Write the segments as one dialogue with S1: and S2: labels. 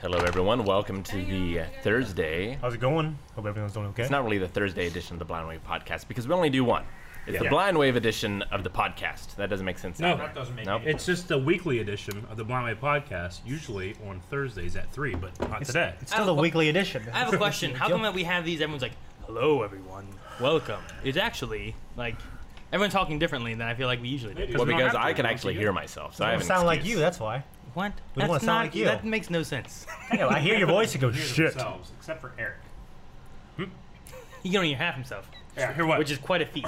S1: Hello, everyone. Welcome to the uh, Thursday.
S2: How's it going? Hope everyone's doing okay.
S1: It's not really the Thursday edition of the Blind Wave podcast because we only do one. It's the
S2: Yeah.
S1: Blind Wave edition of the podcast. That doesn't make sense.
S3: No.
S1: either.
S3: That doesn't
S1: Nope.
S3: It's just the weekly edition of the Blind Way podcast, usually on Thursdays at 3, but not today.
S2: it's
S4: I have
S2: still a
S4: a-
S2: weekly edition.
S4: I have a question. How come that we have these? Everyone's like, "Hello, everyone. Welcome." It's actually like everyone's talking differently than I feel like we usually do.
S1: Well,
S3: We don't
S1: because
S3: have
S1: I
S3: to.
S1: can
S3: We don't
S1: actually
S3: see
S1: hear
S3: it.
S1: myself, so I
S2: I
S1: have an
S2: sound like
S1: excuse.
S2: you. That's why.
S4: What?
S2: We don't wanna
S4: That's
S2: sound
S4: not-
S2: like you.
S4: That makes no sense.
S2: I, know, I hear your voice. It goes
S3: Hear
S2: shit.
S3: themselves, except for Eric.
S4: He can only hear half himself,
S3: Yeah, hear what?
S4: which is quite a feat.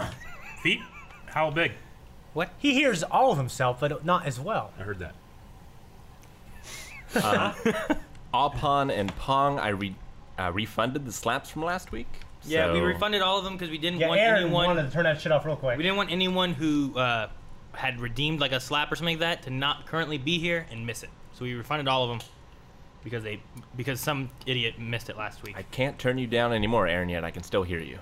S3: feet? How big?
S4: What?
S2: He hears all of himself, but not as well.
S3: I heard that.
S1: Opon and Pong, I re- uh, refunded the slaps from last week.
S4: Yeah, we
S1: so-
S4: refunded all of them because we didn't
S2: Yeah,
S4: want
S2: Aaron
S4: anyone.
S2: wanted to turn that shit off real quick.
S4: We didn't want anyone who uh, had redeemed like a slap or something like that to not currently be here and miss it. So we refunded all of them because they because some idiot missed it last week.
S1: I can't turn you down anymore, Aaron. Yet I can still hear you.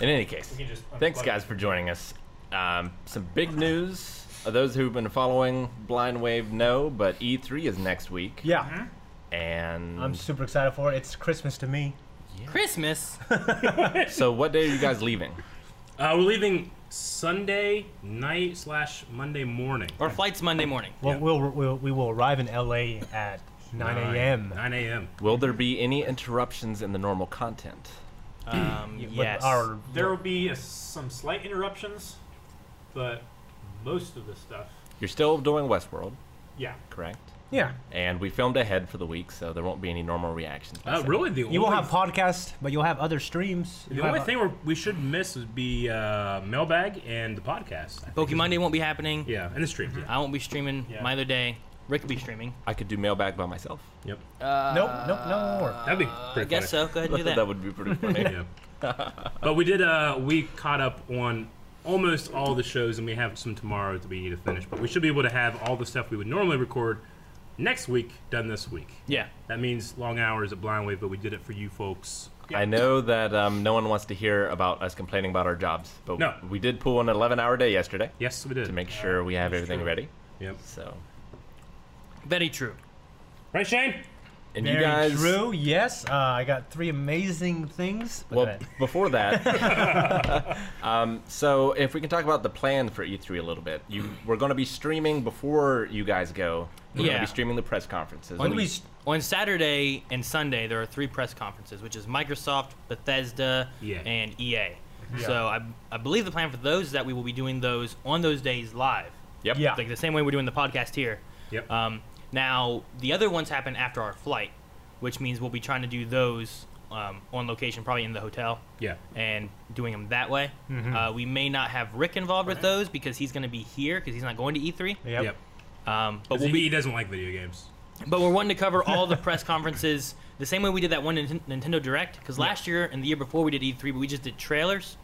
S1: In any case,
S3: can just
S1: thanks
S3: unplug
S1: guys for joining us. Um, some big news. Uh, Those who've been following Blind Wave know, but E3 is next week,
S2: Yeah,
S4: Mm-hmm.
S1: and
S2: I'm super excited for it. It's Christmas to me.
S4: Christmas.
S1: so what day are you guys leaving?
S3: Uh, we're leaving Sunday night slash Monday morning.
S4: Our flight's Monday morning.
S2: Well,
S3: Yeah.
S2: we'll, we'll we will arrive in LA at 9 a.m.
S3: 9 a.m.
S1: Will there be any interruptions in the normal content?
S4: Um,
S2: with
S4: yes.
S2: Our,
S5: There will be a, some slight interruptions, but most of the stuff,
S1: You're still doing Westworld,
S5: yeah.
S3: Uh,
S1: correct?
S2: yeah,
S1: And we filmed ahead for the week, so there won't be any normal reactions.
S3: Uh, really, the only,
S2: you won't have podcasts, but you'll have other streams.
S3: the
S2: You'll
S3: only
S2: have-
S3: thing we're, we should miss would be uh, mailbag and the podcast. I think.
S4: Pokemon Day won't be happening.
S3: Yeah, and the streams. Yeah.
S4: I won't be streaming
S5: Yeah.
S4: my other day. Rick will be streaming.
S1: I could do mailbag by myself.
S3: Yep.
S4: Uh,
S2: Nope, nope, no more.
S3: That'd be pretty
S4: I guess
S3: funny.
S4: so. Go ahead and do that.
S1: that would be pretty funny.
S3: yeah. but we did. Uh, we caught up on almost all the shows, and we have some tomorrow that we need to finish. But we should be able to have all the stuff we would normally record next week done this week.
S4: yeah.
S3: That means long hours at Blind Wave, but we did it for you folks.
S1: I know that um, no one wants to hear about us complaining about our jobs, but
S3: No.
S1: we did pull an 11 hour day yesterday
S3: Yes, we did.
S1: to make sure we have everything
S5: true.
S1: ready.
S3: Yep.
S1: So,
S4: Very true.
S3: Right, Shane?
S1: and
S2: Very
S1: you guys.
S2: true. Yes, uh, I got three amazing things. But go
S1: Well,
S2: ahead.
S1: before that, um, so if we can talk about the plan for E3 a little bit, you we're going to be streaming before you guys go. We're going
S4: Yeah.
S1: to be streaming the press conferences.
S2: When we
S4: On Saturday and Sunday, there are three press conferences, which is Microsoft, Bethesda,
S3: EA.
S4: and EA. So I, I believe the plan for those is that we will be doing those on those days live,
S1: yep.
S2: Yeah.
S4: like the same way we're doing the podcast here.
S3: Yep.
S4: Um, now the other ones happen after our flight, which means we'll be trying to do those um, on location, probably in the hotel.
S3: yeah.
S4: and doing them that way.
S3: Mm-hmm.
S4: Uh, we may not have Rick involved with those because he's going to be here because he's not going to E E3.
S2: Yep.
S3: Yep.
S4: Um, but
S3: But
S4: we'll
S3: he,
S4: be,
S3: he doesn't like video games.
S4: but we're wanting to cover all the press conferences the same way we did that one Ninten- Nintendo Direct because last year and the year before we did E3, but we just did trailers.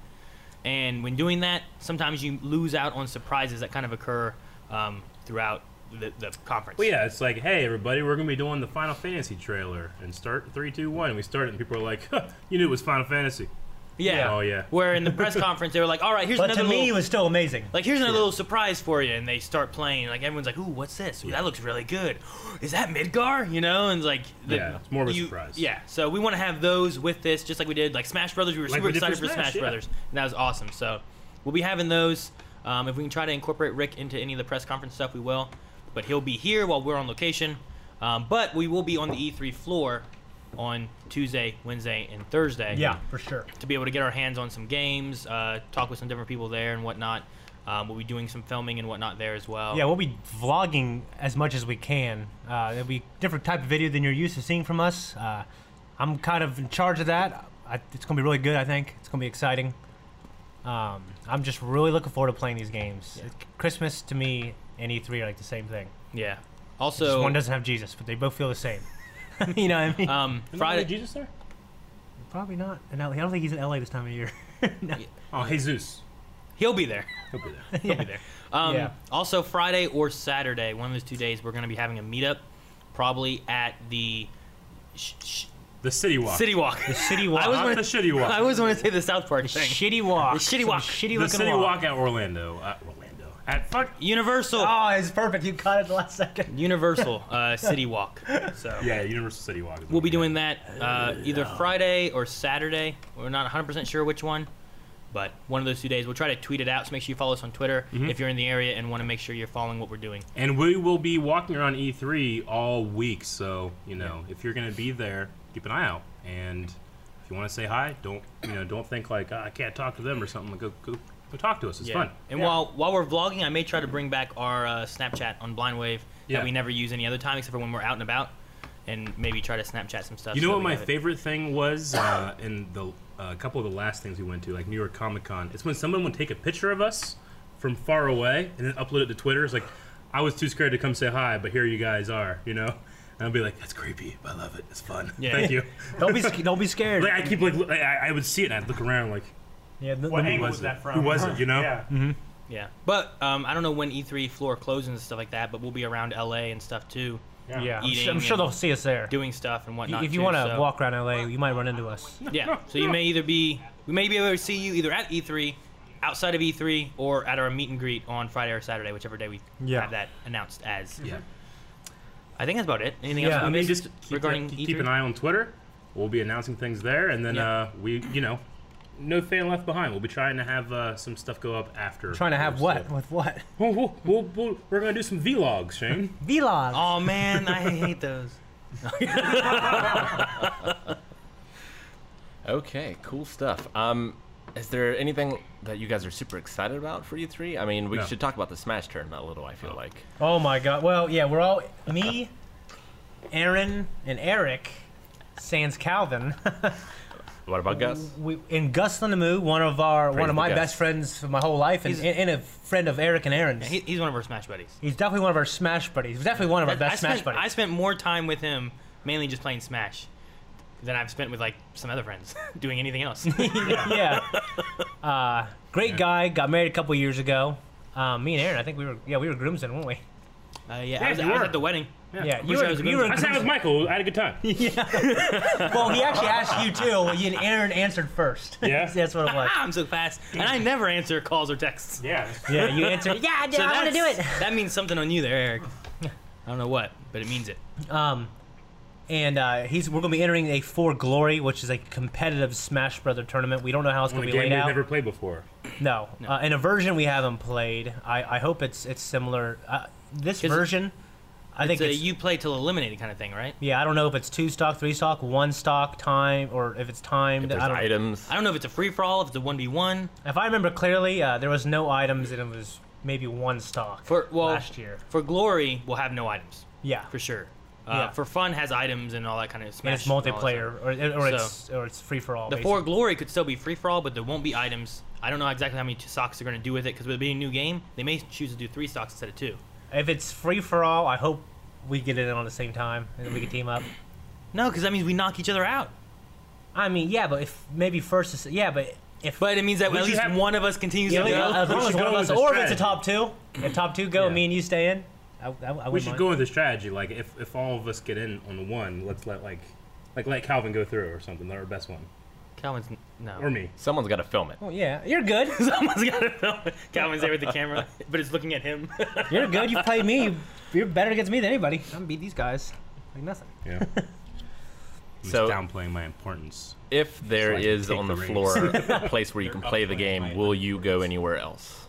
S4: And when doing that, sometimes you lose out on surprises that kind of occur um, throughout the, the conference.
S3: Well, yeah, it's like, hey, everybody, we're gonna be doing the Final Fantasy trailer, and start three, two, one, and we started, and people were like, huh, you knew it was Final Fantasy.
S4: yeah.
S3: Oh, yeah.
S4: Where in the press conference they were like, "All right, here's
S2: But
S4: another
S2: to me,
S4: little-
S2: it was still amazing.
S4: Like here's another little surprise for you, and they start playing. Like everyone's like, "Ooh, what's this? Ooh, that looks really good. Is that Midgar?" You know, and it's like the-
S3: Yeah, it's more of a
S4: you-
S3: surprise.
S4: Yeah, so we want to have those with this, just like we did like Smash Brothers. We were
S3: Like
S4: super
S3: we did for
S4: excited for Smash,
S3: Smash, yeah.
S4: Brothers, and that was awesome. So we'll be having those. Um, if we can try to incorporate Rick into any of the press conference stuff, we will. But he'll be here while we're on location. Um, but we will be on the E3 floor on Tuesday, Wednesday, and Thursday
S2: Yeah, for sure.
S4: to be able to get our hands on some games, uh, talk with some different people there and whatnot. Um, we'll be doing some filming and whatnot there as well.
S2: Yeah, we'll be vlogging as much as we can. Uh, it'll be different type of video than you're used to seeing from us. Uh, I'm kind of in charge of that. I, it's gonna be really good. I think it's gonna be exciting. Um, I'm just really looking forward to playing these games. Christmas to me and E3 are like the same thing.
S4: Yeah.
S2: just
S4: Also,
S2: one doesn't have Jesus, but they both feel the same. you know what I mean?
S4: um, Friday.
S3: Jesus there?
S2: Probably not. And I don't think he's in LA this time of year. No.
S3: Oh, Jesus.
S4: He'll be there.
S3: He'll be there.
S4: He'll be there. Um,
S2: Yeah.
S4: Also, Friday or Saturday, one of those two days, we're going to be having a meetup, probably at the sh- sh-
S3: The City Walk.
S4: City Walk.
S2: The city walk.
S4: I was
S3: Not
S4: wanna-
S3: the Shitty Walk.
S4: I always want to say the South Park thing.
S2: shitty walk.
S4: The shitty
S2: Some
S4: walk.
S2: Shitty
S3: the
S2: looking
S3: City
S2: walk.
S3: walk. at Orlando. Uh, Orlando. At fuck.
S4: Universal.
S2: Oh, it's perfect. You caught it the last second.
S4: Universal uh, City Walk. So
S3: Yeah, Universal City Walk.
S4: we'll be doing that uh, either Friday or Saturday. We're not 100% sure which one, but one of those two days. We'll try to tweet it out, so make sure you follow us on Twitter
S3: Mm-hmm.
S4: if you're in the area and want to make sure you're following what we're doing.
S3: And we will be walking around E3 all week, so you know if you're gonna be there, keep an eye out. And if you want to say hi, don't you know don't think like "Ah, I can't talk to them or something. Like, go go go talk to us. It's fun.
S4: And while while we're vlogging, I may try to bring back our uh, Snapchat on Blind Wave
S3: Yeah.
S4: that we never use any other time except for when we're out and about, and maybe try to Snapchat some stuff.
S3: You
S4: so
S3: know what
S4: we
S3: my
S4: have it.
S3: favorite thing was uh, in the uh, couple of the last things we went to, like New York Comic Con. It's when someone would take a picture of us from far away and then upload it to Twitter. It's like I was too scared to come say hi, but here you guys are. You know, and I'd be like, that's creepy. but I love it. It's fun.
S4: Yeah.
S3: Thank you.
S2: Don't be sc- don't be scared.
S3: Like I keep like look- I, I would see it and I'd look around like
S2: Yeah, the,
S5: What
S2: the-
S5: angle
S3: was
S5: was,
S3: it?
S5: that from?
S3: Who was it, you know?
S5: yeah.
S4: Yeah, but um, I don't know when E3 floor closes and stuff like that. But we'll be around LA and stuff too,
S5: Yeah.
S2: yeah, I'm,
S4: eating
S2: sure, I'm sure
S4: and
S2: they'll see us there.
S4: doing stuff and whatnot.
S2: if you
S4: too,
S2: want to
S4: so-
S2: walk around LA, you might run into us.
S4: yeah. So you may either be we may be able to see you either at E3, outside of E3, or at our meet and greet on Friday or Saturday, whichever day we
S2: Yeah.
S4: have that announced as.
S3: yeah.
S4: I think that's about it. Anything
S2: Yeah.
S4: else?
S2: I
S4: we
S3: I mean,
S4: missed
S3: just keep,
S4: regarding
S3: keep, keep
S4: E3?
S3: an eye on Twitter. We'll be announcing things there, and then
S4: Yeah.
S3: uh, we you know no fan left behind. We'll be trying to have uh, some stuff go up after.
S2: Trying to have
S3: So-
S2: what with what?
S3: We'll, Oh, we'll, we'll, we'll, we're gonna do some vlogs, Shane.
S2: Vlog.
S4: Oh man, I hate those.
S1: Okay, cool stuff. Um, is there anything that you guys are super excited about for E3? I mean, we
S3: No.
S1: should talk about the Smash tournament a little. I feel like.
S2: Oh my god. Well, yeah, we're all me, Aaron, and Eric, sans Calvin.
S1: What about Gus?
S2: we, and Gus Lenamu, one of our
S1: Praise
S2: one
S1: the
S2: of my
S1: Gus.
S2: best friends for my whole life, and,
S4: He's-
S2: and, and a friend of Eric and Aaron's.
S4: He, he's one of our Smash buddies.
S2: He's definitely one of our Smash buddies. He's definitely one of our
S4: I,
S2: best Smash
S4: spent, I
S2: buddies.
S4: spent more time with him mainly just playing Smash than I've spent with like some other friends doing anything else.
S2: yeah. Uh, great guy. Got married a couple years ago. Um, me and Aaron, I think we were yeah we were groomsmen, weren't we?
S4: Uh, yeah, I was,
S3: you
S4: I was
S3: were.
S4: at the wedding.
S2: Yeah, you
S4: Wish I
S2: were,
S4: was a
S2: you were
S3: I sat with
S2: groomsmen.
S3: Michael. I had a good time.
S2: Well, he actually asked you too, and Aaron answered first.
S3: Yeah?
S2: that's what it was.
S4: Ah, I'm so fast, and I never answer calls or texts.
S5: Yeah.
S2: Yeah, you answered. Yeah, I did.
S4: So
S2: I want to do
S4: that's-
S2: it.
S4: That means something on you there, Eric. I don't know what, but it means it.
S2: Um, and uh, he's we're gonna be entering a For Glory, which is a competitive Smash Brother tournament. We don't know how it's
S3: On a
S2: gonna be
S3: game we've
S2: laid out.
S3: never played before.
S2: No, Uh, in a version we haven't played. I, I hope it's it's similar. Uh, this
S4: 'Cause
S2: version, I think
S4: It's a
S2: it's,
S4: you play till eliminated kind of thing, right?
S2: yeah. I don't know if it's two stock, three stock, one stock time, or if it's timed.
S1: There's
S2: I don't.
S1: items.
S4: I don't know if it's a free for all, if it's a one v one.
S2: If I remember clearly, uh, there was no items, and it was maybe one stock
S4: For well,
S2: last year.
S4: for glory, we'll have no items
S2: Yeah,
S4: for sure. Uh,
S2: Yeah.
S4: For fun has items and all that kind of. Smash
S2: and it's
S4: and all that stuff.
S2: multiplayer, or or
S4: So-
S2: it's or it's free for all.
S4: The
S2: basically.
S4: For Glory could still be free for all, but there won't be items. I don't know exactly how many t- stocks they're going to do with it because with it being a new game, they may choose to do three stocks instead of two.
S2: If it's free for all, I hope we get it on the same time and we can team up.
S4: No, because that means we knock each other out.
S2: I mean, yeah, but if maybe first, is, yeah, but if
S4: But it means that
S3: Would
S4: at
S3: you
S4: least
S3: have-
S4: one of us continues
S2: yeah,
S4: to
S2: we-
S4: go.
S2: as long
S3: We
S2: as
S3: should
S2: one of
S3: go
S2: us,
S3: with the
S2: or if it's a
S3: strategy.
S2: top two, if top two go,
S1: Yeah.
S2: me and you stay in. I, I, I wouldn't
S3: We should
S2: mind.
S3: go with a strategy. Like if, if all of us get in on the one, let's let like like let Calvin go through or something. Let our best one
S4: Calvin's n- no.
S3: or me.
S1: Someone's got to film it.
S2: Oh, yeah, you're good.
S4: Someone's got to film. it. Calvin's there with the camera, but it's looking at him.
S2: You're good. You played me. You, you're better against me than anybody. I'm beat these guys like nothing.
S3: Yeah. I'm just
S1: So-
S3: downplaying my importance.
S1: If there
S3: So I can
S1: is
S3: take
S1: on
S3: the
S1: the,
S3: rings.
S1: floor a place where you can play the
S5: uploading my
S1: game, will you go anywhere else?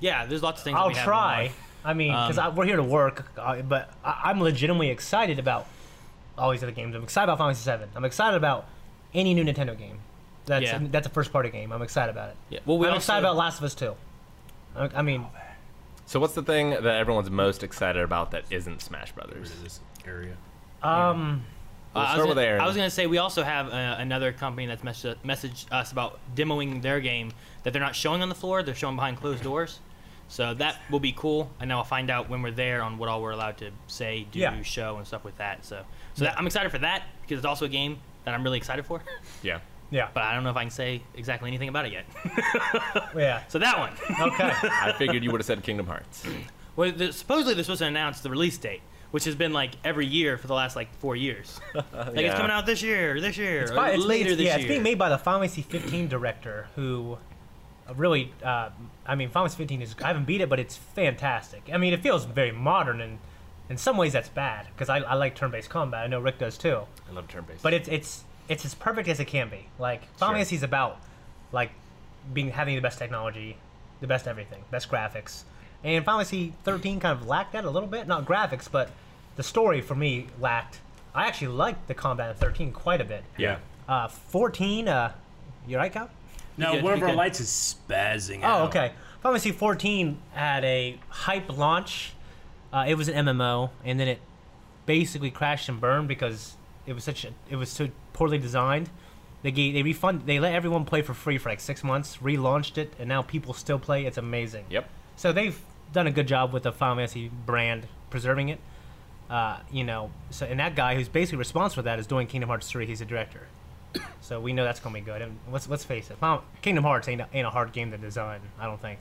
S4: yeah, there's lots of things. that
S2: I'll
S4: we have in
S2: try.
S4: life.
S2: I mean, because we're here to work, uh, but I, I'm legitimately excited about all these other games. I'm excited about Final Fantasy Seven. I'm excited about any new Nintendo game. That's
S4: Yeah.
S2: that's a first party game. I'm excited about it.
S4: Yeah. Well, we
S2: I'm
S4: also,
S2: excited about Last of Us Two. I, I mean,
S1: So what's the thing that everyone's most excited about that isn't Smash Brothers?
S3: This area.
S2: um,
S4: Uh,
S1: We'll
S4: I, was
S1: start with
S4: gonna,
S1: Aaron.
S4: I was gonna say we also have uh, another company that's messaged, messaged us about demoing their game that they're not showing on the floor; they're showing behind closed doors. So that will be cool. And now I'll find out when we're there on what all we're allowed to say, do,
S2: Yeah.
S4: show, and stuff with that. So, so that, I'm excited for that because it's also a game that I'm really excited for.
S1: Yeah.
S2: yeah,
S4: But I don't know if I can say exactly anything about it yet.
S2: yeah.
S4: So that one.
S2: Okay.
S1: I figured you would have said Kingdom Hearts.
S4: Well, they're, supposedly they're supposed to announce the release date, which has been like every year for the last like four years. like
S1: Yeah.
S4: it's coming out this year, this year, or
S2: But it's-
S4: later
S2: it's-
S4: this
S2: yeah,
S4: year.
S2: it's being made by the Final Fantasy 15 director, who really, uh, I mean, Final Fantasy 15 is I haven't beat it, but it's fantastic. I mean, it feels very modern, and in some ways that's bad because I, I like turn-based combat. I know Rick does too,
S1: I love turn based.
S2: but it's it's it's as perfect as it can be. Like
S1: Sure.
S2: Final Fantasy is about like being having the best technology, the best everything, best graphics, and Final Fantasy 13 kind of lacked that a little bit. Not graphics, but the story for me lacked. I actually liked the combat in 13 quite a bit.
S1: yeah.
S2: Uh, 14, uh, you right, Cal?
S3: Now
S4: good,
S3: one
S4: you
S3: of our
S4: good.
S3: lights is spazzing
S2: Oh,
S3: out.
S2: okay. Final Fantasy 14 had a hype launch. Uh, it was an MMO, and then it basically crashed and burned because it was such a, it was so poorly designed. They gave, they refund they let everyone play for free for like six months, relaunched it, and now people still play. It's amazing.
S1: Yep.
S2: So they've done a good job with the Final Fantasy brand preserving it. Uh, you know, so and that guy who's basically responsible for that is doing Kingdom Hearts 3. He's a director, so we know that's gonna be good. And let's let's face it, Final, Kingdom Hearts ain't a, ain't a hard game to design. I don't think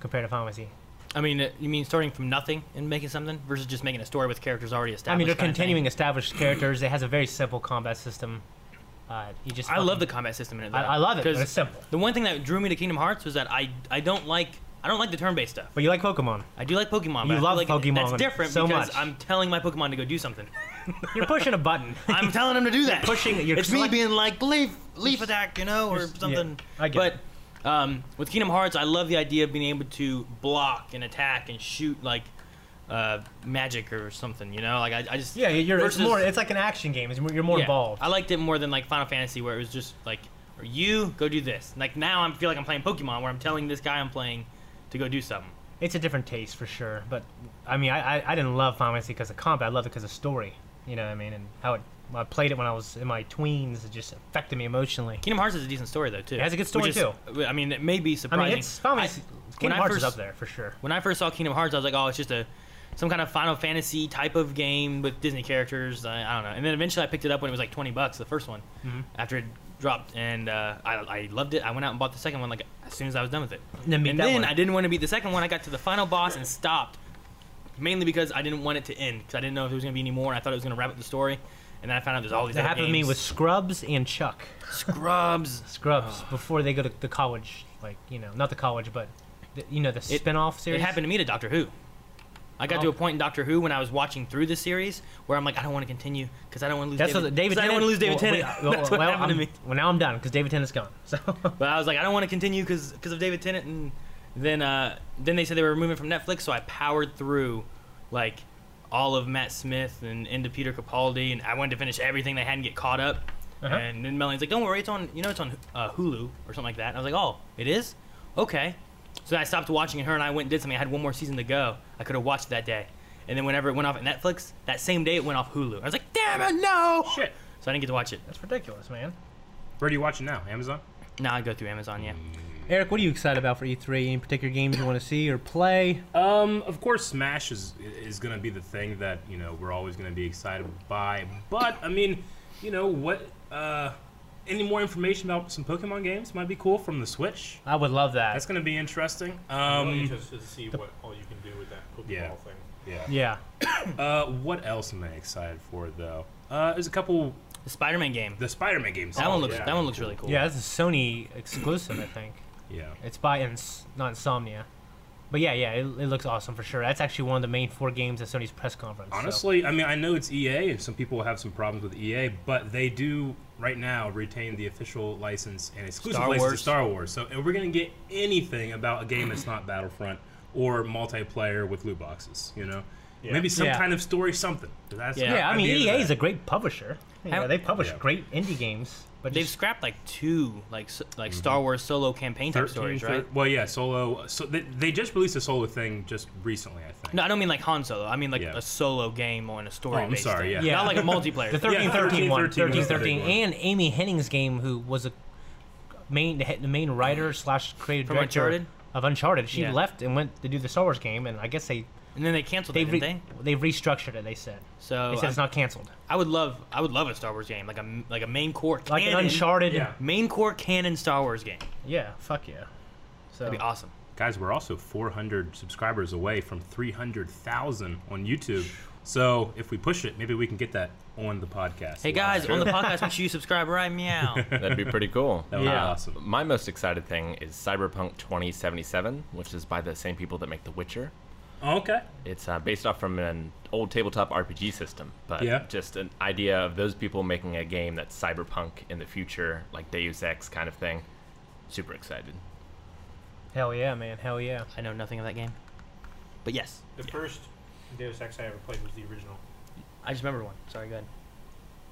S2: compared to Final Fantasy.
S4: I mean, uh, you mean starting from nothing and making something versus just making a story with characters already
S2: I
S4: established.
S2: mean, they're
S4: kinda thing?
S2: continuing established characters. It has a very simple combat system. Uh, you just
S4: I
S2: fucking-
S4: love the combat system in it.
S2: I, I love it. But it's
S4: because
S2: simple.
S4: the one thing that drew me to Kingdom Hearts was that I I don't like I don't like the turn-based stuff.
S2: But you like Pokemon.
S4: I do like Pokemon.
S2: You
S4: but I feel
S2: love
S4: like
S2: Pokemon
S4: That's different
S2: so
S4: because
S2: much.
S4: I'm telling my Pokemon to go do something.
S2: You're pushing a button.
S4: I'm telling them to do that.
S2: pushing- you're
S4: it's
S2: select-
S4: me being like leaf leaf attack, you know, or
S2: You're s- yeah,
S4: something.
S2: I get it.
S4: But um, with Kingdom Hearts, I love the idea of being able to block and attack and shoot like uh, magic or something. You know, like I, I just
S2: yeah, you're
S4: versus-
S2: it's more. It's like an action game. It's more- You're more
S4: yeah,
S2: involved.
S4: I liked it more than like Final Fantasy, where it was just like, or you go do this. Like now, I feel like I'm playing Pokemon, where I'm telling this guy I'm playing to go do something.
S2: it's a different taste for sure. But I mean, I, I, I didn't love Final Fantasy because of combat. I loved it because of story. You know what I mean? And how it, I played it when I was in my tweens. It just affected me emotionally.
S4: Kingdom Hearts is a decent story though too.
S2: It has a good story,
S4: Which is- I mean, it may be
S2: I
S4: surprising.
S2: mean, it's Final
S4: I-
S2: Fantasy.
S4: when I
S2: Kingdom Hearts is
S4: first-
S2: up there for sure.
S4: when I first saw Kingdom Hearts, I was like, oh, it's just a some kind of Final Fantasy type of game with Disney characters. I, I don't know. And then eventually, I picked it up when it was like twenty bucks, the first one,
S2: Mm-hmm.
S4: after it dropped, and uh, I, I loved it. I went out and bought the second one like as soon as I was done with it.
S2: And then beat
S4: and
S2: that
S4: then
S2: one.
S4: I didn't want to beat the second one. I got to the final boss and stopped, mainly because I didn't want it to end because I didn't know if there was going to be any more. And I thought it was going to wrap up the story, and then I found out there's all these.
S2: That
S4: other
S2: happened to me
S4: games.
S2: with Scrubs and Chuck.
S4: Scrubs.
S2: Scrubs
S4: Oh.
S2: before they go to the college, like you know, not the college, but the, you know, the
S4: It-
S2: spin-off series. Oh.
S4: It happened to me to Doctor Who. I got to a
S2: Okay.
S4: point in Doctor Who when I was watching through the series where I'm like, I don't want to continue because I don't want to lose.
S2: That's
S4: David,
S2: what David.
S4: 'cause I don't want to lose
S2: well,
S4: David Tennant.
S2: we- well,
S4: That's what
S2: well,
S4: happened to
S2: I'm-
S4: me.
S2: Well, now I'm done because David Tennant's gone. So
S4: But I was like, I don't want to continue because of David Tennant. And then uh, then they said they were removing it from Netflix, so I powered through like all of Matt Smith and into Peter Capaldi, and I wanted to finish everything they had and get caught up.
S2: Uh-huh.
S4: And then Melanie's like, "Don't worry, it's on. You know, it's on uh, Hulu or something like that." And I was like, "Oh, it is? Okay." So I stopped watching, and her and I went and did something. I had one more season to go. I could have watched that day. And then whenever it went off at Netflix, that same day it went off Hulu. I was like, "Damn it, no!"
S3: Shit.
S4: So I didn't get to watch it.
S2: that's ridiculous, man.
S3: Where do you watch it now? Amazon?
S4: Now I go through Amazon. Yeah.
S2: Eric, what are you excited about
S4: E
S2: for E3? Any particular games you want to see or play?
S3: Um, of course, Smash is is going to be the thing that you know we're always going to be excited by. But I mean, you know what? Uh, any more information about some Pokemon games might be cool from the Switch.
S2: I would love that.
S3: That's going to be interesting.
S5: I'm really
S3: Um,
S5: interested to see what all you can do with that Pokeball
S3: Yeah.
S5: thing.
S3: yeah.
S2: yeah.
S3: Uh, what else am I excited for though? Uh, there's a couple
S4: The Spider-Man game.
S3: the Spider-Man games.
S4: That
S3: one
S4: one looks that one looks really cool.
S2: Yeah, this is Sony exclusive, I think.
S3: Yeah.
S2: It's by Ins- not Insomnia, but yeah, yeah, it, it looks awesome for sure. That's actually one of the main four games at Sony's press conference. so-
S3: Honestly, I mean, I know it's EA, and some people will have some problems with EA, but they do right now retain the official license and exclusive
S4: Star
S3: license
S4: Wars.
S3: to Star Wars. So if we're gonna get anything about a game that's not Battlefront or multiplayer with loot boxes, you know,
S5: Yeah.
S3: maybe some
S2: Yeah.
S3: kind of story, something. That's
S4: Yeah.
S2: yeah, I
S3: I'd
S2: mean,
S3: be into
S2: EA is
S3: that.
S2: a great publisher. You know,
S4: How-
S2: they publish
S3: Yeah.
S2: great indie games, but
S4: They've
S2: just-
S4: scrapped like two like s like Star Wars solo campaign type
S3: 13,
S4: stories,
S3: Mm-hmm. thir-
S4: right?
S3: Well, yeah, solo. So they, they just released a solo thing just recently, I think.
S4: No, I don't mean like Han Solo. I mean like
S3: Yeah.
S4: a solo game on a story.
S3: Oh, I'm sorry, yeah.
S2: Yeah.
S4: Not like a multiplayer.
S2: the 13
S3: Yeah,
S2: 13 one,
S3: 13,
S2: 13
S3: was the big
S2: 13,
S3: one.
S2: and Amy Henning's game, who was a main the he- the main writer slash creative
S4: From
S2: director
S4: Uncharted?
S2: of Uncharted. She
S4: Yeah.
S2: left and went to do the Star Wars game, and I guess they
S4: and then they canceled
S2: they
S4: it, didn't
S2: re-
S4: they?
S2: they restructured it. They said
S4: So
S2: they said
S4: I,
S2: it's not canceled,
S4: I would love I would love a Star Wars game like a m- like a main core
S2: like
S4: canon,
S2: an Uncharted.
S3: Yeah.
S4: main core canon Star Wars game.
S2: Yeah, fuck yeah. So
S3: Oh.
S4: That'd be awesome.
S3: Guys, we're also 400 subscribers away from 300,000 on YouTube. So if we push it, maybe we can get that on the podcast.
S4: Hey guys, on the podcast, make sure you subscribe right meow.
S1: That'd be pretty cool.
S3: that would
S2: Yeah.
S3: be awesome.
S1: My most excited thing is Cyberpunk 2077, which is by the same people that make The Witcher.
S3: Oh, okay.
S1: It's uh, based off from an old tabletop RPG system, but
S3: Yeah.
S1: just an idea of those people making a game that's cyberpunk in the future, like Deus Ex kind of thing. Super excited.
S2: Hell yeah, man. Hell yeah.
S4: I know nothing of that game. But yes,
S5: The first Deus Ex I ever played was the original.
S4: I just remember one. Sorry, go ahead.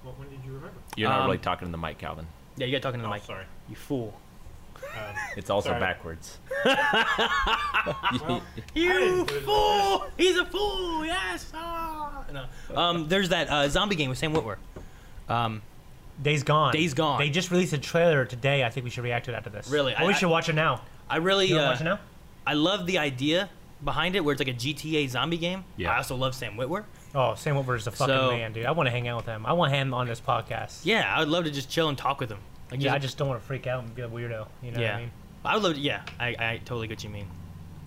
S5: What one did you remember?
S1: You're not
S4: Um,
S1: really talking to the mic, Calvin.
S4: Yeah, you got talking to the
S5: oh,
S4: mic.
S5: sorry.
S4: You fool.
S5: Um,
S1: It's also
S5: sorry.
S1: backwards.
S5: well,
S4: You
S5: put it in
S4: fool! He's a fool. Yes. Ah. No. Um, there's that uh, zombie game with Sam Witwer. Um,
S2: Days Gone.
S4: Days Gone.
S2: They just released a trailer today. I think we should react to it after this.
S4: Really?
S2: Or we
S4: I-
S2: should watch it now.
S4: I really,
S2: You wanna
S4: uh,
S2: watch it now?
S4: I love the idea behind it, where it's like a GTA zombie game.
S3: Yeah.
S4: I also love Sam Witwer.
S2: Oh, Sam Wilbur is a fucking
S4: So-
S2: man, dude. I want to hang out with him. I want him on this podcast.
S4: Yeah, I would love to just chill and talk with him. Like,
S2: Yeah, I just don't want to freak out and be a weirdo. You know
S4: yeah.
S2: what I mean?
S4: I would love to, yeah, I, I totally get what you mean.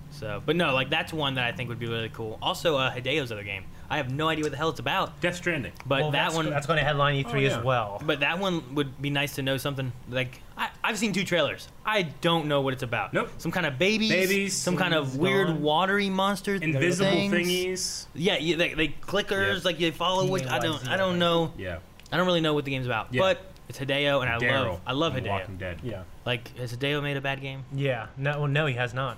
S4: So, but no, like that's one that I think would be really cool. Also, uh, Hideo's other game. I have no idea what the hell it's about,
S3: Death Stranding.
S4: but
S2: Well,
S4: that
S2: that's,
S4: one,
S2: that's going to headline E3
S5: Oh, yeah.
S2: as well.
S4: but that one would be nice to know something. Like I, I've seen two trailers. I don't know what it's about.
S3: Nope.
S4: Some kind of babies.
S3: Babies,
S4: Some kind of
S3: something's
S4: weird
S3: gone.
S4: watery monster.
S3: Invisible
S4: things.
S3: thingies.
S4: Yeah, you, they, they clickers.
S3: Yep.
S4: Like you follow. Which I don't. I don't know.
S3: Yeah.
S4: I don't really know what the game's about.
S3: Yeah.
S4: But it's Hideo, and I
S3: Daryl.
S4: love. I love
S3: from
S4: Hideo.
S3: Walking Dead.
S2: Yeah.
S4: Like has Hideo made a bad game?
S2: Yeah. No, well, no, he has not.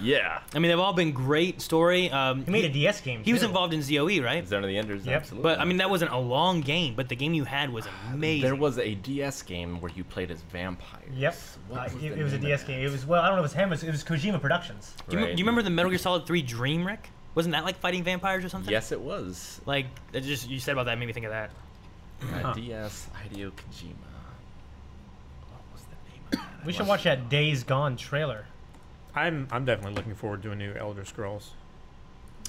S1: Yeah.
S4: I mean, they've all been great story. Um,
S2: He made a DS game.
S4: He was
S2: too.
S4: involved in ZOE, right?
S1: Zone of the Enders,
S2: Yep.
S1: absolutely.
S4: But I mean, that wasn't a long game, but the game you had was amazing.
S1: there was a DS game where you played as vampires.
S2: Yep.
S1: What
S2: Uh,
S1: was
S2: it,
S1: the
S2: it was
S1: name
S2: a
S1: of
S2: DS
S1: that?
S2: game. It was, well, I don't know if it was him. It was, it was Kojima Productions.
S4: do, you,
S1: Right.
S4: do you remember the Metal Gear Solid 3 Dream Rick? Wasn't that like fighting vampires or something?
S1: Yes, it was.
S4: Like, it just you said about that made me think of that.
S1: Uh, DS Hideo Kojima. What was the name of that?
S2: We should watch that Days Gone trailer.
S6: I'm I'm definitely looking forward to a new Elder Scrolls.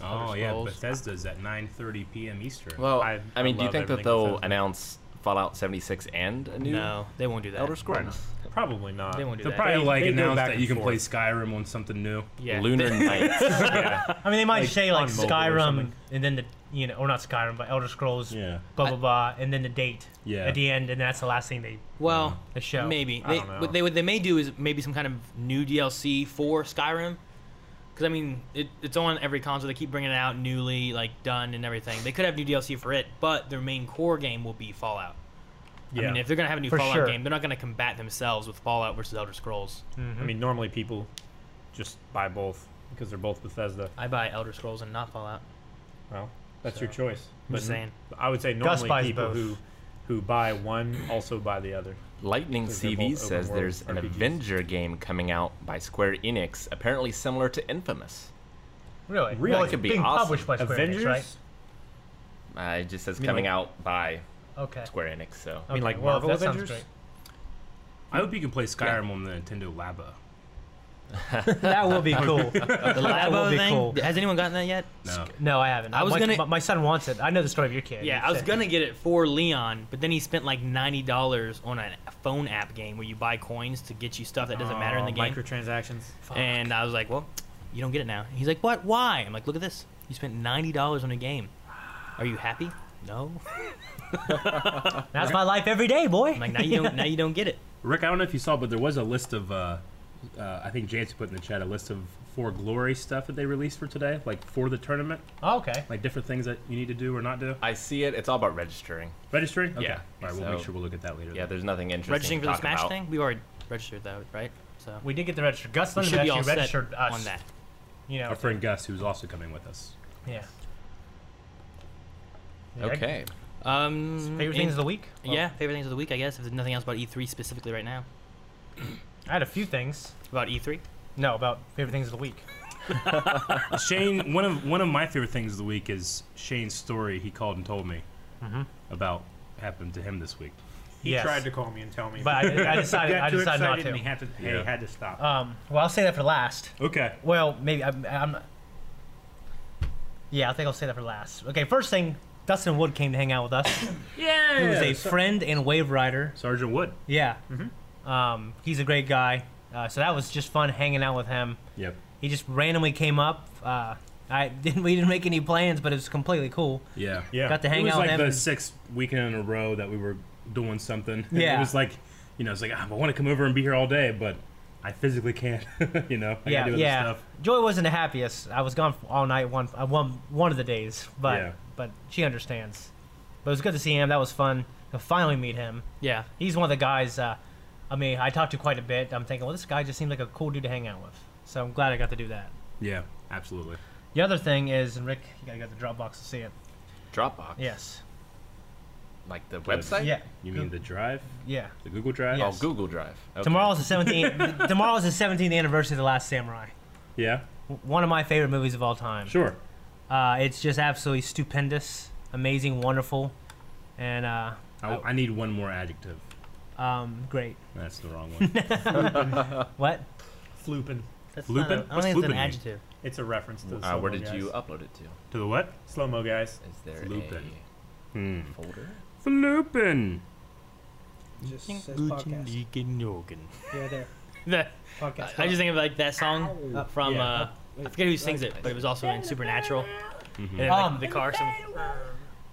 S3: Oh
S6: Elder
S3: yeah,
S6: Scrolls.
S3: Bethesda's at 9:30 p.m. Eastern.
S1: Well, I,
S6: I- I
S1: mean, do you
S6: love
S1: think that
S6: everything
S1: they'll
S6: Bethesda.
S1: announce Fallout 76 and a new
S4: No, they won't do that.
S1: Elder
S6: Probably
S1: Scrolls?
S6: not. Probably not.
S4: They won't do
S3: They'll
S4: that.
S3: probably
S6: They-
S3: like
S6: they go
S3: announce
S6: back
S3: that
S6: and
S3: you can
S6: forth.
S3: play Skyrim on something new.
S4: yeah.
S1: Lunar Nights.
S6: yeah.
S2: I mean, they might
S6: Like,
S2: say like
S6: on mobile or
S2: Skyrim,
S6: something.
S2: and then the you know, or not Skyrim, but Elder Scrolls,
S3: Yeah.
S2: blah blah blah, and then the date
S3: Yeah.
S2: at the end, and that's the last thing they
S4: Well,
S2: the show.
S4: maybe.
S6: I
S4: They,
S6: don't know.
S4: What they what they may do is maybe some kind of new DLC for Skyrim. Because I mean, it, it's on every console. They keep bringing it out newly, like done and everything. They could have new DLC for it, but their main core game will be Fallout. I
S6: Yeah.
S4: mean, if they're gonna have a new
S2: For
S4: Fallout
S2: sure.
S4: game, they're not gonna combat themselves with Fallout versus Elder Scrolls.
S2: Mm-hmm.
S6: I mean, normally people just buy both because they're both Bethesda.
S4: I buy Elder Scrolls and not Fallout.
S6: Well, that's your choice.
S4: I'm
S7: Mm-hmm.
S4: just saying.
S6: I would say
S2: Gus
S6: normally
S2: buys
S6: people
S2: both.
S6: who who buy one also buy the other.
S1: Lightning
S6: Because they're
S1: CV
S6: both
S1: says
S6: open-world
S1: there's an
S6: RPGs.
S1: Avenger game coming out by Square Enix, apparently similar to Infamous.
S2: really,
S6: Really?
S2: well,
S6: That
S2: it's
S1: could be
S2: being
S1: awesome.
S2: published by Square
S6: Avengers.
S2: Enix, right?
S1: Uh, it just says
S6: mean,
S1: coming
S6: like-
S1: out by
S2: Okay.
S1: Square Enix, so
S6: I mean,
S2: Okay,
S6: like
S2: well,
S6: Marvel
S2: that sounds
S6: Avengers.
S2: great.
S3: I hope you can play Skyrim on the Nintendo Labo.
S2: that will be cool.
S4: The
S2: That will
S4: Labo
S2: be
S4: thing.
S2: cool.
S4: Has anyone gotten that yet?
S3: No.
S2: No, I haven't.
S4: I was
S2: my,
S4: gonna-
S2: my- my son wants it. I know the story of your kid.
S4: Yeah,
S2: It's
S4: I was
S2: sick.
S4: gonna get it for Leon, but then he spent like ninety dollars on a phone app game where you buy coins to get you stuff that doesn't matter in the
S2: Oh,
S4: game.
S6: Microtransactions.
S4: And I was like, well, you don't get it now. He's like, what? Why? I'm like, look at this. You spent ninety dollars on a game. Are you happy? No.
S2: That's my life every day, boy.
S4: I'm like, now you don't. Now you don't get it.
S3: Rick, I don't know if you saw, but there was a list of, uh, uh, I think Jancy put in the chat a list of for glory stuff that they released for today, like for the tournament,
S2: Oh, okay.
S3: like different things that you need to do or not do.
S1: I see it. It's all about registering.
S3: Registering? Okay.
S1: Yeah.
S3: All right, we'll make
S1: So-
S3: sure we'll look at that later.
S1: Yeah,
S3: then.
S1: there's nothing interesting.
S4: Registering
S1: to
S4: for the
S1: talk
S4: Smash
S1: about.
S4: thing? We already registered though, right? So
S2: We did get the register. Gus
S4: we
S2: London
S4: should be
S2: actually
S4: all set
S2: registered us
S4: on that.
S2: You know.
S3: Our friend Gus, who's also coming with us.
S2: Yeah. Yeah,
S1: Okay.
S4: Um,
S2: Favorite
S4: in-
S2: things of the week? Well,
S4: yeah, favorite things of the week, I guess. If there's nothing else about E3 specifically right now,
S2: I had a few things.
S4: about E E3.
S2: No, about favorite things of the week.
S3: Shane, one of one of my favorite things of the week is Shane's story he called and told me
S1: Mm-hmm.
S3: about what happened to him this week.
S5: He
S2: Yes.
S5: tried to call me and tell me.
S2: But I, I
S5: He
S2: decided,
S5: got
S2: I
S5: too
S2: decided not
S5: excited and he
S2: to.
S5: had to,
S3: Yeah.
S5: he had to stop.
S2: Um, well, I'll say that for last.
S3: Okay.
S2: Well, maybe I'm. I'm yeah, I think I'll say that for last. Okay, first thing, Dustin Wood came to hang out with us.
S3: Yeah.
S2: He was a friend and wave rider.
S3: Sergeant Wood.
S2: Yeah,
S5: Mm-hmm.
S2: um, he's a great guy. Uh, so that was just fun hanging out with him.
S3: Yep.
S2: He just randomly came up. Uh, I didn't. We didn't make any plans, but it was completely cool.
S3: Yeah.
S6: Yeah.
S2: Got to
S3: It
S2: hang
S3: was
S2: out
S3: like
S2: with
S3: the
S2: them.
S3: sixth weekend in a row that we were doing something.
S2: Yeah.
S3: It was like, you know, it's like "Ah, I want to come over and be here all day, but I physically can't. you know, I
S2: yeah,
S3: gotta do other
S2: yeah.
S3: stuff.
S2: Joy wasn't the happiest. I was gone all night one uh, one one of the days, but
S3: Yeah.
S2: but she understands. But it was good to see him. That was fun. To finally meet him.
S4: Yeah.
S2: He's one of the guys. Uh, I mean, I talked to quite a bit. I'm thinking, well, this guy just seemed like a cool dude to hang out with. So I'm glad I got to do that.
S3: Yeah, absolutely.
S2: The other thing is, and Rick, you gotta get the Dropbox to see it.
S1: Dropbox.
S2: Yes.
S1: Like the website.
S2: Yeah.
S3: You mean the drive,
S2: Yeah.
S3: the Google Drive?
S1: Oh, Google Drive. Okay.
S2: Tomorrow's the 17th. tomorrow's the 17th anniversary of The Last Samurai.
S3: Oh, Yeah,
S2: W- One of my favorite movies of all time.
S3: sure.
S2: Uh, it's just absolutely stupendous, amazing, wonderful, and uh,
S3: I, I need one more adjective.
S2: um, great.
S3: That's the wrong one.
S2: What?
S6: Flooping.
S4: That's
S3: Lupin?
S4: Not a, I don't
S3: What's
S4: think it's
S3: Lupin
S4: an
S3: mean?
S4: adjective.
S6: It's a reference to the
S1: Uh,
S6: slow
S1: where
S6: mo
S1: did
S6: guys.
S1: you upload it to?
S3: to the what?
S6: slow mo guys?
S1: Is there
S3: Lupin.
S6: Hmm.
S1: a folder?
S3: Floopin.
S7: Just says podcast. Yeah, there.
S4: The- I
S7: Podcast.
S4: I just think of like that song from
S6: Yeah.
S4: uh, I forget who sings it, but it was also in Supernatural. And then, like,
S2: Um,
S4: the car. Some,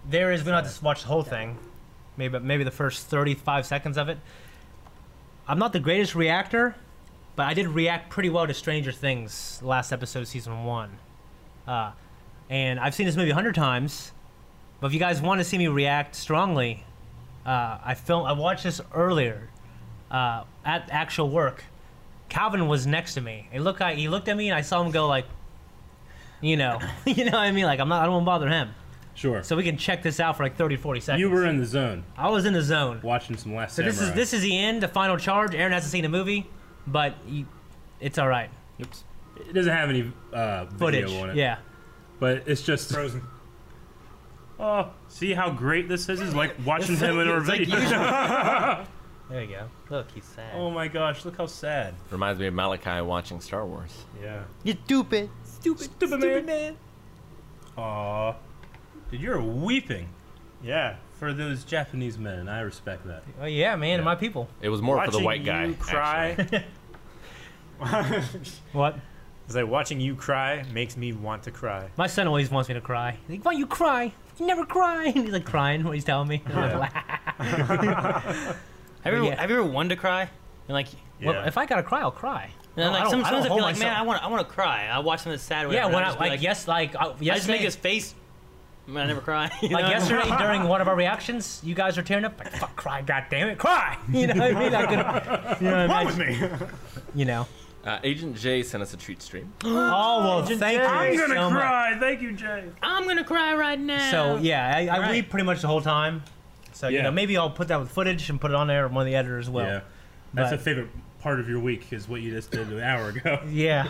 S2: There is. We don't have to watch the whole thing. Maybe maybe the first 35 seconds of it. I'm not the greatest reactor, but I did react pretty well to Stranger Things last episode, season one. Uh, and I've seen this movie a hundred times, but if you guys want to see me react strongly, uh, I film. I watched this earlier uh, at actual work. Calvin was next to me, and look, I, he looked at me, and I saw him go like, you know, you know what I mean. Like I'm not. I don't want to bother him.
S3: Sure.
S2: So we can check this out for like 30, 40 seconds.
S3: you were in the zone
S2: I was in the zone.
S3: watching some Last
S2: So this is
S3: Samurai.
S2: this is the end, the final charge. Aaron hasn't seen the movie, but he, it's all right.
S1: Oops.
S3: It doesn't have any uh, video
S2: Footage,
S3: on it.
S2: yeah.
S3: But it's just.
S5: Frozen.
S3: Oh, see how great this is? It's like watching him in our
S4: it's like
S3: video.
S4: there you go. Look, he's sad.
S3: oh my gosh, look how sad.
S1: Reminds me of Malachi watching Star Wars.
S3: Yeah.
S4: You stupid, stupid,
S3: Stupid man. Aw. Dude, you're weeping
S6: Yeah.
S3: for those Japanese men, and I respect that.
S2: Oh yeah, man,
S3: Yeah.
S2: my people.
S1: It was more for
S6: Watching
S1: the white guy.
S6: you cry.
S1: actually.
S2: What?
S6: It's like watching you cry makes me want to cry.
S2: My son always wants me to cry. He's like, why you cry? You never cry. And he's like crying what he's telling me. And I'm like,
S4: Have you, ever,
S2: Yeah.
S4: have you ever wanted to cry? And like,
S2: well,
S6: Yeah.
S2: if I gotta cry, I'll cry.
S4: and
S2: I
S4: like
S2: don't-
S4: some,
S2: I
S4: sometimes I,
S2: don't
S4: feel
S2: hold
S4: like, man,
S2: myself-
S4: I want, I want to cry. I watch something that's sad. Or
S2: yeah,
S4: whatever,
S2: when
S4: and
S2: I
S4: just
S2: like, yes, like
S4: be
S2: uh, yesterday,
S4: I just make his face. Man, I never cry. you
S2: like
S4: know?
S2: yesterday during one of our reactions, you guys were tearing up. Like fuck, cry, goddamn it, cry. You know what I mean? I could, you know what I mean?
S6: me?
S2: You know.
S1: uh, Agent J sent us a treat stream.
S2: Oh well, thank you
S3: I'm gonna
S2: so much.
S3: cry. Thank you, Jay.
S4: I'm gonna cry right now.
S2: So yeah, I, I
S4: Right.
S2: weep pretty much the whole time. So you
S3: Yeah.
S2: know, maybe I'll put that with footage and put it on there. One of the editors will.
S3: yeah. That's
S2: but-
S3: a favorite part of your week, is what you just did an hour ago.
S2: Yeah.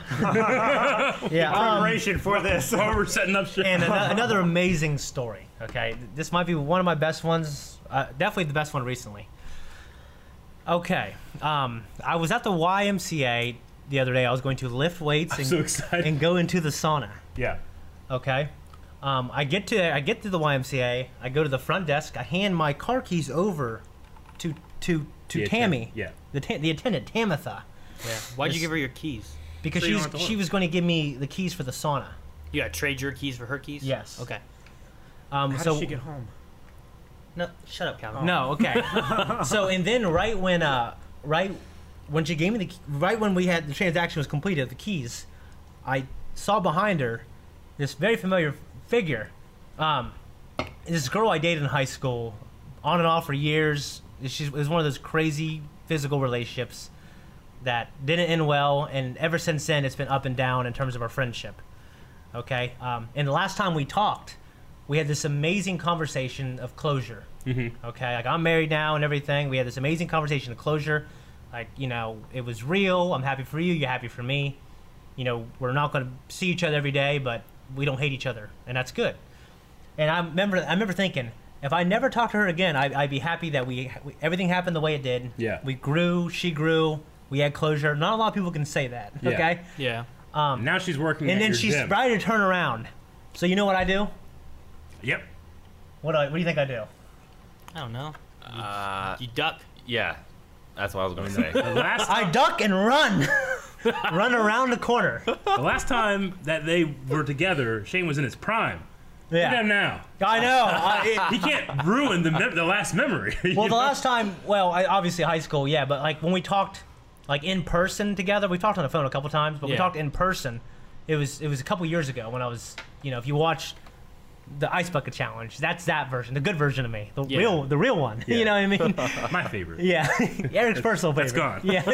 S2: yeah. um,
S6: Preparation for this.
S3: While we're setting up shit.
S2: and ano- another amazing story. Okay, Th- this might be one of my best ones. Uh, definitely the best one recently. Okay, um, I was at the YMCA the other day. I was going to lift weights
S3: I'm
S2: and,
S3: so excited.
S2: and go into the sauna.
S6: yeah.
S2: Okay. Um, I get to I get to the YMCA. I go to the front desk. I hand my car keys over to to to
S3: Yeah,
S2: Tammy,
S3: Yeah.
S2: the ta- the attendant Tamitha,
S4: why'd
S2: Yes.
S4: you give her your keys?
S2: because
S3: So you don't
S2: she's
S3: have to
S2: she
S3: look.
S2: was going to give me the keys for the sauna.
S4: You gotta trade your keys for her keys.
S2: Yes.
S4: Okay.
S2: Um,
S7: How
S2: so
S7: did she get home?
S4: No, shut up, Calvin.
S2: no, okay. so and then right when uh right when she gave me the key- right when we had the transaction was completed the keys, I saw behind her this very familiar figure. Um, this girl I dated in high school, on and off for years. She was one of those crazy physical relationships that didn't end well, and ever since then, it's been up and down in terms of our friendship. Okay, um, and the last time we talked, we had this amazing conversation of closure. Mm-hmm. Okay, like I'm married now and everything. We had this amazing conversation of closure. Like you know, it was real. I'm happy for you. You're happy for me. You know, we're not going to see each other every day, but we don't hate each other, and that's good. And I remember, I remember thinking, if I never talked to her again, I, I'd be happy that we, we everything happened the way it did.
S3: Yeah.
S2: we grew, she grew, we had closure. Not a lot of people can say that.
S3: Yeah.
S2: Okay,
S4: Yeah.
S3: now she's working
S2: Um, and
S3: at
S2: then
S3: your
S2: she's
S3: gym.
S2: ready to turn around. So you know what I do?
S3: Yep.
S2: What do I, what do you think I do?
S4: I don't know.
S1: Uh,
S4: You duck.
S1: yeah, that's what I was gonna say.
S3: The last
S2: I duck and run. Run around the corner.
S3: The last time that they were together, Shane was in his prime. Look at him
S2: Yeah.
S3: now.
S2: I know. I,
S3: He can't ruin the mem- the last memory. you
S2: well, the
S3: know?
S2: last time, well, I, obviously high school, yeah, but like when we talked, like in person together, we talked on the phone a couple times, but we
S4: Yeah.
S2: talked in person. It was it was a couple years ago when I was, you know, if you watch the ice bucket challenge, that's that version, the good version of me, the
S4: Yeah.
S2: real the real one. You know what I mean?
S3: my favorite.
S2: yeah, Eric's personal favorite.
S3: that's gone.
S2: Yeah,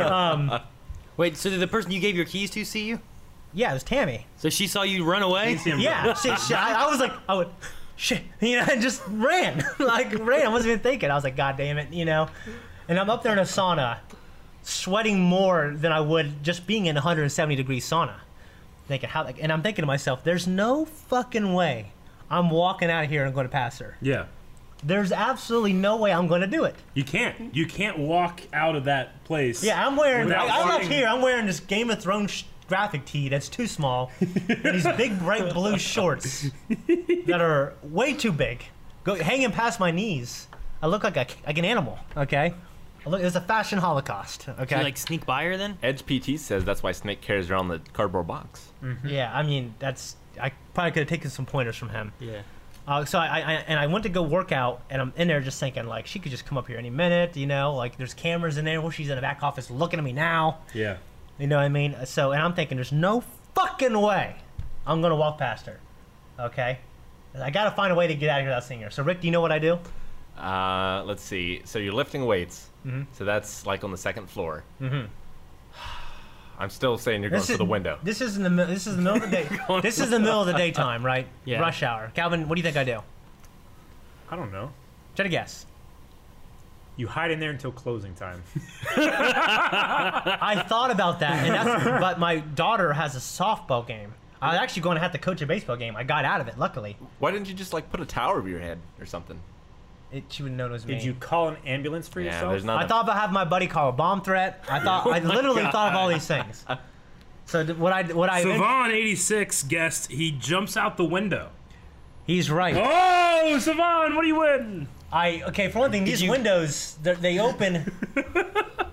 S2: yeah.
S4: Wait, so did the person you gave your keys to see you?
S2: yeah, it was Tammy.
S4: So she saw you run away?
S3: You see him
S2: Yeah, shit, shit. I, I was like, I would, shit, you know, I just ran, like ran. I wasn't even thinking. I was like, God damn it, you know. And I'm up there in a sauna, sweating more than I would just being in a 170 degree sauna. Thinking how, like, and I'm thinking to myself, there's no fucking way I'm walking out of here and going to pass her.
S3: Yeah.
S2: There's absolutely no way I'm going to do it.
S3: You can't. You can't walk out of that place.
S2: Yeah, I'm wearing.
S3: Without
S2: I, I left
S3: walking.
S2: here. I'm wearing this Game of Thrones sh- graphic tee that's too small, and these big bright blue shorts that are way too big, go hanging past my knees. I look like a, like an animal. Okay, I look. It was a fashion holocaust.
S4: Did
S2: Okay.
S4: you like sneak by her then?
S1: Edge PT says that's why Snake carries around the cardboard box.
S2: yeah, I mean that's. I probably could have taken some pointers from him.
S4: Yeah.
S2: Uh, so I, I I- and I went to go work out, and I'm in there just thinking like she could just come up here any minute. You know, like there's cameras in there. Well, she's in the back office looking at me now.
S3: Yeah.
S2: You know what I mean? So, and I'm thinking, there's no fucking way I'm gonna walk past her. Okay, I gotta find a way to get out of here without seeing her. So, Rick, do you know what I do?
S1: Uh, let's see. So you're lifting weights.
S2: Mm-hmm.
S1: So that's like on the second floor. Mm-hmm. I'm still saying you're going
S2: This
S1: for
S2: is-
S1: the window.
S2: This is in the mi- this is the middle of the day. this is the middle of the daytime, right?
S4: Yeah.
S2: Rush hour. Calvin, what do you think I do?
S6: I don't know.
S2: Try to guess.
S6: You hide in there until closing time.
S2: I thought about that, and that's, but my daughter has a softball game. I was actually going to have to coach a baseball game. I got out of it, luckily.
S1: Why didn't you just like put a towel over your head or something?
S2: It, she would have known it was me.
S6: Did you call an ambulance for
S1: Yeah,
S6: yourself?
S1: there's not.
S2: I
S1: a-
S2: thought Oh about having my buddy call a bomb threat. I thought I literally thought of all these things. So th- what I what I
S3: Savon eighty six guessed he jumps out the window.
S2: he's right.
S3: Oh, Savon, what do you win?
S2: I okay for one thing, these
S4: you-
S2: windows they're- they open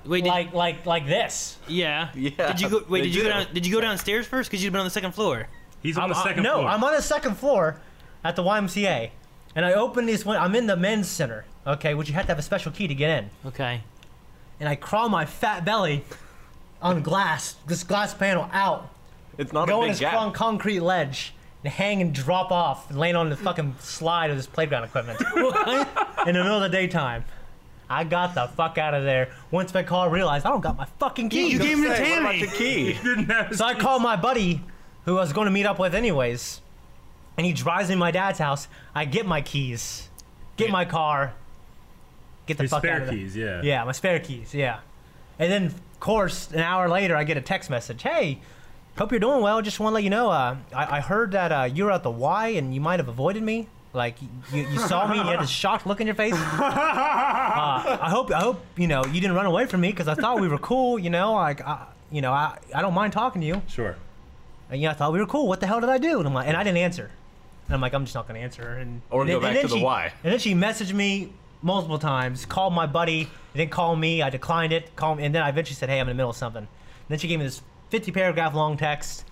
S4: Wait, did,
S2: like like like this.
S4: yeah.
S1: Yeah,
S4: Did you go? Wait,
S1: they
S4: did you go
S1: do.
S4: down? Did you go downstairs first? Because you'd been on the second floor.
S3: He's on
S2: I'm
S3: the
S2: on-
S3: second
S2: no,
S3: floor.
S2: I'm on the second floor at the YMCA, and I open this window. I'm in the men's center, okay, which you have to have a special key to get in.
S4: Okay.
S2: And I crawl my fat belly on glass, this glass panel out,
S1: it's not a
S2: go on
S1: big
S2: this
S1: gap.
S2: con- concrete ledge and hang and drop off and land on the fucking slide of this playground equipment in the middle of the daytime. I got the fuck out of there once my car realized I don't got my fucking keys.
S4: you gave him to
S1: Hey, what about
S4: Tammy.
S1: the key?
S3: Didn't have his-
S2: So I called my buddy, who I was going to meet up with anyways, and he drives me to my dad's house. I get my keys, get my car, get the
S3: his
S2: fuck out
S3: spare
S2: of there.
S3: keys. Yeah.
S2: Yeah, my spare keys. Yeah, and then of course an hour later I get a text message. Hey, hope you're doing well. Just want to let you know. Uh, I, I heard that uh, you were at the Y and you might have avoided me. Like you, you saw me, and you had a shocked look in your face. Uh, I hope I hope you know you didn't run away from me because I thought we were cool. You know, like I, you know I, I don't mind talking to you.
S3: Sure.
S2: And you know, I thought we were cool. What the hell did I do? And I'm like, and I didn't answer. And I'm like, I'm just not gonna answer. her. And
S1: Or
S2: and
S1: go
S2: then-
S1: back
S2: and then
S1: to the
S2: she-
S1: why.
S2: And then she messaged me multiple times, called my buddy, and then called me. I declined it. Called, and then I eventually said, Hey, I'm in the middle of something. And then she gave me this 50 paragraph long text,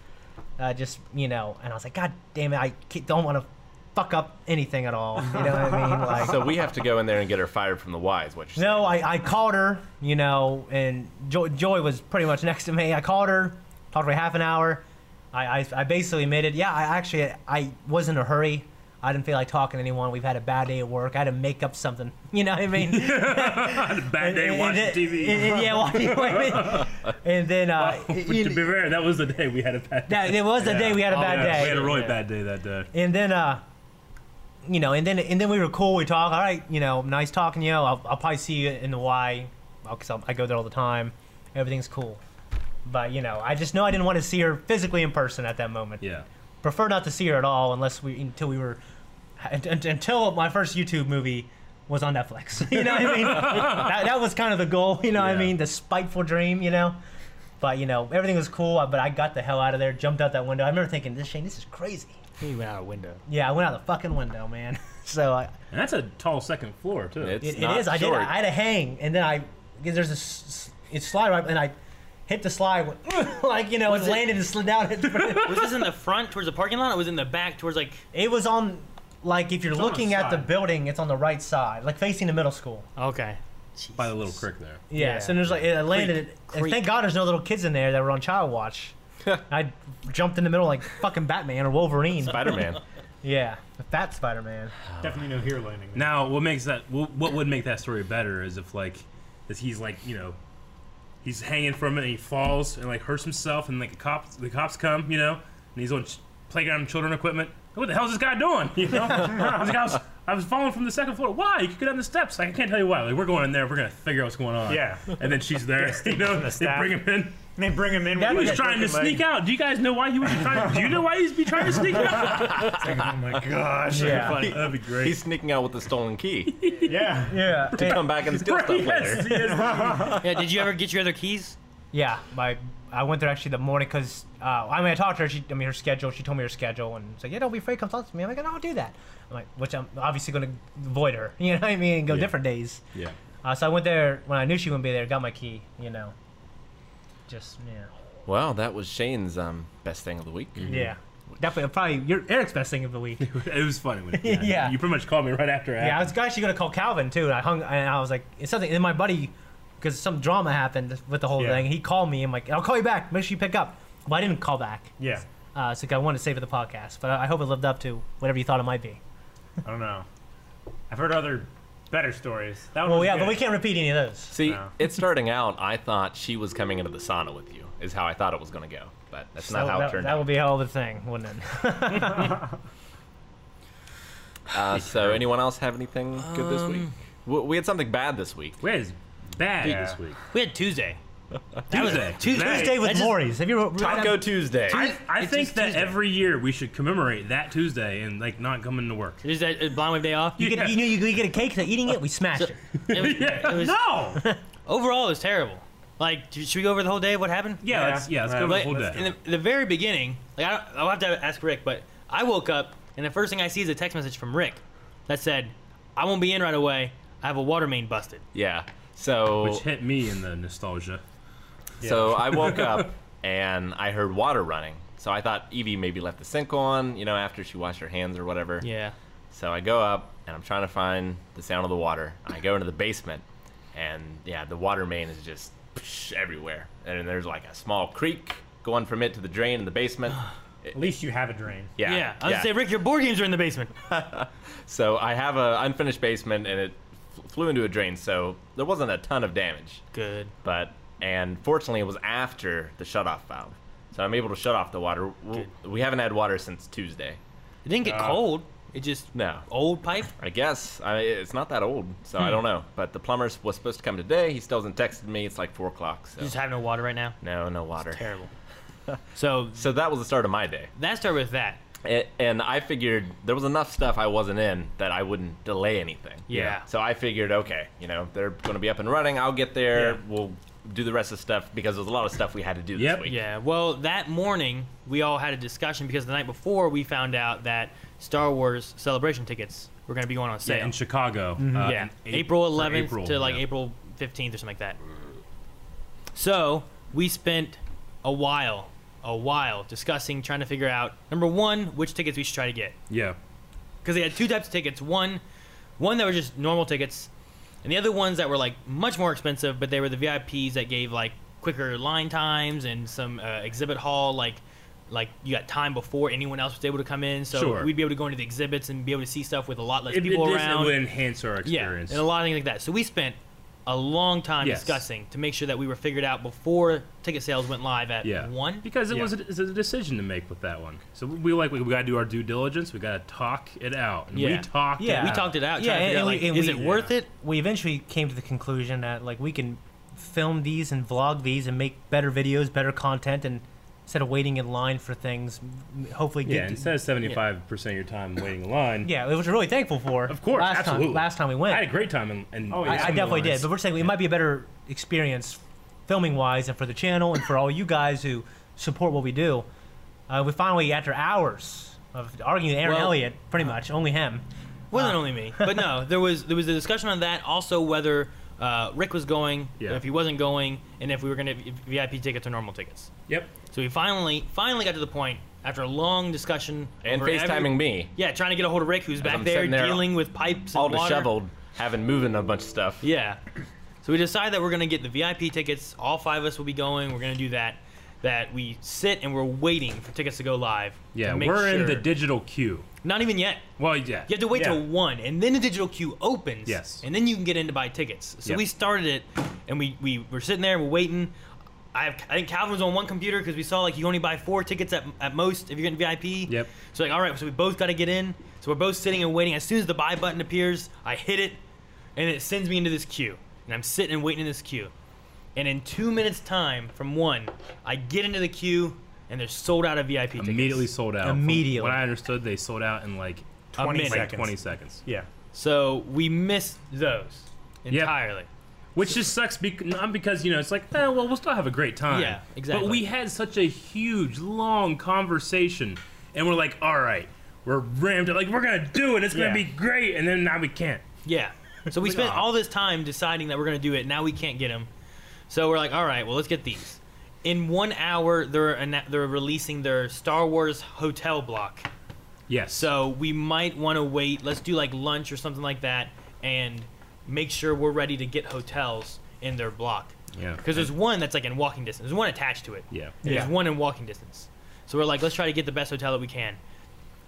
S2: uh, just you know. And I was like, God damn it, I ca- don't want to fuck up anything at all. You know what I mean? Like,
S1: So we have to go in there and get her fired from the Y. Is what you're saying?
S2: no, I, I called her, you know, and Joy, Joy was pretty much next to me. I called her, talked for half an hour. I, I, I basically admitted, yeah, I actually I was in a hurry. I didn't feel like talking to anyone. We've had a bad day at work. I had to make up something. You know what I mean?
S3: Bad day
S2: And-
S3: watching
S2: and-
S3: TV.
S2: and- and- yeah, watching TV. And then uh,
S3: But to be fair, that was the day we had a bad day.
S2: that, it was the
S3: Yeah.
S2: day we had a
S3: Oh,
S2: bad
S3: yeah,
S2: day.
S3: We had a really
S4: Yeah.
S3: bad day that day.
S2: and then uh you know and then and then we were cool we talk all right you know nice talking to you i'll, I'll probably see you in the y because i go there all the time everything's cool but you know i just know i didn't want to see her physically in person at that moment
S3: Yeah.
S2: prefer not to see her at all unless we until we were un- un- until my first youtube movie was on netflix you know what i mean that, that was kind of the goal you know what i
S3: Yeah.
S2: mean the spiteful dream you know but you know everything was cool but i got the hell out of there jumped out that window i remember thinking this shane this is crazy
S4: He went out a window.
S2: yeah, I went out the fucking window, man. So I,
S3: And that's a tall second floor too.
S1: It's
S2: it, it
S1: not
S2: is. I did.
S1: short.
S2: I had a hang, and then I 'cause there's a s- s- it slide right, and I hit the slide, went, like you know,
S4: Was
S2: it
S4: it-
S2: landed and slid down.
S4: was this in the front towards the parking lot? Or was it in the back towards like?
S2: it was on, like if you're
S5: It's on the
S2: looking at the
S5: side.
S2: building, it's on the right side, like facing the middle school.
S4: Okay.
S3: by the little creek there.
S2: Yeah.
S4: Yeah.
S2: So there's like it landed. and
S4: Creek.
S2: thank God there's no little kids in there that were on child watch. I jumped in the middle like fucking Batman or Wolverine.
S1: Spider Man.
S2: yeah, the fat Spider Man.
S5: Definitely no here landing. there.
S3: Now, what makes that wh- what would make that story better is if like, is he's like you know, he's hanging from it and he falls and like hurts himself and like the cops the cops come you know and he's on ch- playground children equipment. What the hell is this guy doing? You know, I, was, like, I was I was falling from the second floor. Why? You could go down the steps. Like, I can't tell you why. Like we're going in there. We're gonna figure out what's going on.
S6: Yeah.
S3: And then she's there. you know,
S6: the
S3: they
S6: staff.
S3: bring him in.
S5: And they bring him in.
S2: That
S5: with
S3: He was
S5: a
S3: trying to
S5: broken leg.
S3: sneak out. Do you guys know why he was trying? Do you know why he's be trying to sneak out?
S5: Oh my gosh.
S2: Yeah.
S3: That'd be great.
S1: He's sneaking out with the stolen key
S5: Yeah.
S2: Yeah.
S1: to come back and steal
S3: Right,
S1: stuff later.
S3: yes, yes.
S4: Yeah. Did you ever get your other keys?
S2: Yeah, my I went there actually the morning because uh, I mean I talked to her. She I mean her schedule. She told me her schedule and said, "Yeah, don't be afraid. Come talk to me." I'm like, "No, I'll do that." I'm like, which I'm obviously going to avoid her. You know what I mean? And go
S3: Yeah.
S2: different days.
S3: Yeah.
S2: Uh, so I went there when I knew she wouldn't be there. Got my key. You know. Just yeah.
S1: Well, that was Shane's um, best thing of the week.
S2: Yeah. Definitely, probably your Eric's best thing of the week.
S3: It was funny. When,
S2: Yeah.
S3: You pretty much called me right after. it
S2: Yeah, I
S3: happened.
S2: was actually gonna call Calvin too, and I hung and I was like, it's something. And my buddy, because some drama happened with the whole
S6: Yeah.
S2: thing, he called me. I'm like, I'll call you back. Make sure you pick up. Well, I didn't call back.
S6: Yeah.
S2: Uh, so I wanted to save it the podcast, but I I hope it lived up to whatever you thought it might be.
S6: I don't know. I've heard other better stories. That one
S2: Well,
S6: was
S2: yeah,
S6: good.
S2: but we can't repeat any of those.
S1: See,
S6: Wow.
S1: it's starting out. I thought she was coming into the sauna with you, is how I thought it was going to go. But that's not
S2: that,
S1: how
S2: that,
S1: it turned
S2: that
S1: out.
S2: would be a hell of a thing, wouldn't it?
S1: Uh, so, anyone else have anything good this week?
S3: Um,
S1: We, we had something bad this week.
S3: Where is bad
S6: Yeah.
S3: this week?
S4: We had Tuesday.
S3: Tuesday.
S4: Tuesday.
S2: Tuesday with
S4: I just-
S2: Maury's. Have you ever
S1: Taco Tuesday.
S3: I, I
S4: It's
S3: think
S4: just
S3: that
S4: Tuesday.
S3: every year we should commemorate that Tuesday and like not coming to work.
S4: Is that a uh, blind wave day off?
S2: You get, you, knew you, you get a cake that eating it, we smashed it.
S4: It was,
S3: Yeah.
S4: it was,
S3: no. Yeah.
S4: Overall, it was terrible. Like, d- should we go over the whole day? What happened?
S3: yeah let's, yeah. Let's go over the
S4: But
S3: whole
S4: in
S3: day.
S4: the, the very beginning, like I don't, I'll have to ask Rick, but I woke up and the first thing I see is a text message from Rick that said, "I won't be in right away. I have a water main busted."
S1: Yeah. So,
S3: Which hit me in the nostalgia.
S1: so I woke up and I heard water running. So I thought Evie maybe left the sink on, you know, after she washed her hands or whatever.
S4: Yeah.
S1: So I go up and I'm trying to find the sound of the water. I go into the basement and yeah, the water main is just psh, everywhere. And there's like a small creek going from it to the drain in the basement.
S6: At least you have a drain.
S1: Yeah.
S4: Yeah. I was gonna say, Rick, your board games are in the basement.
S1: So I have a unfinished basement and it f- flew into a drain. So there wasn't a ton of damage,
S4: Good.
S1: but and fortunately it was after the shutoff valve. So I'm able to shut off the water. W- We haven't had water since Tuesday.
S4: It didn't
S3: Uh,
S4: get cold. It just
S1: No.
S4: old pipe.
S1: I guess I, it's not that old, so
S4: Hmm.
S1: I don't know. But the plumber was supposed to come today. He still hasn't texted me. It's like four o'clock. So
S4: You just have no water right now.
S1: no, no water.
S4: Terrible. So
S1: So that was the start of my day,
S4: that started with that.
S1: A and I figured there was enough stuff I wasn't in that I wouldn't delay anything. you know?
S4: Yeah.
S1: So I figured, okay, you know, they're going to be up and running. I'll get there.
S6: Yeah.
S1: We'll do the rest of the stuff because there's a lot of stuff we had to do
S3: Yep.
S1: this week.
S4: Yeah. Well, that morning we all had a discussion because the night before we found out that Star Wars Celebration tickets were going to be going on sale.
S3: Yeah, in Chicago. uh,
S4: Mm-hmm. yeah,
S3: in Ap-
S4: April
S3: for
S4: 11th
S3: April,
S4: to like
S3: yeah.
S4: April 15th or something like that. So we spent a while, a while discussing, trying to figure out number one, which tickets we should try to get
S3: Yeah.
S4: because they had two types of tickets. One, one that were just normal tickets, and the other ones that were like much more expensive, but they were the VIPs that gave like quicker line times and some uh, exhibit hall like. Like you got time before anyone else was able to come in, so
S3: Sure.
S4: we'd be able to go into the exhibits and be able to see stuff with a lot less
S3: It,
S4: people
S3: it, just-
S4: around.
S3: it would enhance our experience.
S4: Yeah, and a lot of things like that. So we spent a long time
S3: Yes.
S4: discussing to make sure that we were figured out before ticket sales went live at
S3: Yeah.
S4: one.
S3: because it
S6: Yeah.
S3: was a, it's a decision to make with that one. So we like we, got to do our due diligence. We got to talk it out. And We
S4: Yeah.
S3: talked. it
S2: Yeah.
S4: We talked it out.
S2: Yeah,
S4: Yeah,
S2: and- and
S4: like,
S2: we- and
S4: is
S2: we-
S4: it worth it?
S2: We eventually came to the conclusion that like we can film these and vlog these and make better videos, better content, and instead of waiting in line for things, m- hopefully
S3: Yeah,
S2: get.
S3: instead of seventy-five percent of your time waiting in line.
S2: yeah, it was really thankful for.
S3: Of course,
S2: last
S3: absolutely.
S2: Time, last time we
S3: I
S2: went,
S3: had a great time. And, and
S5: Oh,
S2: I,
S5: yeah.
S2: I definitely did. But we're saying it might be a better experience, filming wise, and for the channel, and for all you guys who support what we do. Uh, we finally, after hours of arguing with Aaron
S4: Well-
S2: Elliott, pretty much only him.
S1: Uh,
S4: Wasn't only me, but no, there was there was a discussion on that. Also, whether uh, Rick was going,
S3: Yeah.
S4: if he wasn't going, and if we were going to VIP tickets or normal tickets.
S3: Yep.
S4: So we finally finally got to the point after a long discussion
S1: And
S4: over every-
S1: FaceTiming me,
S4: yeah, trying to get a hold of Rick, who's back
S1: I'm
S4: there
S1: sitting there
S4: dealing with pipes
S1: all
S4: and water.
S1: disheveled, having moving a bunch of stuff.
S4: Yeah. So we decide that we're gonna get the VIP tickets. All five of us will be going. We're gonna do that. That we sit and we're waiting for tickets to go live.
S3: Yeah,
S4: to make
S3: we're in the
S4: sure-
S3: digital queue.
S4: Not even yet.
S3: Well, yeah.
S4: You have to wait
S3: yeah.
S4: till one, and then the digital queue opens.
S3: Yes.
S4: And then you can get in to buy tickets. So
S3: Yep.
S4: we started it, and we, we were sitting there, we're waiting. I, have, I think Calvin was on one computer because we saw like you only buy four tickets at, at most if you're getting VIP.
S3: Yep.
S4: So like, all right, so we both got to get in. So we're both sitting and waiting. As soon as the buy button appears, I hit it, and it sends me into this queue. And I'm sitting and waiting in this queue. And in two minutes' time from one, I get into the queue, and they're sold out of VIP tickets.
S3: Immediately sold out. From
S2: Immediately.
S3: What I understood, they sold out in like
S4: A
S6: 20
S4: minute.
S3: like
S6: Seconds.
S3: 20 seconds.
S6: Yeah.
S4: So we missed those
S3: Yep.
S4: entirely.
S3: Which just sucks, bec- not because, you know, it's like, eh, well, we'll still have a great time.
S4: Yeah, exactly.
S3: But we had such a huge, long conversation, and we're like, all right, we're rammed up. Like, we're going to do it. It's going
S6: Yeah.
S3: to be great. And then now we can't.
S4: Yeah. So we spent all this time deciding that we're going to do it. Now we can't get them. So we're like, all right, well, let's get these. In one hour, they're anna- they're releasing their Star Wars hotel block.
S3: Yes.
S4: So we might want to wait. Let's do like lunch or something like that, and make sure we're ready to get hotels in their block.
S3: yeah.
S4: Because there's one that's like in walking distance. There's one attached to it.
S3: Yeah.
S4: There's
S6: Yeah.
S4: one in walking distance. So we're like, let's try to get the best hotel that we can.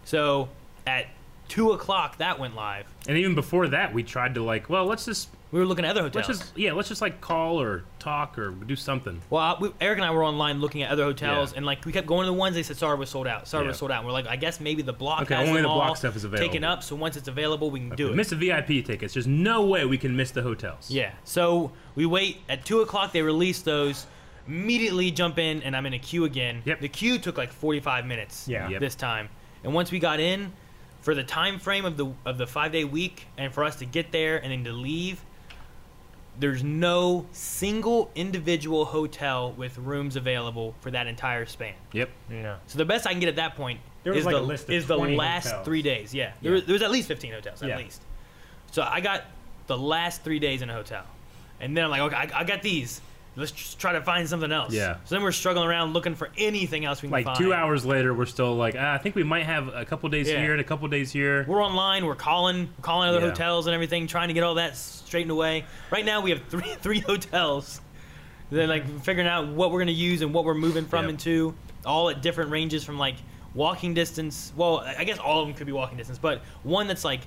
S4: So at two o'clock, that went live.
S3: And even before that, we tried to, like, well, let's just,
S4: We were looking at other hotels.
S3: let's just, yeah, let's just, like, call or talk or do something.
S4: Well, I- we, Eric and I were online looking at other hotels,
S3: Yeah.
S4: and like we kept going to the ones. They said Star was sold out. Star
S3: Yeah.
S4: was sold out. And we're like, I guess maybe the block.
S3: Okay,
S4: has
S3: only
S4: them
S3: the block
S4: all
S3: stuff is
S4: Taken
S3: available.
S4: up, so once it's available, we can do it.
S3: Miss the VIP tickets. There's no way we can miss the hotels.
S4: yeah. So we wait at two o'clock. They release those. Immediately jump in, and I'm in a queue again.
S3: Yep.
S4: The queue took like 45 minutes.
S6: Yeah. Yep.
S4: This time, and once we got in, for the time frame of the of the five day week, and for us to get there and then to leave. There's no single individual hotel with rooms available for that entire span.
S3: Yep.
S6: Yeah.
S4: So the best I can get at that point
S6: There was
S4: is
S6: like a
S4: the
S6: list of
S4: is the
S6: 20
S4: last
S6: hotels.
S4: three days. Yeah, there, Was, there was at least fifteen hotels at
S6: Yeah.
S4: least. So I got the last three days in a hotel, and then I'm like, okay, I, I got these. Let's just try to find something else.
S3: Yeah.
S4: So then we're struggling around looking for anything else we can
S3: Like
S4: find.
S3: two hours later, we're still like, ah, I think we might have a couple days
S4: Yeah.
S3: here and a couple days here.
S4: We're online. We're calling, we're calling other
S3: Yeah.
S4: hotels and everything, trying to get all that straightened away. Right now we have three three hotels. They're like figuring out what we're gonna use and what we're moving from
S3: Yep.
S4: into, all at different ranges from like walking distance. Well, I I guess all of them could be walking distance, but one that's like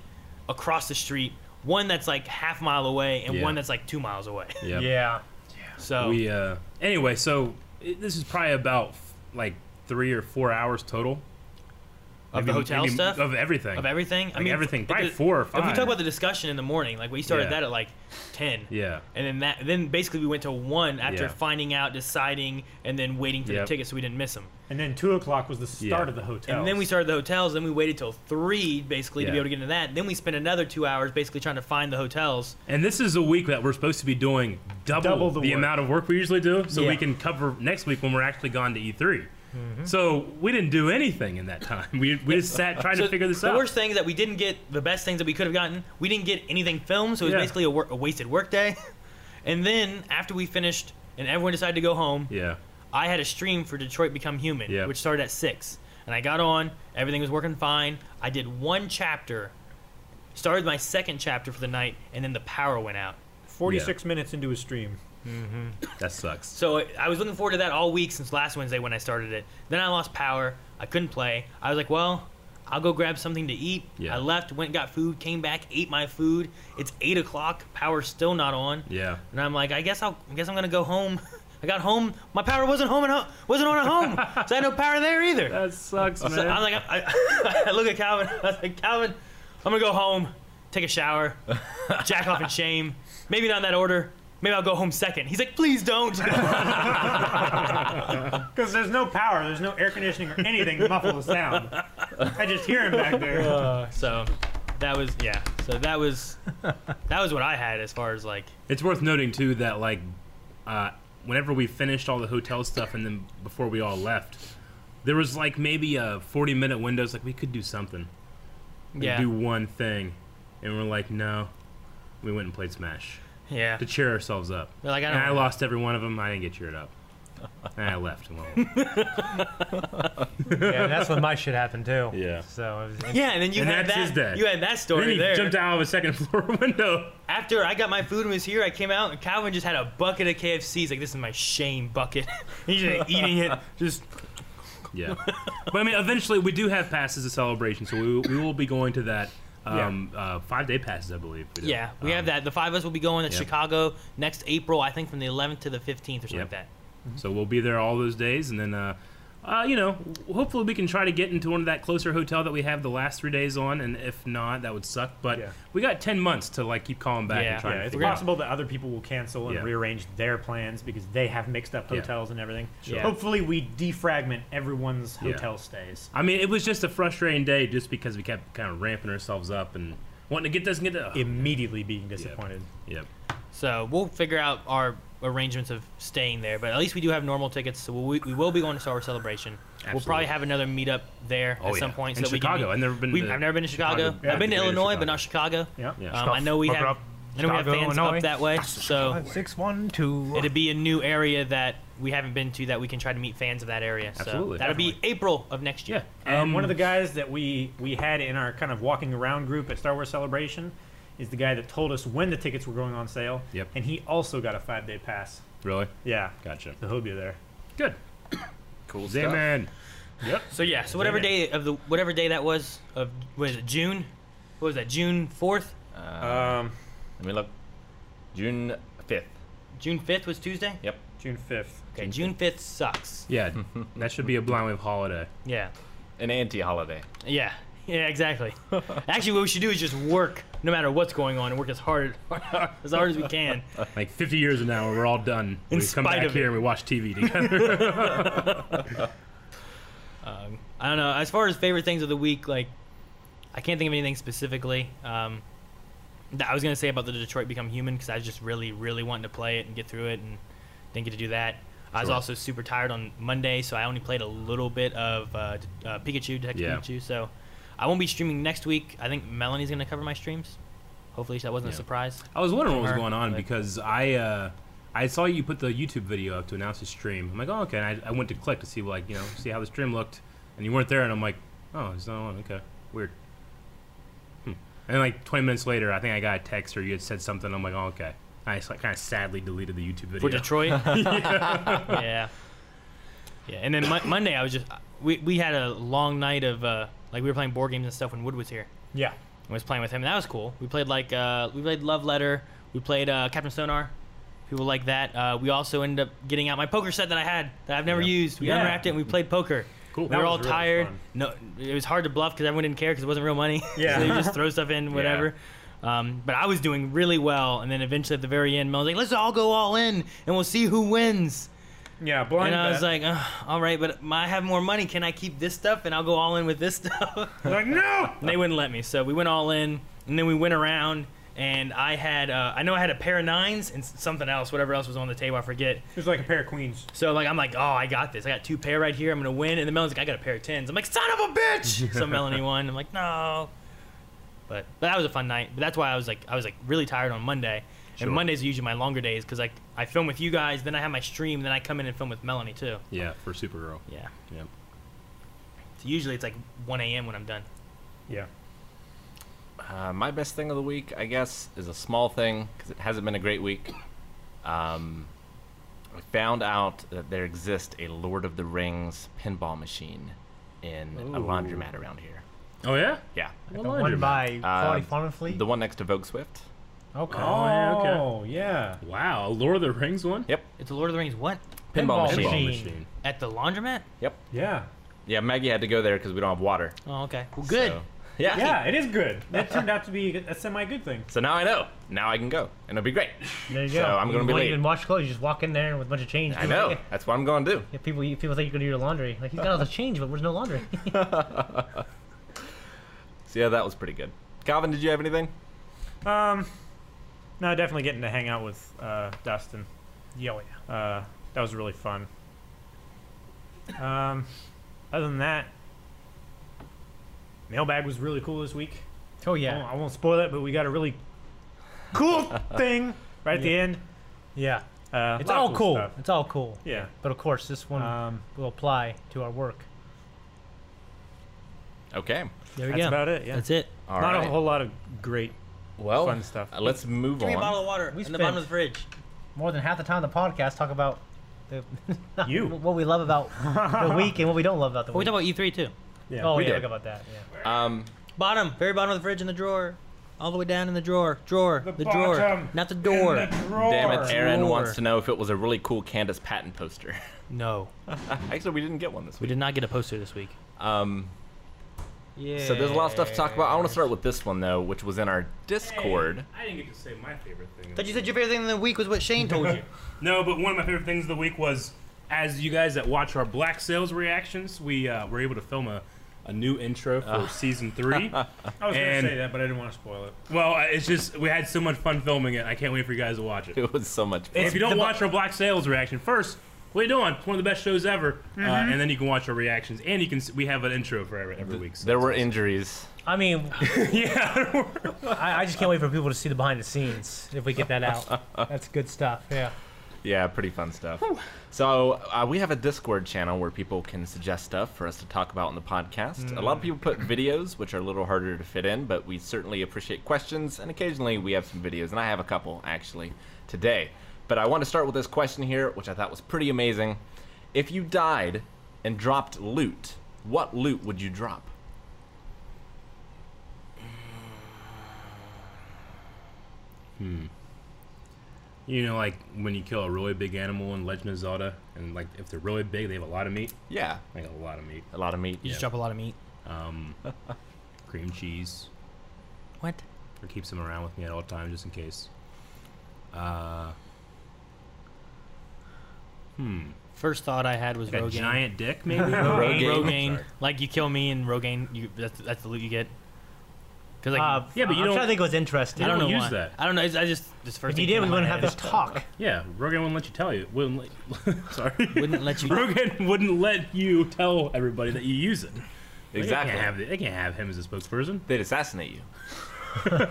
S4: across the street, one that's like half mile away, and
S3: Yeah.
S4: one that's like two miles away.
S3: Yep.
S6: Yeah.
S4: So
S3: We uh. Anyway, so it, this is probably about f- like three or four hours total
S4: of the
S3: Maybe-
S4: hotel
S3: maybe
S4: stuff
S3: of everything.
S4: of everything. I
S3: Like
S4: mean
S3: everything,
S4: if
S3: probably
S4: the-
S3: four or
S4: If we
S3: five.
S4: talk about the discussion in the morning, like we started
S3: Yeah.
S4: that at like ten.
S3: yeah.
S4: And then that, then basically we went to one after
S3: Yeah.
S4: finding out, deciding, and then waiting for
S3: Yep.
S4: the tickets so we didn't miss them.
S6: And then two o'clock was the start
S3: Yeah.
S6: of the hotel.
S4: And then we started the hotels. Then we waited till three basically to be
S3: Yeah.
S4: able to get into that. Then we spent another two hours basically trying to find the hotels.
S3: And this is a week that we're supposed to be doing double,
S6: Double
S3: the,
S6: the work.
S3: amount of work we usually do, so
S4: Yeah. Mm-hmm.
S3: we can cover next week when we're actually gone to E3. So we didn't do anything in that time. We, we just sat trying to figure this
S4: the
S3: out.
S4: worst thing is that we didn't get the best things that we could have gotten. We didn't get anything filmed, so it was
S3: Yeah.
S4: basically a, wor- a wasted work day. and then after we finished and everyone decided to go home,
S3: Yeah.
S4: I had a stream for Detroit Become Human,
S3: Yeah.
S4: which started at six, and I got on. Everything was working fine. I did one chapter, started my second chapter for the night, and then the power went out.
S6: 46 minutes into a stream.
S3: That sucks.
S4: So I- I was looking forward to that all week since last Wednesday when I started it. Then I lost power. I couldn't play. I was like, well, I'll go grab something to eat.
S3: Yeah.
S4: I left, went, and got food, came back, ate my food. It's eight o'clock. Power's still not on.
S3: Yeah.
S4: And I'm like, I guess I'll, I guess I'm gonna go home. I got home. My power wasn't home and ho- wasn't on at home, so I had no power there either.
S3: That sucks, man.
S4: So I'm like, I, I look at Calvin. I was like, Calvin, I'm gonna go home, take a shower, jack off in shame. Maybe not in that order. Maybe I'll go home second. He's like, please don't.
S7: Because there's no power, there's no air conditioning or anything to muffle the sound. I just hear him back there.
S4: so that was yeah. So that was that was what I had as far as like
S3: It's worth noting too that like, uh, whenever we finished all the hotel stuff and then before we all left, there was like maybe a forty minute window. It's like we could do something, we could
S4: yeah
S3: do one thing, and we're like, no, we went and played Smash.
S4: Yeah.
S3: to cheer ourselves up.
S4: They're like, I
S3: And
S4: don't.
S3: I lost every one of them. I didn't get cheered up. And I left. and went home.
S2: yeah, that's when my shit happened too.
S3: Yeah.
S2: So it was,
S4: yeah, and then you
S3: And
S4: had
S3: that's
S4: that.
S3: his day.
S4: You had that story
S3: Then he
S4: there.
S3: jumped out of a second floor window.
S4: After I got my food and was here, I came out and Calvin just had a bucket of KFC. He's like, "This is my shame bucket." He's just eating it. Just
S3: Yeah. but I mean, eventually we do have passes to celebration, so we, we will be going to that. Um, uh, five day passes, I believe. do.
S4: yeah, we
S3: Um,
S4: have that. The five of us will be going to
S3: yeah.
S4: Chicago next April, I think, from the 11th to the 15th or something
S3: Yep.
S4: like that.
S3: So we'll be there all those days, and then, uh, uh, you know, hopefully we can try to get into one of that closer hotel that we have the last three days on, and if not, that would suck. But
S6: Yeah.
S3: we got ten months to like keep calling back
S4: Yeah.
S3: and trying
S4: Yeah,
S3: to
S7: It's
S3: figure out.
S7: possible that other people will cancel and
S3: Yeah.
S7: rearrange their plans because they have mixed up
S3: Yeah.
S7: hotels and everything.
S4: Sure.
S7: Hopefully, we defragment everyone's
S3: Yeah.
S7: hotel stays.
S3: I mean, it was just a frustrating day, just because we kept kind of ramping ourselves up and wanting to get this and get that.
S7: Immediately being disappointed.
S3: Yep.
S4: So we'll figure out our arrangements of staying there, but at least we do have normal tickets, so we, we will be going to Star Wars Celebration. We'll probably
S3: Absolutely.
S4: have another meetup there
S3: Oh,
S4: at some
S3: yeah.
S4: point.
S3: In
S4: so we can
S3: Chicago.
S4: meet-
S3: I've never been
S4: we've-
S3: to
S4: I've never been to Chicago.
S3: Chicago. Yeah,
S4: I've been to
S3: I've been to
S4: Illinois, but
S3: Chicago.
S4: not Chicago.
S7: Yeah.
S3: Yeah.
S4: Um, I know we
S6: Smoke
S4: have,
S6: up
S4: I know we have
S6: Chicago,
S4: fans
S6: Illinois.
S4: up that way, so
S2: six one two.
S4: it'd be a new area that we haven't been to that we can try to meet fans of that area. So
S3: Absolutely.
S4: that'll be April of next year.
S7: And
S3: Um,
S7: one of the guys that we we had in our kind of walking around group at Star Wars Celebration is the guy that told us when the tickets were going on sale.
S3: Yep.
S7: And he also got a five day pass.
S3: Really?
S7: Yeah.
S3: Gotcha.
S7: So he'll be there.
S3: Good.
S1: Cool
S3: Damn
S1: stuff.
S3: man.
S4: So yeah, so whatever day of the whatever day that was of was it June? What was that? June fourth?
S7: Um,
S1: Let me look. June fifth.
S4: June fifth was Tuesday?
S1: Yep.
S7: June fifth.
S4: Okay, June fifth sucks.
S3: Yeah, that should be a blind wave holiday.
S4: Yeah.
S1: An anti-holiday.
S4: Yeah. Yeah, exactly. Actually, what we should do is just work no matter what's going on and work as hard as hard as we can.
S3: Like 50 years from now, we're all done. we
S4: In
S3: come
S4: spite
S3: back
S4: of
S3: here
S4: it.
S3: and we watch TV together.
S4: Um, I don't know. As far as favorite things of the week, like I can't think of anything specifically. Um, that I was gonna say about the Detroit Become Human because I was just really, really wanting to play it and get through it, and didn't get to do that. I was
S3: Sure.
S4: also super tired on Monday, so I only played a little bit of uh, d- uh, Pikachu, Detective
S3: Yeah.
S4: Pikachu. So I won't be streaming next week. I think Melanie's gonna cover my streams. Hopefully, that wasn't a
S3: Yeah.
S4: surprise.
S3: I was wondering what was
S4: Or-
S3: going on
S4: like-
S3: because I uh, I saw you put the YouTube video up to announce the stream. I'm like, oh okay. And I, I went to click to see like you know see how the stream looked, and you weren't there, and I'm like, oh, it's not on. Okay, weird. Hmm. And then, like 20 minutes later, I think I got a text or you had said something. I'm like, oh okay. I just, like, kind of sadly deleted the YouTube video.
S4: for Detroit. yeah. yeah, And then Mon Monday, I was just we, we had a long night of uh, like we were playing board games and stuff when Wood was here.
S7: Yeah.
S4: I was playing with him, and that was cool. We played like uh, we played Love Letter, we played uh, Captain Sonar. People like that. Uh, we also ended up getting out my poker set that I had that I've never used. We
S7: Yeah.
S4: unwrapped it and we played poker.
S3: Cool.
S4: We were all
S7: really
S4: tired.
S7: fun.
S4: No, it was hard to bluff because everyone didn't care because it wasn't real money.
S7: Yeah.
S4: so you just throw stuff in, whatever. Um, but I was doing really well, and then eventually at the very end, Mel was like, "Let's all go all in, and we'll see who wins."
S7: Yeah. Blind.
S4: and I was like,
S7: bet.
S4: "Ugh, "All right, but I have more money. Can I keep this stuff, and I'll go all in with this stuff?"
S7: like no.
S4: And they wouldn't let me. So we went all in, and then we went around, and I had uh, I know I had a pair of nines and s- something else, whatever else was on the table, I forget.
S7: It was like a pair of queens.
S4: So like I'm like, oh, I got this. I got two pair right here. I'm gonna win. And then Melanie's like, I got a pair of tens. I'm like, son of a bitch. so Melanie won. I'm like, no. But but that was a fun night. But that's why I was like I was like really tired on Monday.
S3: Sure.
S4: And Mondays are usually my longer days because like I film with you guys, then I have my stream, then I come in and film with Melanie too.
S3: Yeah, for Supergirl.
S4: Yeah.
S3: Yep.
S4: So usually it's like 1 a.m. when I'm done.
S7: Yeah.
S1: Uh, my best thing of the week, I guess, is a small thing because it hasn't been a great week. Um, I found out that there exists a Lord of the Rings pinball machine in a laundromat around here.
S3: Oh yeah.
S1: Yeah,
S2: The
S3: Well,
S2: one by
S1: Uh,
S2: Quality Farm and Fleet.
S1: the one next to Vogue Swift.
S2: okay.
S7: Oh,
S3: yeah, okay.
S7: yeah.
S3: Wow, a Lord of the Rings one.
S1: Yep,
S4: It's a Lord of the Rings what?
S1: pinball,
S2: Pinball
S1: machine.
S3: Pinball
S2: Machine.
S3: machine.
S4: At the laundromat?
S1: Yep.
S7: Yeah.
S1: Yeah, Maggie had to go there because we don't have water.
S4: Oh, okay. Well, good.
S1: So- yeah.
S7: Yeah, it is good. That turned out to be a semi good thing.
S1: So now I know. Now I can go, and it'll be great.
S2: There you
S1: So
S2: go.
S1: I'm gonna
S2: you
S1: be
S2: don't
S1: late.
S2: even wash clothes. You just walk in there with a bunch of change.
S1: I
S2: People
S1: know.
S2: think-
S1: That's what I'm going to do.
S2: yeah, people, people think you're gonna do your laundry. Like he's got all the change, but where's no laundry?
S1: So yeah, that was pretty good. Calvin, did you have anything?
S7: Um, no, definitely getting to hang out with uh, Dustin.
S2: yeah, oh yeah.
S7: Uh, that was really fun. Um, other than that, mailbag was really cool this week.
S2: Oh
S7: I,
S2: yeah.
S7: won't, I won't spoil it, but we got a really cool thing right at the end.
S2: Yeah.
S7: Uh,
S2: It's
S7: lot of
S2: all cool.
S7: stuff.
S2: It's all cool.
S7: Yeah.
S2: But of course, this one
S7: Um,
S2: will apply to our work.
S1: Okay.
S4: There we
S7: that's
S4: go.
S7: about it. Yeah.
S4: That's it.
S1: All
S7: Not
S1: right.
S7: a whole lot of great
S1: well,
S7: fun stuff.
S1: uh, let's move
S4: Give me a bottle
S1: on.
S4: of water
S2: We
S4: in the bottom
S2: spent-
S4: of the fridge.
S2: More than half the time, the podcast talk about the
S7: You.
S2: what we love about the week and what we don't love about the
S4: Well, we
S2: week.
S4: talk about E3 too.
S7: yeah.
S2: oh
S1: we
S2: yeah,
S1: did.
S2: talk about that. Yeah.
S1: Um,
S4: Bottom, very bottom of the fridge in the drawer. All the way down in the drawer. Drawer. The, drawer.
S6: bottom
S4: Not the door.
S1: damn it, Aaron
S4: Drawer.
S1: wants to know if it was a really cool Candace Patton poster.
S2: No.
S1: Actually, we didn't get one this
S4: we
S1: week.
S4: did not get a poster this week.
S1: Um,
S2: Yeah.
S1: so there's a lot of stuff to talk about. I want to start with this one though, which was in our Discord.
S3: I didn't get to say my favorite thing.
S4: Thought you said your favorite thing in the week was what Shane told you.
S3: No, but one of my favorite things of the week was, as you guys that watch our Black Sales reactions, we uh, were able to film a, a new intro for season three.
S7: I was
S3: And-
S7: gonna say that, but I didn't want to spoil it.
S3: well, I- it's just we had so much fun filming it. I can't wait for you guys to watch it.
S1: It was so much fun.
S3: if you don't watch our Black Sales reaction first, what are you doing? It's one of the best shows ever. Uh, and then you can watch our reactions, and you can s- we have an intro for every, every week. So
S1: There were injuries.
S2: I mean,
S3: yeah,
S2: I, I just can't wait for people to see the behind the scenes if we get that out. That's good stuff. Yeah.
S1: Yeah, pretty fun stuff. So uh, we have a Discord channel where people can suggest stuff for us to talk about on the podcast. A lot of people put
S3: Mm.
S1: videos, which are a little harder to fit in, but we certainly appreciate questions, and occasionally we have some videos, and I have a couple actually today. But I want to start with this question here, which I thought was pretty amazing. If you died and dropped loot, what loot would you drop?
S3: you know, like when you kill a really big animal in Legend of Zelda, and like if they're really big, they have a lot of meat,
S1: Yeah,
S3: like a lot of meat,
S1: a lot of meat.
S4: You just drop a lot of meat.
S3: um, cream cheese.
S4: What?
S3: or keeps them around with me at all times just in case. Uh,
S4: First thought I had was
S3: like a
S4: Rogaine.
S3: giant dick, maybe.
S4: Rogaine.
S1: Rogaine.
S4: Rogaine.
S1: Sorry.
S4: Like you kill me and Rogaine, you, that's, that's the loot you get. Because like,
S2: Uh,
S3: Yeah, but you
S2: I'm
S3: don't-
S2: trying to think what's interesting.
S4: I don't,
S3: don't
S4: know
S3: use
S4: why.
S3: that.
S4: I don't know. it's- I just this first.
S2: If
S4: thing
S2: you did,
S4: came
S2: we
S4: to my
S2: wouldn't have
S4: head.
S2: this talk.
S3: Yeah, Rogan wouldn't let you tell you. Wouldn't let, sorry.
S4: Wouldn't let you-
S3: Rogan wouldn't let you tell everybody that you use it. They
S1: Exactly.
S3: can't have, the- they can't have him as a spokesperson.
S1: They'd assassinate you.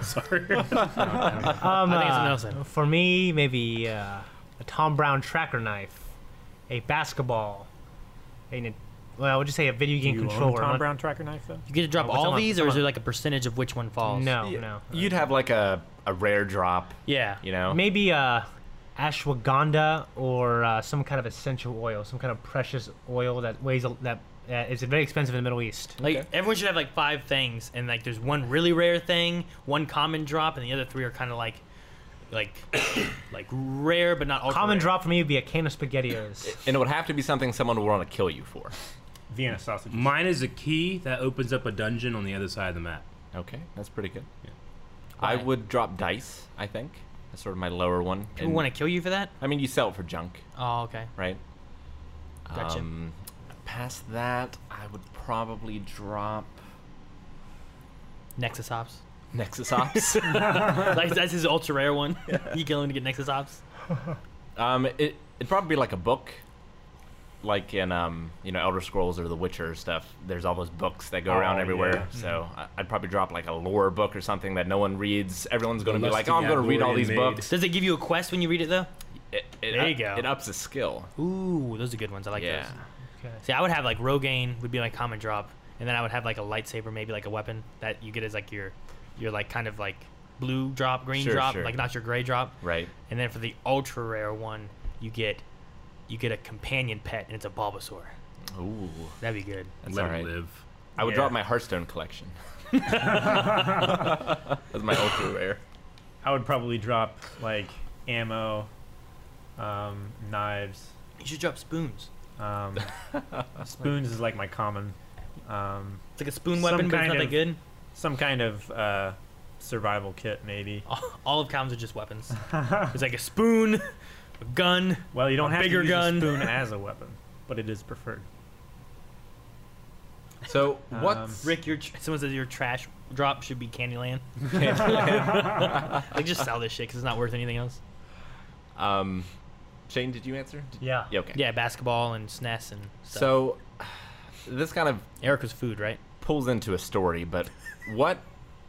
S3: Sorry.
S2: Um,
S4: I think it's something
S2: uh,
S4: else then.
S2: For me, maybe uh, a Tom Brown tracker knife, a basketball, a Ni- well, would you say a video game
S7: Do you own a
S2: controller?
S7: Tom
S2: Not-
S7: Brown tracker knife though?
S4: You get to drop
S2: Oh, come
S4: all
S2: on,
S4: these, or
S2: come
S4: is there
S2: on.
S4: like a percentage of which one falls?
S2: No,
S1: Yeah.
S2: Oh, no.
S1: You'd have like a, a rare drop,
S4: Yeah.
S1: you
S3: Oh.
S1: know?
S2: Maybe uh, ashwagandha or uh, some kind of essential oil, some kind of precious oil that weighs a, that uh, is very expensive in the Middle East.
S4: Like
S1: Okay.
S4: everyone should have like five things, and like there's one really rare thing, one common drop, and the other three are kind of like, like, like rare but not ultra
S2: Common
S4: rare.
S2: drop for me would be a can of SpaghettiOs.
S1: And it would have to be something someone would want to kill you for.
S7: Vienna sausage.
S3: Mine is a key that opens up a dungeon on the other side of the map.
S1: Okay, that's pretty good.
S3: Yeah.
S1: I
S4: Why?
S1: would drop dice. I think that's sort of my lower one.
S4: People want to kill you for that?
S1: I mean, you sell it for junk,
S4: Oh, okay.
S1: right?
S4: Gotcha.
S1: Um, past that, I would probably drop
S4: Nexus Ops.
S1: Nexus Ops.
S4: like that's his ultra rare one. you kill him to get Nexus Ops.
S1: um, it it'd probably be like a book, like in um, you know, Elder Scrolls or The Witcher stuff. There's all those books that go around
S7: Oh,
S1: everywhere.
S7: yeah.
S1: So I, I'd probably drop like a lore book or something that no one reads. Everyone's going to be
S3: Unless
S1: like,
S3: you
S1: oh, I'm
S3: got
S1: going to read all
S3: Lorian
S1: these
S3: made.
S1: books.
S4: Does it give you a quest when you read it though?
S1: It, it,
S4: There you
S1: up-
S4: go.
S1: It ups the skill.
S4: Ooh, those are good ones. I like
S1: yeah.
S4: those.
S2: Okay.
S4: See, I would have like Rogaine would be my common drop, and then I would have like a lightsaber, maybe like a weapon that you get as like your, your like kind of like blue drop, green
S1: Sure,
S4: drop,
S1: sure.
S4: like not your gray drop.
S1: Right.
S4: And then for the ultra rare one, you get, you get a companion pet, and it's a Bulbasaur.
S1: Ooh.
S4: That'd be good.
S1: That's
S3: let
S1: all right.
S3: it live.
S1: I would
S7: Yeah.
S1: drop my Hearthstone collection. That's my ultra rare.
S7: I would probably drop like ammo, um, knives.
S4: You should drop spoons.
S7: Um, spoons is like my common. Um,
S4: It's like a spoon
S7: Some
S4: weapon, but it's
S7: kind
S4: not that
S7: of-
S4: good.
S7: some kind of uh, survival kit, maybe.
S4: All of comms are just weapons. it's like a spoon, a gun.
S7: Well, you don't
S4: A
S7: have
S4: bigger
S7: to use
S4: gun.
S7: a spoon as a weapon, but it is preferred.
S1: So what?
S7: Um,
S4: Rick, your tr- someone says your trash drop should be Candyland. like just sell this shit because it's not worth anything else.
S1: um, Shane, did you answer? Did-
S2: Yeah.
S1: Yeah. Okay.
S4: Yeah, basketball and SNES and stuff.
S1: So this kind of
S4: Erica's food, right?
S1: pulls into a story, but what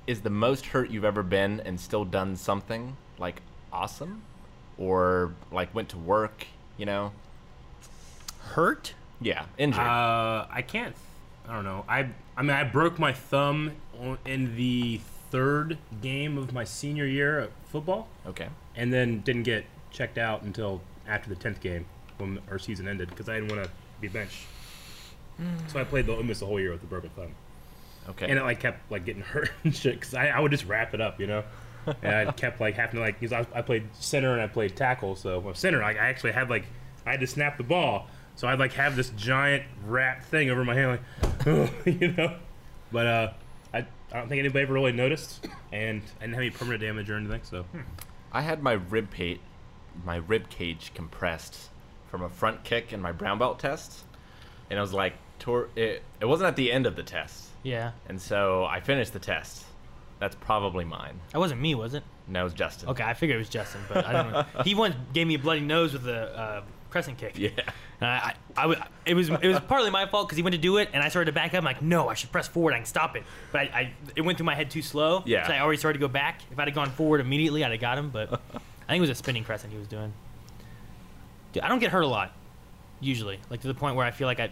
S1: is the most hurt you've ever been and still done something like awesome? or like went to work, you know?
S4: Hurt?
S1: Yeah, injured.
S3: Uh, I can't. I don't know. I I mean, I broke my thumb on- in the third game of my senior year of football,
S1: okay.
S3: and then didn't get checked out until after the tenth game when our season ended because I didn't want to be benched. So I played the almost the whole year with a broken thumb,
S1: Okay.
S3: and it like kept like getting hurt and shit because I, I would just wrap it up, you know. and I kept like having to like because I, I played center and I played tackle, so well, center like I actually had like I had to snap the ball, so I'd like have this giant wrap thing over my hand, like you know. But uh, I, I don't think anybody ever really noticed, and I didn't have any permanent damage or anything, so
S1: I had my rib pa- my rib cage compressed from a front kick in my brown belt test, and I was like, tore it. It wasn't at the end of the test,
S4: Yeah.
S1: and so I finished the test. That's probably mine.
S4: That wasn't me, was it?
S1: No, it was Justin.
S4: Okay, I figured it was Justin, but I don't know. He once gave me a bloody nose with a uh, crescent kick.
S1: Yeah.
S4: And I, I, I w- it was it was partly my fault because he went to do it, and I started to back up. I'm like, no, I should press forward. I can stop it. But I, I it went through my head too slow.
S1: Yeah.
S4: So I already started to go back. If I'd have gone forward immediately, I'd have got him. But I think it was a spinning crescent he was doing. Dude, I don't get hurt a lot, usually. Like to the point where I feel like I,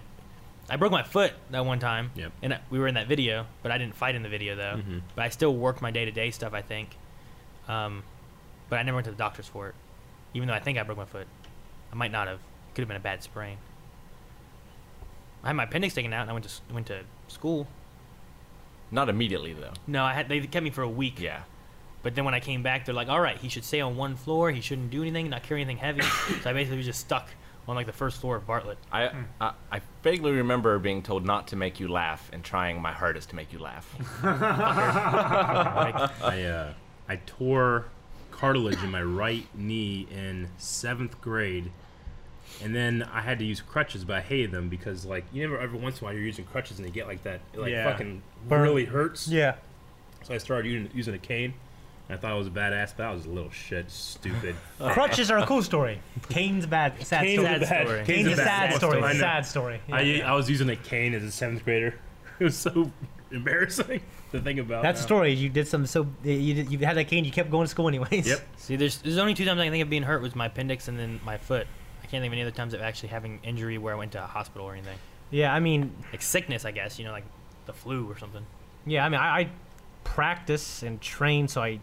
S4: I broke my foot that one time.
S3: Yep.
S4: And I- we were in that video, but I didn't fight in the video though. But I still worked my day to day stuff. I think. Um, but I never went to the doctors for it, even though I think I broke my foot. I might not have. It could have been a bad sprain. I had my appendix taken out, and I went to s- went to school.
S1: Not immediately though.
S4: No, I had they kept me for a week.
S1: Yeah.
S4: But then when I came back, they're like, "All right, he should stay on one floor. He shouldn't do anything, not carry anything heavy." so I basically was just stuck on like the first floor of Bartlett.
S1: I,
S2: Hmm.
S1: I I vaguely remember being told not to make you laugh and trying my hardest to make you laugh.
S4: Like,
S3: I uh, I tore cartilage in my right knee in seventh grade, and then I had to use crutches, but I hated them because like you never every once in a while you're using crutches and they get like that, it, like
S6: Yeah.
S3: fucking
S2: Burn.
S3: really hurts.
S2: Yeah.
S3: So I started using, using a cane. And I thought I was a badass, but I was a little shit, stupid.
S2: Crutches are a cool story. Cane's bad, sad
S3: Cane's
S2: story.
S3: Oh. a bad-
S4: story.
S2: Cane's a sad story.
S3: I know.
S2: Sad story.
S3: I,
S2: Yeah.
S3: I was using a cane as a seventh grader. It was so embarrassing to think about.
S2: That's a
S3: now.
S2: story. You did something so you, did- you had that cane. You kept going to school anyways.
S3: Yep.
S4: see, there's there's only two times I can think of being hurt was my appendix and then my foot. I can't think of any other times of actually having injury where I went to a hospital or anything.
S2: Yeah. I mean,
S4: Like sickness, I guess. You know, like the flu or something.
S2: yeah. I mean, I, I practice and train so I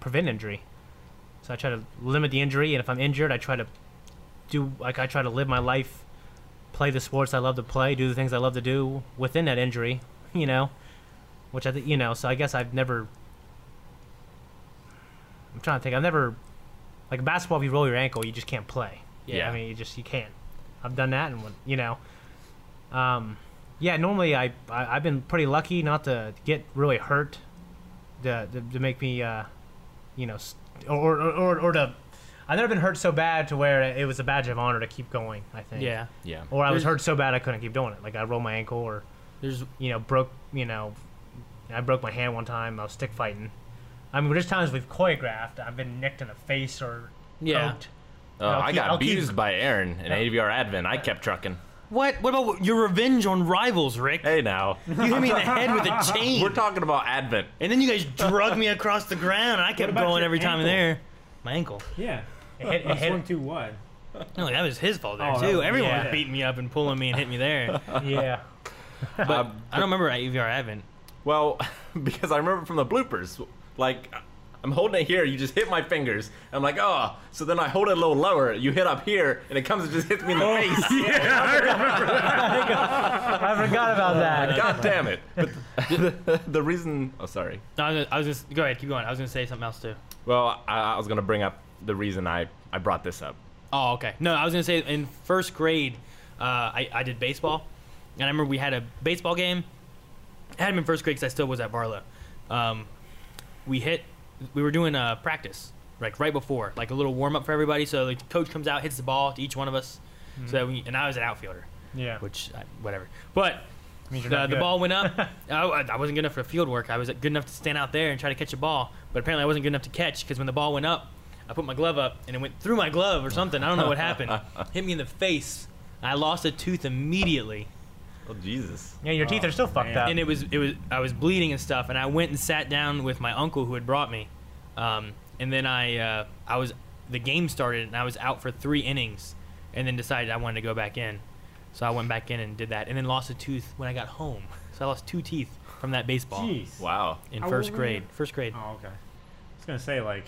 S2: prevent injury. So I try to limit the injury, and if I'm injured, I try to do like I try to live my life, play the sports I love to play, do the things I love to do within that injury. You know, which I think you know. So I guess I've never. I'm trying to think. I've never, like basketball. If you roll your ankle, you just can't play.
S1: Yeah.
S2: I mean, you just you can't. I've done that, and when- you know, um, yeah. Normally, I, I I've been pretty lucky not to get really hurt, to to, to make me, uh, you know, s- or or or, or to. I've never been hurt so bad to where it was a badge of honor to keep going. I think.
S4: Yeah.
S1: Yeah.
S2: Or I was
S4: There's-
S2: hurt so bad I couldn't keep doing it. Like I rolled my ankle, or
S4: There's
S2: you know broke you know, I broke my hand one time. I was stick fighting. I mean, there's times we've choreographed. I've been nicked in the face or
S4: yeah.
S2: poked.
S1: Oh,
S2: I'll
S1: I
S2: keep-
S1: got
S2: I'll keep-
S1: abused by Aaron in AVR Advent. I kept trucking.
S4: What? What about your revenge on rivals, Rick?
S1: Hey now.
S4: You hit me in the head with a chain,
S1: We're talking about Advent.
S4: and then you guys drug me across the ground, and I kept
S6: about
S4: going
S6: your
S4: every time
S6: ankle?
S4: there. My ankle.
S6: Yeah.
S2: It hit, it
S6: I swung
S2: hit,
S6: too wide.
S4: No, that was his fault there
S6: Oh, that
S4: too.
S6: was-
S4: Everyone
S2: yeah.
S4: was beating me up and pulling me and hitting me there.
S2: yeah.
S4: But
S1: Uh,
S4: I don't remember at EVR Advent.
S1: Well, because I remember from the bloopers, like I'm holding it here, you just hit my fingers. I'm like, oh. So then I hold it a little lower, you hit up here, and it comes and just hits me in the
S2: Oh,
S1: face.
S2: I forgot about that.
S1: God damn it! But the, the reason, oh sorry.
S4: No, I was, I was just go ahead, keep going. I was gonna say something else too.
S1: Well, I, I was gonna bring up the reason I I brought this up.
S4: Oh, okay. No, I was gonna say in first grade, uh, I, I did baseball, and I remember we had a baseball game. I had him in first grade because I still was at Barlow. Um, we hit. We were doing uh, practice like right before, like a little warm up for everybody. So the coach comes out, hits the ball to each one of us. So that we, and I was an outfielder,
S7: Yeah.
S4: which I, whatever. But
S7: Means you're
S4: the,
S7: not
S4: the
S7: good.
S4: ball went up. I, I wasn't good enough for field work. I was good enough to stand out there and try to catch a ball, but apparently I wasn't good enough to catch because when the ball went up, I put my glove up and it went through my glove or something. I don't know what happened. Hit me in the face. I lost a tooth immediately,
S1: Oh Jesus.
S2: Yeah, your teeth are still fucked
S6: man.
S2: up.
S4: and it was it was I was bleeding and stuff. And I went and sat down with my uncle who had brought me, um, and then I uh, I was the game started and I was out for three innings, and then decided I wanted to go back in, so I went back in and did that, and then lost a tooth when I got home. So I lost two teeth from that baseball
S7: Jeez.
S1: Wow.
S4: in
S7: How
S4: first
S7: old were you?
S4: grade. First grade.
S7: Oh, okay. I was gonna say like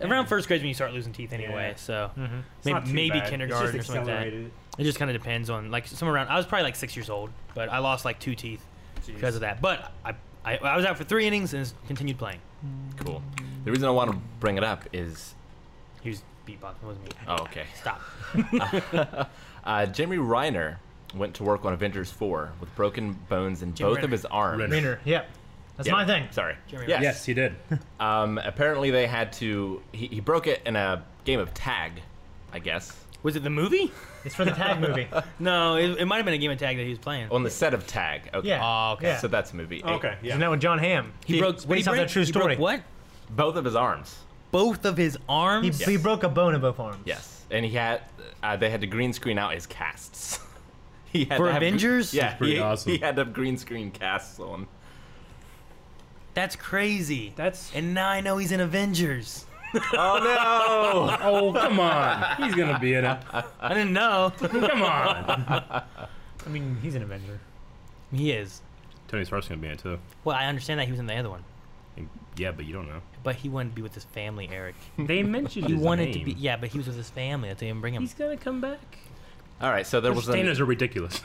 S4: Around first grade's when you start losing teeth anyway,
S7: Yeah. Mm-hmm.
S4: so
S7: it's
S4: may-
S7: not too
S4: maybe,
S7: bad. It's
S4: kindergarten
S7: just
S4: or something like that.
S7: accelerated.
S4: It just kind of depends on like somewhere around. I was probably like six years old, but I lost like two teeth because of that. But I, I, I was out for three innings and continued playing.
S1: Cool. The reason I want to bring it up is
S4: He was beatboxing, it wasn't me.
S1: oh okay.
S4: Stop.
S1: Uh, Jeremy Reiner went to work on Avengers 4 with broken bones in
S4: Jim
S1: both
S4: Renner.
S1: of his arms.
S3: Renner.
S2: Rainer, yep. That's
S1: Yeah,
S2: my thing.
S1: Sorry.
S4: Jeremy
S1: yes.
S3: Yes, he did.
S1: Um, apparently they had to. He, he broke it in a game of tag, I guess,
S4: Was it the movie?
S2: It's for the tag movie.
S4: No, it, it might have been a game of tag that he was playing.
S1: on the set of Tag. Okay.
S2: Yeah.
S4: Oh, okay.
S2: Yeah.
S1: So that's movie. eight.
S7: Okay, yeah.
S2: Isn't that with John Hamm?
S4: he, broke. What did
S2: based
S4: he
S2: off
S4: break?
S2: that true
S4: He broke
S2: story.
S4: what?
S1: Both of his arms.
S4: Both of his
S2: He,
S4: arms.
S2: he broke a bone in both arms.
S1: Yes. And he had. Uh, they had to green screen out his casts. he had
S4: For
S1: to have gr-
S4: Avengers?
S1: yeah.
S4: That's
S3: pretty
S1: he,
S3: awesome.
S1: He had to have green screen casts on.
S4: That's crazy.
S7: That's
S4: and now I know he's in Avengers.
S1: Oh no!
S3: Oh, come on. He's going to be in it.
S4: I didn't know.
S3: Come on.
S7: I mean
S4: Mm,
S7: he's an Avenger.
S4: he is.
S3: Tony Stark's going to be in it, too.
S4: Well, I understand that he was in the other one,
S3: Yeah, but you don't know.
S4: but he wanted to be with his family, Eric.
S3: They mentioned
S4: He wanted to be. Yeah, but he was with his family. That's why they didn't bring him.
S7: gonna come back.
S1: All right. So there was an,
S3: Standards are ridiculous.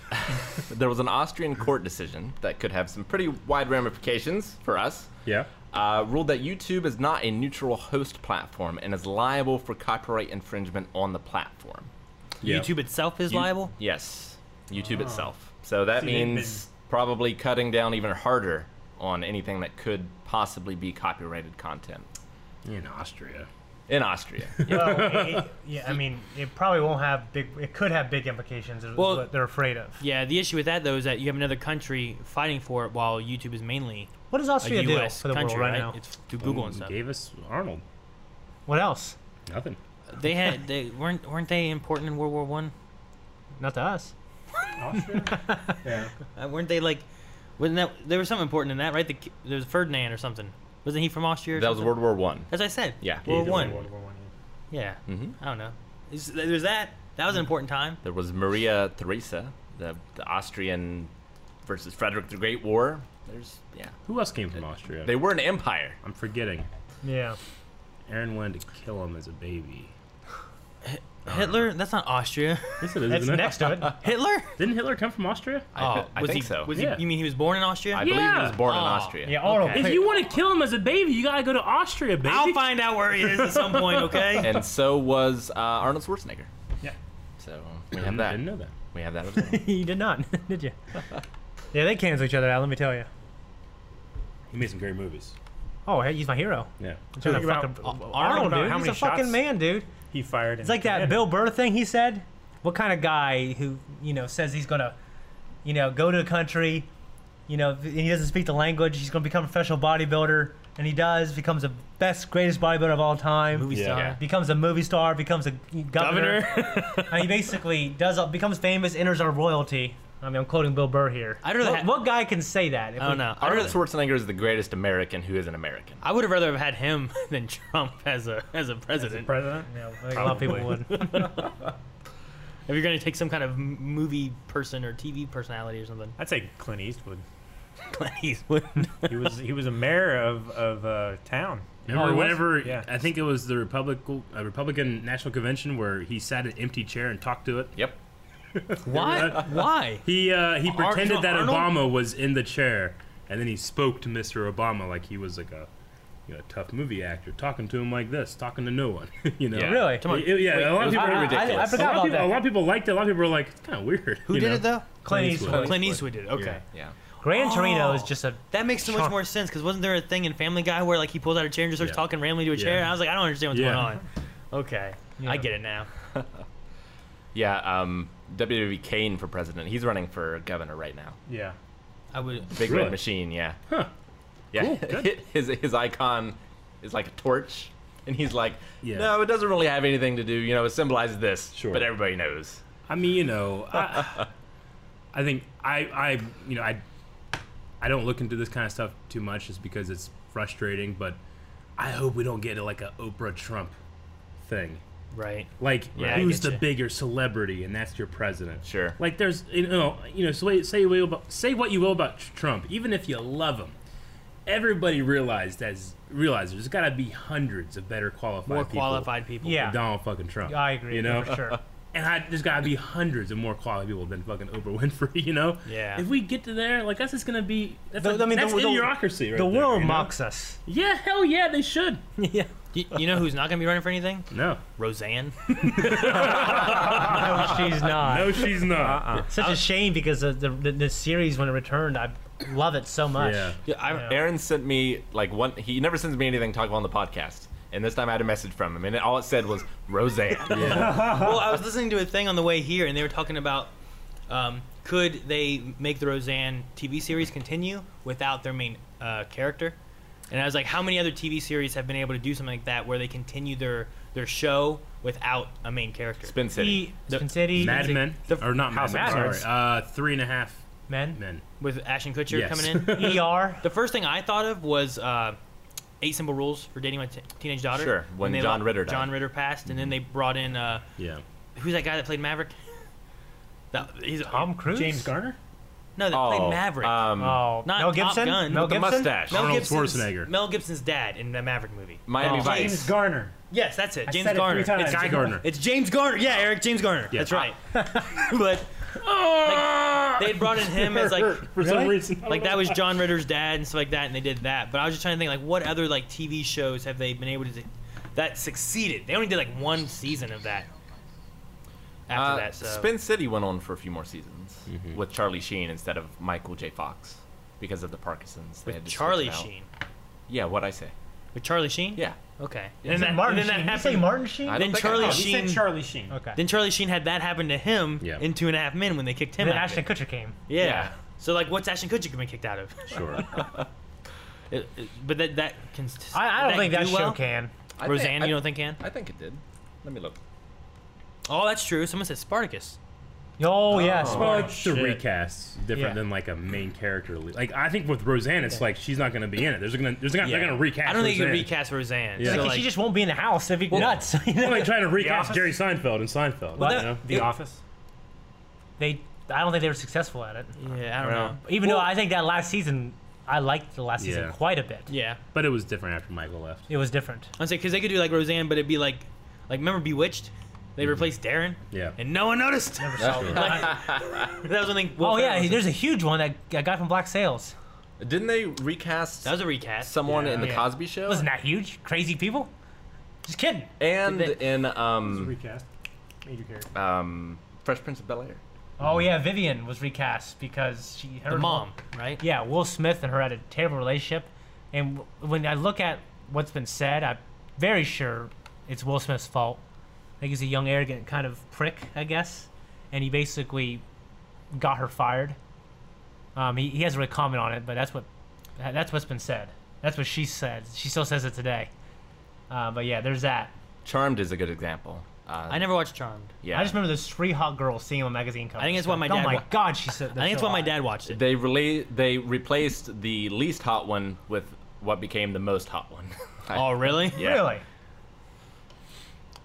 S1: there was an Austrian court decision that could have some pretty wide ramifications for us.
S3: Yeah.
S1: uh, ruled that YouTube is not a neutral host platform and is liable for copyright infringement on the platform.
S3: yeah.
S4: YouTube itself is
S1: You-
S4: liable.
S1: Yes, YouTube itself. So that
S7: See, they've
S1: means probably cutting down even harder on anything that could possibly be copyrighted content
S3: In Austria.
S1: in Austria.
S2: Well, it- it- yeah, I mean, it probably won't have big. It could have big implications. Is
S4: Well-
S2: what they're afraid of.
S4: Yeah, the issue with that though is that you have another country fighting for it, while YouTube is mainly
S2: What does
S4: a
S2: Austria do
S4: U.S.
S2: for the
S4: country
S2: world right, now?
S4: right It's through Google and
S3: Ooh,
S4: stuff.
S3: Gave us Arnold.
S2: What else?
S3: Nothing.
S4: They had they weren't weren't they important in World War One?
S2: Not to us.
S5: Yeah.
S4: Uh, weren't they like? Wasn't that there was something important in that right? The, ki- there was Ferdinand or something. Wasn't he from Austria? Or
S1: that was
S4: something?
S1: World War One.
S4: As I said.
S1: Yeah.
S4: World War One.
S7: World War One. yeah.
S4: Yeah.
S1: Mm-hmm.
S4: I don't know. Is- There's that. That was an important time.
S1: There was Maria Theresa, the, the Austrian versus Frederick the Great War. There's yeah.
S3: Who else came from Austria?
S1: They were an empire.
S3: I'm forgetting.
S2: Yeah.
S3: Aaron wanted to kill him as a baby.
S4: Hitler. That's not Austria.
S3: Yes, it is,
S2: That's
S3: isn't it?
S2: next to it.
S4: Hitler. Oh,
S3: Didn't Hitler come from Austria?
S1: I, th- I
S4: was
S1: think
S4: he,
S1: so.
S4: Was
S3: Yeah.
S4: he? You mean he was born in Austria?
S1: I believe he was born in
S4: Oh.
S1: Austria.
S2: Yeah, all
S4: Okay.
S2: of
S3: If
S2: them.
S3: you want to kill him as a baby, you gotta go to Austria, baby.
S4: I'll find out where he is at some point. Okay.
S1: and so was uh, Arnold Schwarzenegger.
S7: Yeah.
S1: So we have
S3: Didn't-
S1: that.
S3: Didn't know that.
S1: We have that as well.
S2: you did not, did you? Yeah, they cancel each other out. Let me tell you.
S3: He made some great movies.
S2: Oh, hey, he's my hero.
S3: Yeah.
S2: I'm trying to
S7: Think about
S2: fucking,
S7: Ar-
S2: Arnold,
S7: about
S2: dude.
S7: how
S2: he's
S7: many
S2: a fucking
S7: shots-
S2: man, dude.
S7: He fired.
S2: It's like that Bill Burr thing he said. What kind of guy who you know says he's gonna, you know, go to a country, you know, and he doesn't speak the language. He's gonna become a professional bodybuilder, and he does becomes the best, greatest bodybuilder of all time.
S4: Movie
S3: Yeah.
S4: star.
S3: Yeah.
S2: Becomes a movie star. Becomes a governor. and he basically does all- becomes famous, enters our royalty. I mean, I'm quoting Bill Burr here.
S4: I'd rather
S2: what,
S4: ha-
S2: what guy can say that? If
S4: I don't
S2: we-
S4: know. I
S1: Arnold
S4: would,
S1: Schwarzenegger is the greatest American who is an American.
S4: I would have rather have had him than Trump as a as a president.
S7: president.
S2: No, like a lot of people would.
S4: if you're gonna take some kind of m- movie person or TV personality or something,
S7: I'd say Clint Eastwood.
S4: Clint Eastwood.
S7: He was he was a mayor of of uh, town.
S3: Remember,
S7: he was?
S3: whenever
S7: Yeah.
S3: I think it was the Republican uh, Republican National Convention where he sat in an empty chair and talked to it.
S1: Yep.
S4: Why? Why?
S3: He uh, he pretended that
S4: Arnold?
S3: Obama was in the chair, and then he spoke to Mr. Obama like he was like a you know, tough movie actor, talking to him like this, talking to no one. you know,
S1: Yeah.
S2: Really?
S4: Come on.
S3: It- it- yeah, a lot of
S1: was
S3: people.
S1: pretty
S3: a lot
S1: ridiculous.
S2: I, I
S3: of
S2: forgot about
S3: people- a
S2: that.
S3: lot of people liked it. A lot of people were like, it's kind of weird.
S4: Who
S3: you
S4: did
S3: know?
S4: it though?
S2: Clint
S3: Eastwood.
S2: Eastwood.
S4: Clint Eastwood did. it. Okay.
S3: Yeah.
S1: Yeah.
S2: Gran Torino
S4: Oh.
S2: is just a
S4: That makes so much
S2: Sure.
S4: more sense because wasn't there a thing in Family Guy where like he pulls out a chair and just starts
S3: Yeah.
S4: talking randomly to a chair?
S3: Yeah.
S4: And I was like, I don't understand what's
S3: Yeah.
S4: going on. Okay, I
S2: Yeah.
S4: get it now.
S1: Yeah. Um, WWE Kane for president. He's running for governor right now.
S7: Yeah.
S4: I would.
S1: Big
S3: Really?
S1: Red Machine. Yeah.
S3: Huh.
S1: Yeah.
S3: Cool, good.
S1: his his icon is like a torch, and he's like,
S3: Yeah.
S1: no, it doesn't really have anything to do. You know, it symbolizes this,
S3: Sure.
S1: but everybody knows.
S3: I mean, you know, I, I think I, I, you know, I, I don't look into this kind of stuff too much, just because it's frustrating. But I hope we don't get like a Oprah Trump thing.
S4: Right.
S3: Like
S4: Yeah, I
S3: who's
S4: get
S3: the
S4: ya.
S3: bigger celebrity, and that's your president.
S1: Sure.
S3: Like there's you know you know so wait- say what you will about, say what you will about Tr- Trump, even if you love him, everybody realized as realized there's got to be hundreds of better qualified
S4: More
S3: people
S4: qualified people.
S3: than
S2: Yeah.
S3: Donald fucking Trump.
S2: I agree.
S3: You know,
S2: for sure.
S3: and I, there's got to be hundreds of more qualified people than fucking Oprah Winfrey. You know,
S4: Yeah.
S3: If we get to there, like that's just gonna be that's,
S2: The-
S3: like,
S2: I mean, the-
S3: that's
S2: the-
S3: idiocracy. right
S2: the
S3: there,
S2: world
S3: you know?
S2: mocks us.
S3: Yeah, hell yeah, they should.
S2: yeah.
S4: You, you know who's not going to be running for anything?
S3: No,
S4: Roseanne.
S2: No, she's not.
S3: no, she's not.
S2: Such a shame because the, the the the series when it returned, I love it so much.
S3: Yeah.
S1: Yeah, I, Aaron sent me like one. He never sends me anything to talk about on the podcast, and this time I had a message from him, and it, all it said was Roseanne.
S4: well, I was listening to a thing on the way here, and they were talking about um, could they make the Roseanne TV series continue without their main uh, character? And I was like, how many other TV series have been able to do something like that where they continue their their show without a main character?
S1: Spin City.
S2: He, Spin City,
S3: Mad Men,
S4: the-
S3: or not Mad
S6: House of
S3: Men?
S6: Cards.
S3: Sorry, uh, three and a half
S2: Men,
S3: men.
S4: With Ashton Kutcher
S3: Yes.
S4: coming in. E
S2: ER.
S4: The first thing I thought of was uh, Eight Simple Rules for Dating My T- Teenage Daughter.
S1: Sure, when
S4: they
S1: John
S4: lo-
S1: Ritter died.
S4: John Ritter passed, and then they brought in uh,
S3: Yeah.
S4: who's that guy that played Maverick? that, he's
S2: Tom Cruise.
S7: James Garner?
S4: No, that
S1: Oh,
S4: played Maverick.
S1: Um,
S2: Oh,
S4: Not
S2: Mel
S4: Top
S2: Gibson.
S4: Gun.
S2: Mel
S4: With the
S1: the
S2: Gibson.
S1: mustache.
S4: Mel
S3: Arnold
S4: Gibson's-
S3: Schwarzenegger.
S4: Mel Gibson's dad in the Maverick movie.
S1: Miami
S4: Oh.
S1: Vice.
S7: James Garner.
S4: Yes, that's it.
S7: I
S4: James
S7: said it
S4: Garner.
S7: three times.
S4: It's,
S3: Guy Gardner.
S4: it's James Garner. Yeah, Eric James Garner.
S3: Yeah.
S4: That's right. but like, they had brought in him as like
S3: For some reason, I
S4: like
S3: don't
S4: that was John Ritter's dad and stuff like that, and they did that. But I was just trying to think like what other like TV shows have they been able to that succeeded? They only did like one season of that. After
S1: Uh,
S4: that, so
S1: Spin City went on for a few more seasons with Charlie Sheen instead of Michael J. Fox because of the Parkinson's. They had to switch
S4: Charlie
S1: it out.
S4: Sheen.
S1: Yeah, what I say.
S4: With Charlie Sheen?
S1: Yeah.
S4: Okay.
S2: Is
S4: And
S2: it
S4: then that,
S2: Martin
S4: and then that
S2: Sheen? Did you say
S4: happened.
S2: Martin Sheen?
S1: I don't
S4: Then
S1: think I-
S4: Charlie
S1: oh,
S4: Sheen.
S7: He said Charlie Sheen.
S2: okay.
S4: Then Charlie Sheen had that happen to him
S3: Yeah.
S4: in Two and a Half Men when they kicked him
S2: then
S4: out. of
S2: Ashton
S4: it.
S2: Kutcher came.
S4: Yeah.
S1: Yeah.
S4: So like, what's Ashton Kutcher been kicked out of?
S3: Sure.
S4: It- it- but that that can. s-
S2: I, I don't
S4: that
S2: think that
S4: do
S2: show
S4: well?
S2: can.
S1: I
S4: Roseanne,
S1: think,
S4: you don't think can?
S1: I, I think it did. Let me look.
S4: Oh, that's true. Someone said Spartacus.
S2: Oh, yeah. Sp-
S3: Well, like the recasts different
S2: Yeah.
S3: than like a main character. lead. Like I think with Roseanne, it's like she's not going to be in it. There's gonna, there's gonna, they're
S4: Yeah.
S3: gonna recast.
S4: I don't think you can
S3: Roseanne.
S4: recast Roseanne.
S3: Yeah.
S4: So,
S2: Like,
S4: like,
S2: she just won't be in the house. That'd be nuts.
S3: Well, like trying to recast
S7: Office?
S3: Jerry Seinfeld in Seinfeld.
S4: Well,
S3: you
S4: that-
S3: know?
S7: The
S4: It-
S7: Office.
S2: they, I don't think they were successful at it.
S4: yeah, I don't know.
S2: Even though I think that last season, I liked the last season
S3: Yeah.
S2: quite a bit.
S4: Yeah,
S3: But it was different after Michael left.
S2: It was different.
S4: I'd say because they could do like Roseanne, but it'd be like, like remember Bewitched? They replaced Darren,
S3: Yeah.
S4: and no one noticed. that was one thing. Will
S2: oh yeah,
S4: Ferrell said.
S2: there's a huge one that I got from Black Sales.
S1: Didn't they recast
S4: that was a recast.
S1: someone in the
S4: Yeah.
S1: Cosby Show?
S2: Wasn't that huge? Crazy people. Just kidding.
S1: and
S4: Did
S1: in um,
S7: Recast. Major character.
S1: um, Fresh Prince of Bel Air.
S2: Oh yeah, Vivian was recast because she her
S4: the mom, right?
S2: Yeah, Will Smith and her had a terrible relationship, and w- when I look at what's been said, I'm very sure it's Will Smith's fault. I think he's a young, arrogant kind of prick, I guess, and he basically got her fired. Um, he, he hasn't really comment on it, but that's what that's what's been said. That's what she said. She still says it today. Uh, but yeah, there's that.
S1: Charmed is a good example. Uh,
S4: I never watched Charmed.
S1: yeah.
S2: I just remember those three hot girls seeing on magazine covers.
S4: I think it's why my
S2: Oh
S4: dad
S2: my
S4: wa-
S2: god, she said.
S4: I think it's why my dad watched it.
S1: They rela- they replaced the least hot one with what became the most hot one. I-
S4: Oh really?
S1: yeah.
S2: Really?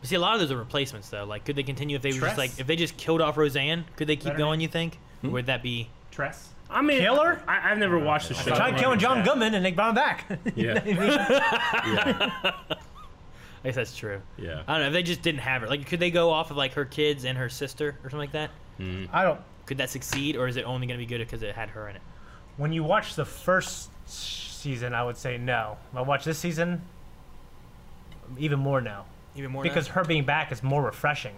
S4: See, a lot of those are replacements, though. Like, could they continue if they were
S7: Tress?
S4: just like if they just killed off Roseanne? Could they keep going? You think?
S3: Hmm?
S4: Or Would that be?
S7: Tress.
S3: I mean,
S2: Killer?
S3: I, I've never watched the show.
S2: Tried killing John Goodman and they brought him back.
S3: Yeah,
S4: I guess that's true.
S3: yeah.
S4: I don't know. If they just didn't have her, like, could they go off of like her kids and her sister or something like that?
S2: I don't.
S4: Could that succeed, or is it only going to be good because it had her in it?
S2: When you watch the first sh- season, I would say no. When I watch this season, even more no,
S4: Even more now?
S2: because her being back is more refreshing.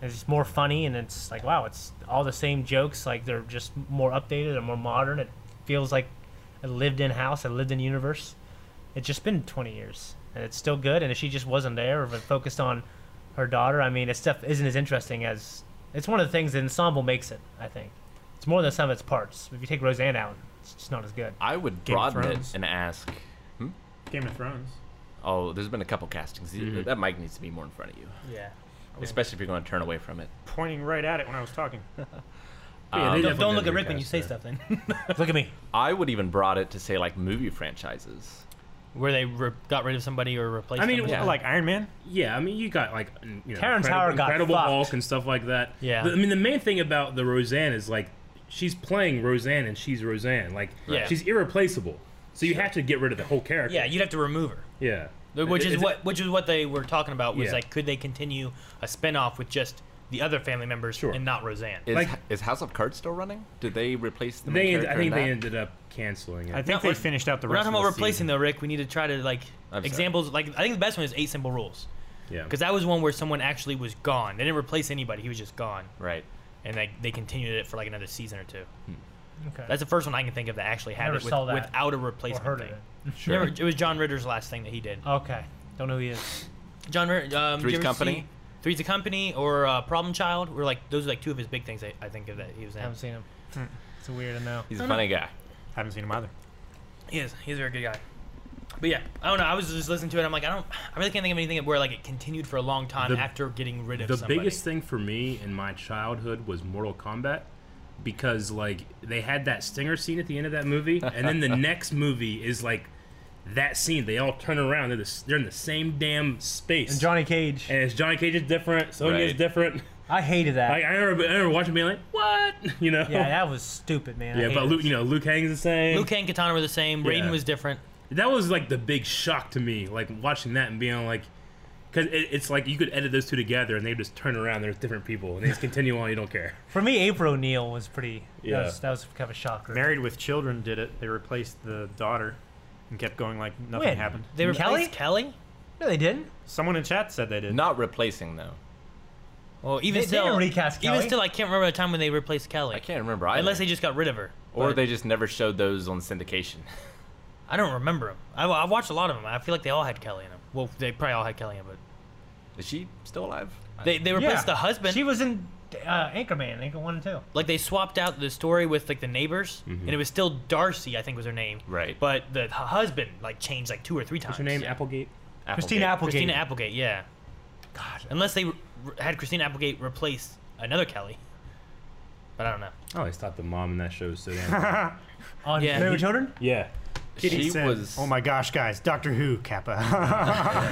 S2: It's just more funny, and it's like wow, it's all the same jokes. Like they're just more updated and more modern. It feels like a lived-in house, a lived-in universe. It's just been 20 years, and it's still good. And if she just wasn't there or focused on her daughter, I mean, it's stuff isn't as interesting as. It's one of the things the ensemble makes it. I think it's more than some of its parts. If you take Roseanne out, it's just not as good.
S1: I would
S7: Game of
S1: broaden it
S7: Thrones.
S1: and ask.
S7: Game of Thrones.
S1: Oh, there's been a couple castings.
S3: Mm-hmm.
S1: That mic needs to be more in front of you,
S4: yeah.
S1: especially if you're going to turn away from it.
S7: Pointing right at it when I was talking.
S3: Yeah, they
S4: Don't,
S3: definitely
S4: don't look
S3: gotta
S4: at Rick when you
S3: recast
S4: say
S3: that.
S4: stuff. Then
S2: Look at me.
S1: I would even broad it to say like movie franchises.
S4: where they re- got rid of somebody or replaced.
S3: I mean,
S4: somebody.
S3: Yeah.
S7: Like Iron Man?
S3: Yeah, I mean, you got like n- you know,
S2: Terrence
S3: Incredible,
S2: Howard got
S3: Incredible
S2: fucked.
S3: Hulk and stuff like that.
S4: Yeah.
S3: The- I mean, the main thing about the Roseanne is like she's playing Roseanne and she's Roseanne. Like
S4: Yeah.
S3: she's irreplaceable. So you have to get rid of the whole character.
S4: yeah, you'd have to remove her.
S3: Yeah.
S4: Which
S3: It-
S4: is
S3: it's-
S4: what which is what they were talking about was
S3: Yeah.
S4: like could they continue a spinoff with just the other family members
S3: Sure.
S4: and not Roseanne?
S1: Is,
S3: Like-
S1: is House of Cards still running? Did they replace the main
S3: They, end-
S1: character
S3: I think
S1: in
S3: they
S1: that?
S3: ended up canceling it.
S7: I think
S4: No,
S7: they
S4: we're-
S7: finished out the
S4: We're not
S7: rest
S4: talking about
S7: of the
S4: replacing
S7: season.
S4: though, Rick. We need to try to like
S1: I'm sorry.
S4: examples. Like I think the best one is eight simple rules
S3: yeah.
S4: because that was one where someone actually was gone. They didn't replace anybody; he was just gone,
S1: Right.
S4: and they they continued it for like another season or two.
S2: Okay.
S4: That's the first one I can think of that actually had
S2: Never
S4: it with,
S2: saw that
S4: without a
S2: or
S4: replacement
S2: heard of
S4: thing.
S2: it.
S1: Sure.
S4: Never- it was John Ritter's last thing that he did.
S2: Okay. Don't know who he is.
S4: John Ritter, um, did
S1: Three's
S4: you ever
S1: Company?
S4: see Three's a Company, or uh, Problem Child, were like those are like two of his big things. I, I think of that he was
S2: I
S4: in.
S2: haven't seen him. It's weird to know.
S1: He's a funny guy.
S7: Haven't seen him either.
S4: He is. He's a very good guy. But yeah, I don't know. I was just listening to it. I'm like, I don't. I really can't think of anything where like it continued for a long time
S3: The-
S4: after getting rid of
S3: the
S4: somebody.
S3: biggest thing for me in my childhood was Mortal Kombat because like they had that stinger scene at the end of that movie and then the next movie is like that scene they all turn around they're, the, s- they're in the same damn space
S2: And Johnny Cage.
S3: and it's Johnny Cage is different Sonya's
S1: Right.
S3: different
S2: I hated that.
S3: like I remember, I remember watching being like what you know
S2: yeah, that was stupid, man. I
S3: Yeah,
S2: hated
S3: but
S2: it.
S3: Luke, you know Luke Kang's the same
S4: Liu Kang and Katana were the same.
S3: Yeah.
S4: Raiden was different.
S3: that was like the big shock to me like watching that and being like because it, it's like you could edit those two together and they just turn around there's different people and they just continue on you don't care
S2: For me, April O'Neil was pretty.
S3: Yeah.
S2: That was, that was kind of a shocker.
S7: Married with Children did it. They replaced the daughter and kept going like nothing
S2: When?
S7: happened.
S4: They replaced
S2: Kelly?
S4: Kelly.
S2: no, they didn't.
S7: Someone in chat said they did.
S1: Not replacing though.
S4: Well, even
S2: They- they
S4: still,
S2: didn't recast Kelly.
S4: even still, I can't remember the time when they replaced Kelly.
S1: I can't remember either.
S4: Unless they just got rid of her.
S1: or
S4: But
S1: they just never showed those on syndication.
S4: I don't remember them. I, I watched a lot of them. I feel like they all had Kelly in them. Well, they probably all had Kelly in them,
S1: Is she still alive?
S4: but they they replaced the husband.
S2: She was in uh, Anchorman, Anchor One and Two.
S4: like they swapped out the story with like the neighbors,
S2: Mm-hmm.
S4: and it was still Darcy, I think was her name.
S1: Right.
S4: But the h- husband like changed like two or three
S3: What's
S4: times.
S3: her name? Applegate.
S1: Applegate.
S2: Christina Applegate.
S4: Christina Applegate. Yeah. God. Unless they re- had Christina Applegate replace another Kelly, but I don't know.
S3: I always thought the mom in that show was so damn.
S2: on
S4: Yeah.
S2: Married with Children.
S3: yeah.
S1: She
S7: Said,
S1: was.
S7: Oh my gosh, guys! Doctor Who, Kappa.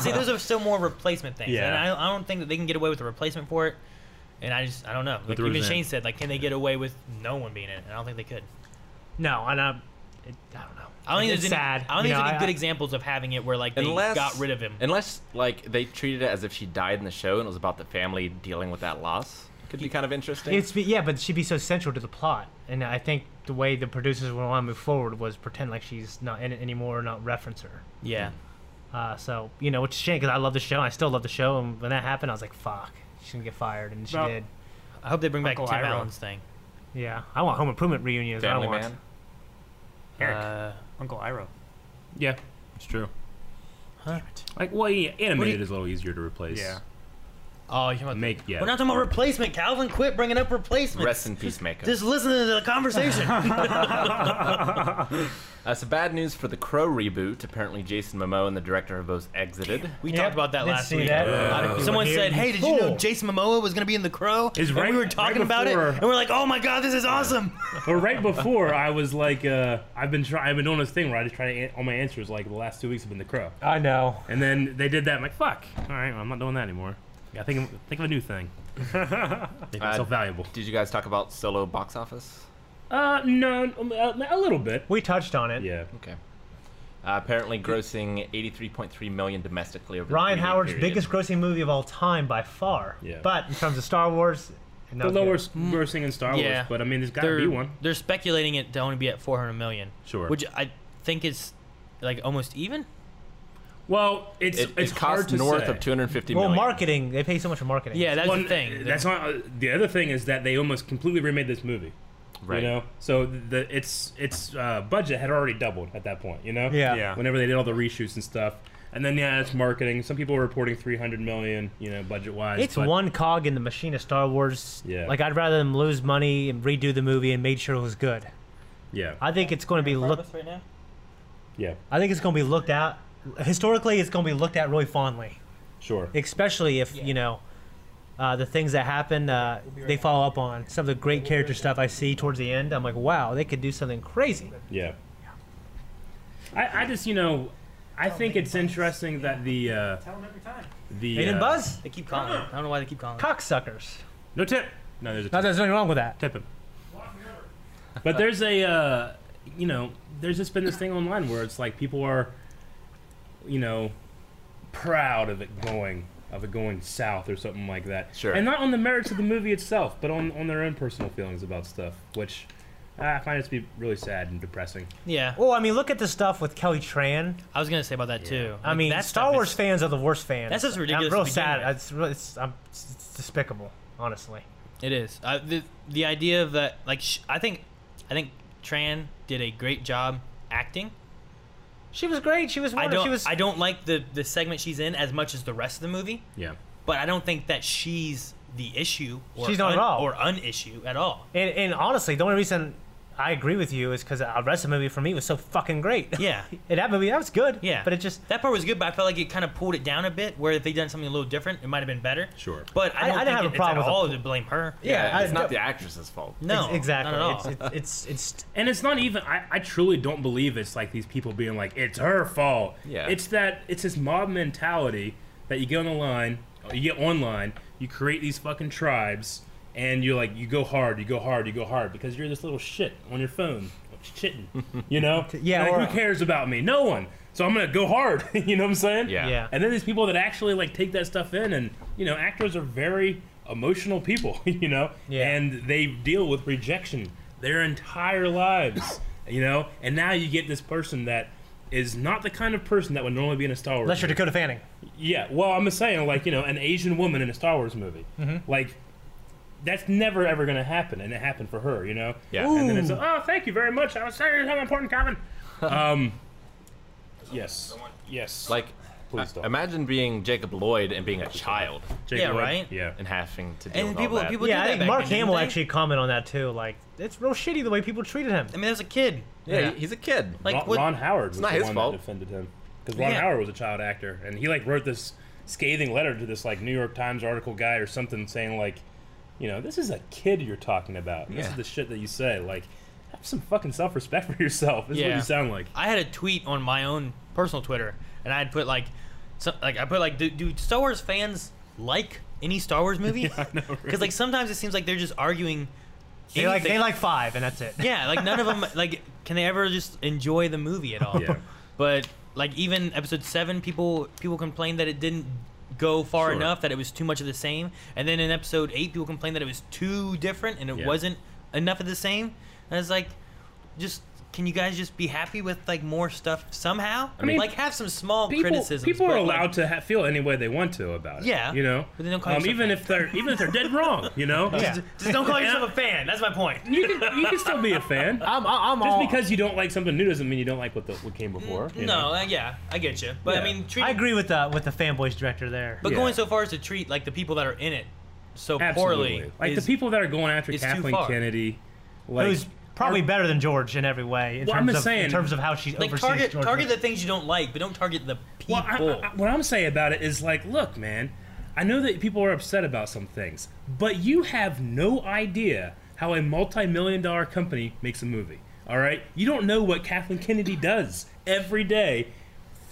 S4: See, those are still more replacement things,
S3: Yeah.
S4: and I, I don't think that they can get away with a replacement for it. And I just I don't know. Like
S3: the
S4: even
S3: Roseanne.
S4: Shane said, like, can they get away with no one being in it? And I don't think they could.
S2: No, and I, it, I don't know.
S4: I don't think
S2: It's
S4: there's any,
S2: sad.
S4: I don't
S2: You know,
S4: think there's any
S2: I-
S4: good
S2: I-
S4: examples of having it where like they
S1: Unless
S4: got rid of him.
S1: Unless like they treated it as if she died in the show and it was about the family dealing with that loss. Could be kind of interesting.
S2: It's be- yeah, but she'd be so central to the plot, and I think the way the producers would want to move forward was pretend like she's not in it anymore, or not reference her.
S4: Yeah.
S2: Uh, so you know, which is a shame because I love the show, and I still love the show, and when that happened, I was like, "Fuck, she's gonna get fired," and she
S7: Well-
S2: did.
S4: I hope they bring
S7: Uncle
S4: back Tim
S7: Ira.
S4: Allen's thing.
S2: Yeah, I want Home Improvement reunions. I
S1: family
S2: want.
S1: man.
S7: Eric.
S4: Uh,
S7: Uncle Iroh.
S3: Yeah.
S1: It's true.
S3: Like, well, yeah, animated
S4: you-
S3: is a little easier to replace.
S7: Yeah.
S4: oh, you about
S3: Make yeah.
S4: We're not talking about replacement. Calvin, quit bringing up replacements.
S1: Rest in peace, Mako.
S4: Just listen to the conversation.
S1: Uh, so bad news for the Crow reboot. Apparently, Jason Momoa and the director have both exited.
S4: we
S2: Yep,
S4: talked about that
S2: did
S4: last
S2: see
S4: week.
S2: that.
S4: A
S1: Uh,
S4: lot of people- Someone said, "Hey, did you know Jason Momoa was going to be in The Crow?"
S3: Is
S4: and
S3: right-
S4: we were
S3: right
S4: talking about it,
S3: before-
S4: and we're like, "Oh my God, this is awesome!"
S3: but right before, I was like, uh, I've been trying, I've been doing this thing where I just try to an- all my answers like the last two weeks have been the crow,
S2: I know.
S3: and then they did that. I'm like, fuck. All right, well, I'm not doing that anymore. Yeah, I think think of a new thing. Make myself valuable.
S1: Did you guys talk about solo box office?
S3: Uh, no, um, a, a little bit.
S2: We touched on it.
S3: Yeah.
S1: Okay. Uh, apparently, grossing 83.3 million domestically over. the
S2: Ryan
S1: three-year
S2: Howard's
S1: period.
S2: biggest grossing movie of all time by far.
S3: Yeah.
S2: But in terms of Star Wars, no
S3: The
S2: good.
S3: lower grossing in Star Wars,
S4: Yeah.
S3: but I mean, there's got to be one.
S4: they're speculating it to only be at 400 million,
S3: Sure.
S4: which I think is like almost even.
S3: Well, it's
S1: It,
S3: it's
S1: it
S3: hard
S1: costs
S3: to
S1: north
S3: say.
S1: of 250
S2: Well,
S1: million.
S2: marketing. They pay so much for marketing.
S4: Yeah, that's
S3: Well,
S4: the thing.
S3: That's not, uh, the other thing is that they almost completely remade this movie.
S1: Right.
S3: You know, so the its its uh, budget had already doubled at that point. You know,
S2: Yeah.
S7: Yeah.
S3: Whenever they did all the reshoots and stuff, and then yeah, it's marketing. Some people were reporting three hundred million, you know, budget wise.
S2: It's one cog in the machine of Star Wars.
S3: Yeah.
S2: Like I'd rather them lose money and redo the movie and made sure it was good.
S3: Yeah,
S2: I think it's going to be looked.
S4: right now.
S3: yeah,
S2: I think it's going to be looked at. Historically, it's going to be looked at really fondly,
S3: sure.
S2: especially if you know uh, the things that happen. Uh, they follow up on some of the great character stuff I see towards the end. I'm like, wow, they could do something crazy.
S3: yeah. I, I just, you know, I think it's interesting that the uh,
S5: Tell him every time.
S3: the
S2: They didn't
S3: uh,
S2: buzz?
S4: They keep calling. I don't know why they keep calling.
S2: Cocksuckers.
S3: No tip. No, there's a
S2: Not that
S3: tip.
S2: there's nothing wrong with that.
S3: tip him. But there's a, uh, you know, there's just been this thing online where it's like people are, you know, proud of it going of it going south or something like that.
S1: Sure.
S3: And not on the merits of the movie itself, but on on their own personal feelings about stuff, which I find it to be really sad and depressing.
S4: Yeah,
S2: Well, I mean, look at the stuff with Kelly Tran.
S4: I was gonna say about that too.
S2: I
S4: Like,
S2: mean,
S4: that
S2: Star
S4: stuff
S2: Wars
S4: is-
S2: fans are the worst fans.
S4: That's just ridiculous
S2: I'm real
S4: to begin
S2: sad.
S4: with.
S2: It's, real- it's, I'm, it's, it's despicable, honestly.
S4: It is. I, the the idea of that, like, sh- I think, I think Tran did a great job acting.
S2: She was great. She was.
S4: I
S2: wonderful.
S4: don't.
S2: She was.
S4: I don't like the the segment she's in as much as the rest of the movie,
S3: Yeah.
S4: but I don't think that she's the issue. Or
S2: She's not
S4: un-
S2: at all.
S4: or unissue at all.
S2: and, and honestly, the only reason I agree with you is because a wrestling movie for me was so fucking great.
S4: Yeah,
S2: and that movie, that was good.
S4: Yeah.
S2: But it just.
S4: that part was good, but I felt like it kind of pulled it down a bit. Where if they done something a little different, it might have been better.
S3: Sure.
S4: But
S2: I-
S4: I
S2: I
S4: don't think
S2: didn't have
S4: it-
S2: a problem
S4: it's
S2: with
S4: at
S2: the
S4: all
S2: pl-
S4: to blame her.
S1: Yeah,
S2: I-
S1: it's not
S2: no-
S1: the actress's fault.
S4: No,
S2: exactly.
S4: Not at all.
S2: It's, it's it's
S3: And it's not even. I, I truly don't believe it's like these people being like, it's her fault.
S1: Yeah.
S3: It's that. It's this mob mentality that you get on the line, you get online, you create these fucking tribes, and you're like, you go hard, you go hard, you go hard because you're this little shit on your phone, shitting. You know?
S2: Yeah,
S3: Like,
S2: or-
S3: who cares about me? No one. So I'm gonna go hard. you know what I'm saying?
S1: Yeah.
S2: Yeah.
S3: And then there's people that actually like take that stuff in, and you know, actors are very emotional people, you know,
S2: Yeah.
S3: and they deal with rejection their entire lives, you know. And now you get this person that is not the kind of person that would normally be in a Star Wars.
S2: unless you're
S3: movie.
S2: Dakota Fanning.
S3: yeah, well, I'm just saying, like you know, an Asian woman in a Star Wars movie, like. That's never ever gonna happen, and it happened for her, you know.
S1: Yeah.
S3: And then it's like, oh, thank you very much. I was sorry to have an important comment. Um, yes, yes.
S1: Like,
S3: Please
S1: uh,
S3: don't.
S1: imagine being Jacob Lloyd and being a child
S3: Jake
S4: Yeah,
S3: Lloyd?
S4: right?
S3: Yeah.
S1: and having to deal
S4: And
S1: with all
S4: people,
S1: that.
S4: people. did
S2: yeah, I
S4: that
S2: think
S4: back
S2: Mark
S4: then, didn't
S2: Hamill
S4: they?
S2: actually commented on that too. Like, it's real shitty the way people treated him.
S4: I mean, there's a kid.
S1: yeah, he- he's a kid.
S4: Like
S3: Ron,
S4: what?
S3: Ron Howard was
S1: not
S3: the
S1: his
S3: one
S1: fault.
S3: that defended him because Ron
S4: Yeah.
S3: Howard was a child actor, and he like wrote this scathing letter to this like New York Times article guy or something saying like, you know, this is a kid you're talking about. This is
S1: Yeah.
S3: the shit that you say. Like, have some fucking self respect for yourself. This is what
S4: Yeah.
S3: you sound like.
S4: I had a tweet on my own personal Twitter, and I had put like, so, like I put like, do, do Star Wars fans like any Star Wars movie? Because like sometimes it seems like they're just arguing.
S2: They like they
S4: anything.
S2: like five, and that's it.
S4: yeah, like none of them like can they ever just enjoy the movie at all?
S3: Yeah.
S4: But like even episode seven, people people complained that it didn't go far
S1: Sure.
S4: enough, that it was too much of the same, and then in episode eight, people complained that it was too different and it
S3: Yeah.
S4: wasn't enough of the same. And it's like, just can you guys just be happy with like more stuff somehow? I
S3: mean,
S4: like have some small
S3: People,
S4: criticisms.
S3: people are
S4: but, like,
S3: allowed to ha- feel any way they want to about it.
S4: Yeah.
S3: you know,
S4: But they don't call
S3: um,
S4: yourself
S3: even if they're even if they're dead wrong, you know,
S2: Yeah.
S4: Just don't call yourself a fan. That's my point.
S3: you can you can still be a fan.
S2: I'm, I'm
S3: Just
S2: all,
S3: because you don't like something new doesn't mean you don't like what the, what came before. you know?
S4: No, uh, yeah, I get you, but
S3: Yeah.
S4: I mean, treat
S2: I agree with the with the fanboys director there.
S4: But
S3: Yeah.
S4: going so far as to treat like the people that are in it so
S3: Absolutely.
S4: poorly,
S3: Like
S4: is-
S3: the people that are going after
S4: is too
S3: Kathleen
S4: far.
S3: Kennedy.
S2: It
S3: Like,
S2: was probably better than George in every way in,
S3: Well, I'm
S2: terms,
S3: just
S2: of, in
S3: saying-
S2: terms of how she
S4: like
S2: oversees
S4: target
S2: George.
S4: target the things you don't like, but don't target the people.
S3: well, I, I, what I'm saying about it is like, look, man, I know that people are upset about some things, but you have no idea how a multi-million dollar company makes a movie. All right, you don't know what Kathleen Kennedy does every day,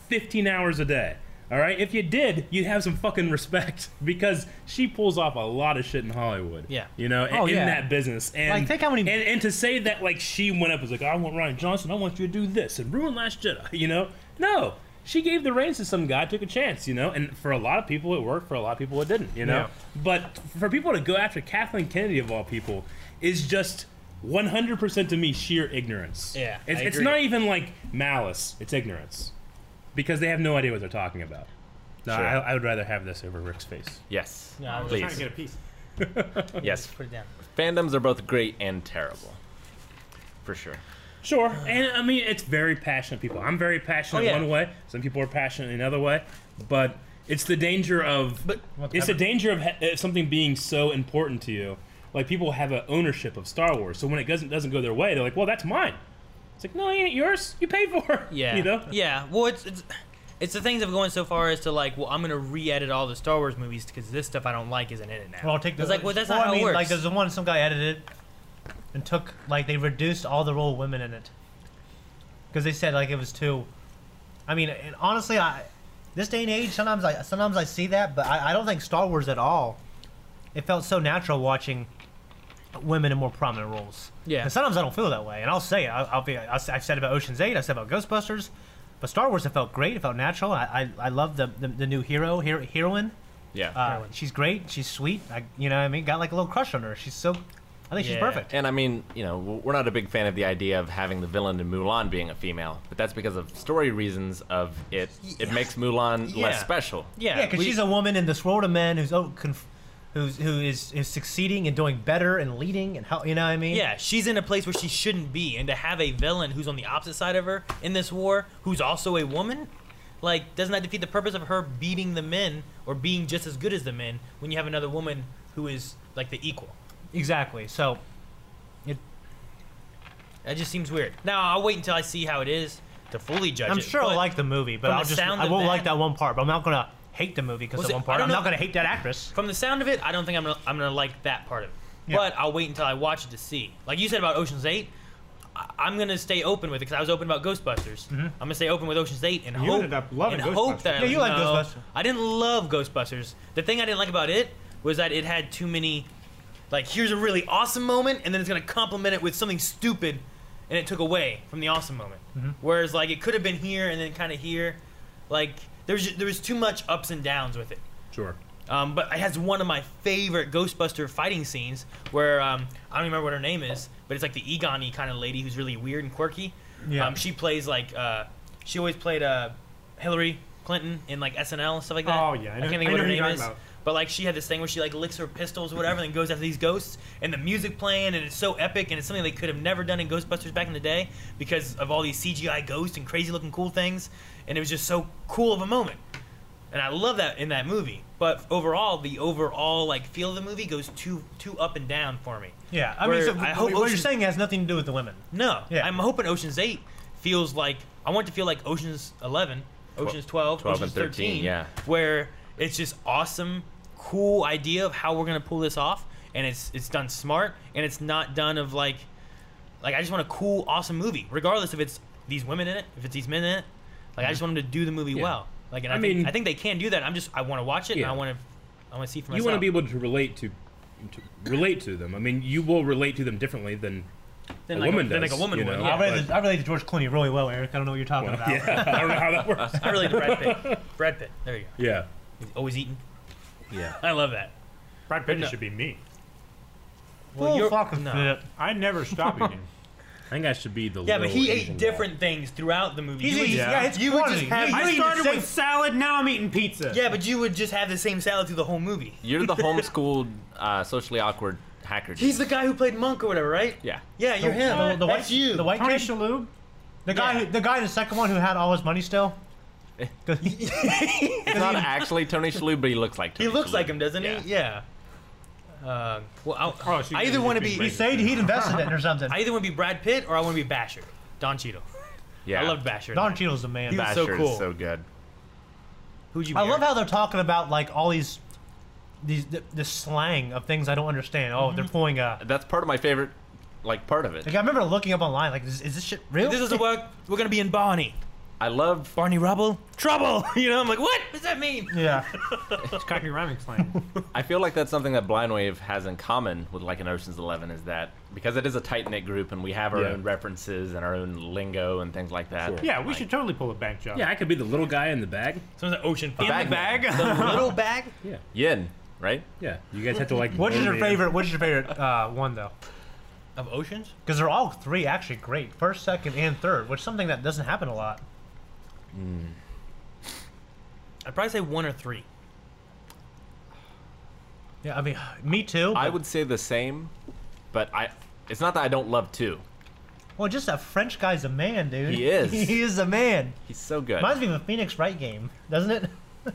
S3: 15 hours a day. All right, if you did, you'd have some fucking respect because she pulls off a lot of shit in Hollywood.
S4: Yeah.
S3: you know,
S2: Oh,
S3: in
S2: yeah.
S3: that business. And
S2: Like, think how many-
S3: and, and to say that like she went up and was like, I want Ryan Johnson, I want you to do this and ruin Last Jedi, you know? No. She gave the reins to some guy, took a chance, you know, and for a lot of people it worked, for a lot of people it didn't, you know. But for people to go after Kathleen Kennedy of all people is just 100% to me sheer ignorance.
S4: Yeah,
S3: it's,
S4: I
S3: it's
S4: agree.
S3: not even like malice; it's ignorance because they have no idea what they're talking about. No,
S1: Sure.
S3: I, I would rather have this over Rick's face.
S1: yes.
S4: I was
S1: Please.
S5: a piece.
S1: yes.
S4: put it down.
S1: Fandoms are both great and terrible. For sure.
S3: Sure, and I mean it's very passionate people. I'm very passionate
S4: Oh, yeah.
S3: one way. Some people are passionate another way, but it's the danger of
S4: But-
S3: it's the danger of ha- uh, something being so important to you. Like people have an ownership of Star Wars, so when it doesn't doesn't go their way, they're like, "Well, that's mine." It's like, "No, it ain't yours. You paid for it."
S4: Yeah,
S3: you know.
S4: yeah. Well, it's it's it's the things of going so far as to like, well, I'm gonna re-edit all the Star Wars movies because this stuff I don't like isn't in it now.
S2: Well, I'll take the,
S4: It's like, well, that's
S2: Well,
S4: not
S2: I
S4: how
S2: mean,
S4: it works.
S2: Like, there's the one some guy edited and took like they reduced all the role women in it. because they said like it was too. I mean, and honestly, I this day and age, sometimes I sometimes I see that, but I, I don't think Star Wars at all. It felt so natural watching women in more prominent roles.
S4: Yeah.
S2: And sometimes I don't feel that way, and I'll say it. I'll, I'll be. I'll, I've said about Ocean's Eight. I've said about Ghostbusters, but Star Wars, it felt great. It felt natural. I I, I love the, the the new hero hero heroine.
S1: Yeah.
S2: Uh, she's great. She's sweet. I, you know, what I mean, got like a little crush on her. She's so. I think she's
S4: Yeah.
S2: perfect.
S1: And I mean, you know, w- we're not a big fan of the idea of having the villain in Mulan being a female, but that's because of story reasons of it. It makes Mulan
S4: Yeah.
S1: less special.
S4: Yeah,
S2: Yeah, because
S4: we-
S2: she's a woman in this world of men who's oh, conf- who's who is is succeeding and doing better and leading and how you know what I mean.
S4: Yeah, she's in a place where she shouldn't be, and to have a villain who's on the opposite side of her in this war, who's also a woman, like, doesn't that defeat the purpose of her beating the men or being just as good as the men when you have another woman who is like the equal?
S2: exactly. So
S4: That just seems weird. Now I'll wait until I see how it is to fully judge
S2: I'm
S4: it,
S2: sure
S4: but-
S2: I'll like the movie, but
S4: from
S2: I'll
S4: the
S2: just
S4: sound
S2: I
S4: of
S2: won't
S4: that-
S2: like that one part. But I'm not gonna hate the movie because
S4: Was
S2: of
S4: it-
S2: one
S4: I
S2: part.
S4: don't
S2: I'm not
S4: know-
S2: gonna hate that actress.
S4: From the sound of it, I don't think I'm gonna, I'm gonna like that part of it.
S2: Yeah.
S4: But I'll wait until I watch it to see. Like you said about Ocean's Eight, I, I'm gonna stay open with it because I was open about Ghostbusters. I'm gonna stay open with Ocean's Eight and
S5: You
S4: hope
S5: ended up loving
S4: and hope
S5: Ghostbusters.
S4: that I
S2: Yeah, you like
S4: no,
S2: Ghostbusters.
S4: I didn't love Ghostbusters. The thing I didn't like about it was that it had too many. Like here's a really awesome moment, and then it's gonna complement it with something stupid, and it took away from the awesome moment. Whereas like it could have been here and then kind of here, like there was there was too much ups and downs with it.
S3: Sure.
S4: Um, but it has one of my favorite Ghostbuster fighting scenes where um, I don't remember what her name is, but it's like the Egon-y kind of lady who's really weird and quirky.
S2: Yeah.
S4: Um, she plays like uh, she always played uh, Hillary Clinton in like SNL and stuff like that.
S6: Oh, yeah, I know-
S4: can't think
S6: I
S4: of what
S6: know
S4: her
S6: who you're
S4: name
S6: talking
S4: is.
S6: about.
S4: But like she had this thing where she like licks her pistols or whatever, and then goes after these ghosts, and the music playing, and it's so epic, and it's something they could have never done in Ghostbusters back in the day because of all these CGI ghosts and crazy looking cool things, and it was just so cool of a moment, and I love that in that movie. But overall, the overall like feel of the movie goes too too up and down for me.
S2: Yeah, I
S4: Where
S2: mean, so
S4: I
S2: what-
S4: hope
S2: what you're
S4: Ocean-
S2: saying has nothing to do with the women.
S4: No,
S2: Yeah.
S4: I'm hoping Ocean's Eight feels like I want it to feel like Ocean's Eleven, Ocean's Twelve,
S1: 12 and
S4: Ocean's
S1: 13, yeah.
S4: where it's just awesome, cool idea of how we're gonna pull this off, and it's it's done smart, and it's not done of like, like I just want a cool, awesome movie, regardless if it's these women in it, if it's these men in it, like I just want them to do the movie well. Like, and Mm-hmm. I,
S3: I
S4: mean,
S3: mean-
S4: think, I think they can do that. I'm just I want to watch it,
S3: Yeah.
S4: and I want to, I want to see for
S3: You
S4: myself.
S3: want to be able to relate to, to relate to them. I mean, you will relate to them differently than
S4: Then
S3: a
S4: like a-
S3: woman
S4: then
S3: does,
S4: like a woman
S3: you
S4: would,
S3: know?
S4: yeah.
S2: I relate, I relate to George Clooney really well, Eric. I don't know what you're talking about.
S3: yeah. I don't know how that works.
S4: I really Brad Pitt. Brad Pitt. There you go.
S3: Yeah.
S4: He's always eating.
S1: Yeah.
S4: I love that.
S6: Brad Pitt
S4: No.
S6: should be me.
S4: Well, you're-
S2: fucking
S4: no.
S2: shit.
S6: I never stop eating.
S3: I think I should be the.
S4: Yeah, but
S3: little
S4: he
S3: Asian
S4: ate
S3: guy.
S4: different things throughout the movie.
S2: He's
S4: You would
S2: eating-
S4: just-
S2: yeah, it's
S4: you would
S2: quantity.
S4: just have.
S2: You-
S4: you
S6: I
S4: would
S6: started
S4: just
S6: with salad, now I'm eating pizza.
S4: yeah, but you would just have the same salad through the whole movie.
S1: You're the homeschooled, uh, socially awkward hacker. dude.
S4: He's the guy who played Monk or whatever, right?
S1: yeah.
S4: Yeah, you're him.
S2: The, the white,
S4: That's you.
S2: the white
S6: Tony
S2: kid,
S6: Shalhoub.
S2: the guy,
S4: Yeah.
S2: who, the guy, in the second one who had all his money still.
S1: He's not actually Tony Shalhoub, but he looks like
S4: he
S1: Tony
S4: looks
S1: Shalhoub.
S4: like him, doesn't
S1: Yeah.
S4: he? Yeah. Uh, well, I'll-
S6: Oh, so you
S4: I
S6: guys
S4: either
S6: are
S4: want to
S6: big
S4: be
S2: He said he'd invested in it or something.
S4: I either want to be Brad Pitt or I want to be Basher, Don Cheadle.
S1: Yeah.
S4: I loved Basher.
S2: Don Cheadle's the man.
S4: He was
S1: Basher
S4: so
S1: is
S4: cool.
S1: so good.
S4: Who'd you?
S2: I
S4: be,
S2: love
S4: Eric?
S2: how they're talking about like all these, these the, the slang of things I don't understand. Oh, they're pulling a.
S1: That's part of my favorite, like part of it.
S2: Like I remember looking up online, like is, is this shit real?
S4: This doesn't work. We're gonna be in Barney.
S1: I love.
S4: Barney Rubble. Trouble. You know, I'm like, what does that mean?
S2: yeah.
S6: It's cocky rhyming slang.
S1: I feel like that's something that Blind Wave has in common with like an Ocean's Eleven is that because it is a tight knit group and we have our
S3: Yeah.
S1: own references and our own lingo and things like that.
S3: Sure.
S6: Yeah, we should totally pull a bank job.
S3: Yeah, I could be the little guy in the bag.
S4: Someone's like ocean. In
S1: bag
S4: the little bag.
S3: Yeah.
S1: Yin, right?
S3: Yeah. You guys have to like.
S2: Which is
S3: mold
S2: your
S3: me.
S2: favorite? Which is your favorite uh, one though?
S4: Of oceans?
S2: Because they're all three actually great. First, second, and third, which is something that doesn't happen a lot.
S4: I'd probably say one or three.
S2: Yeah, I mean, me too.
S1: I
S2: but-
S1: would say the same, but I. It's not that I don't love two.
S2: Well, just that French guy's a man, dude.
S1: He is.
S2: he is a man.
S1: He's so good.
S2: Reminds me of a Phoenix Wright game, doesn't it?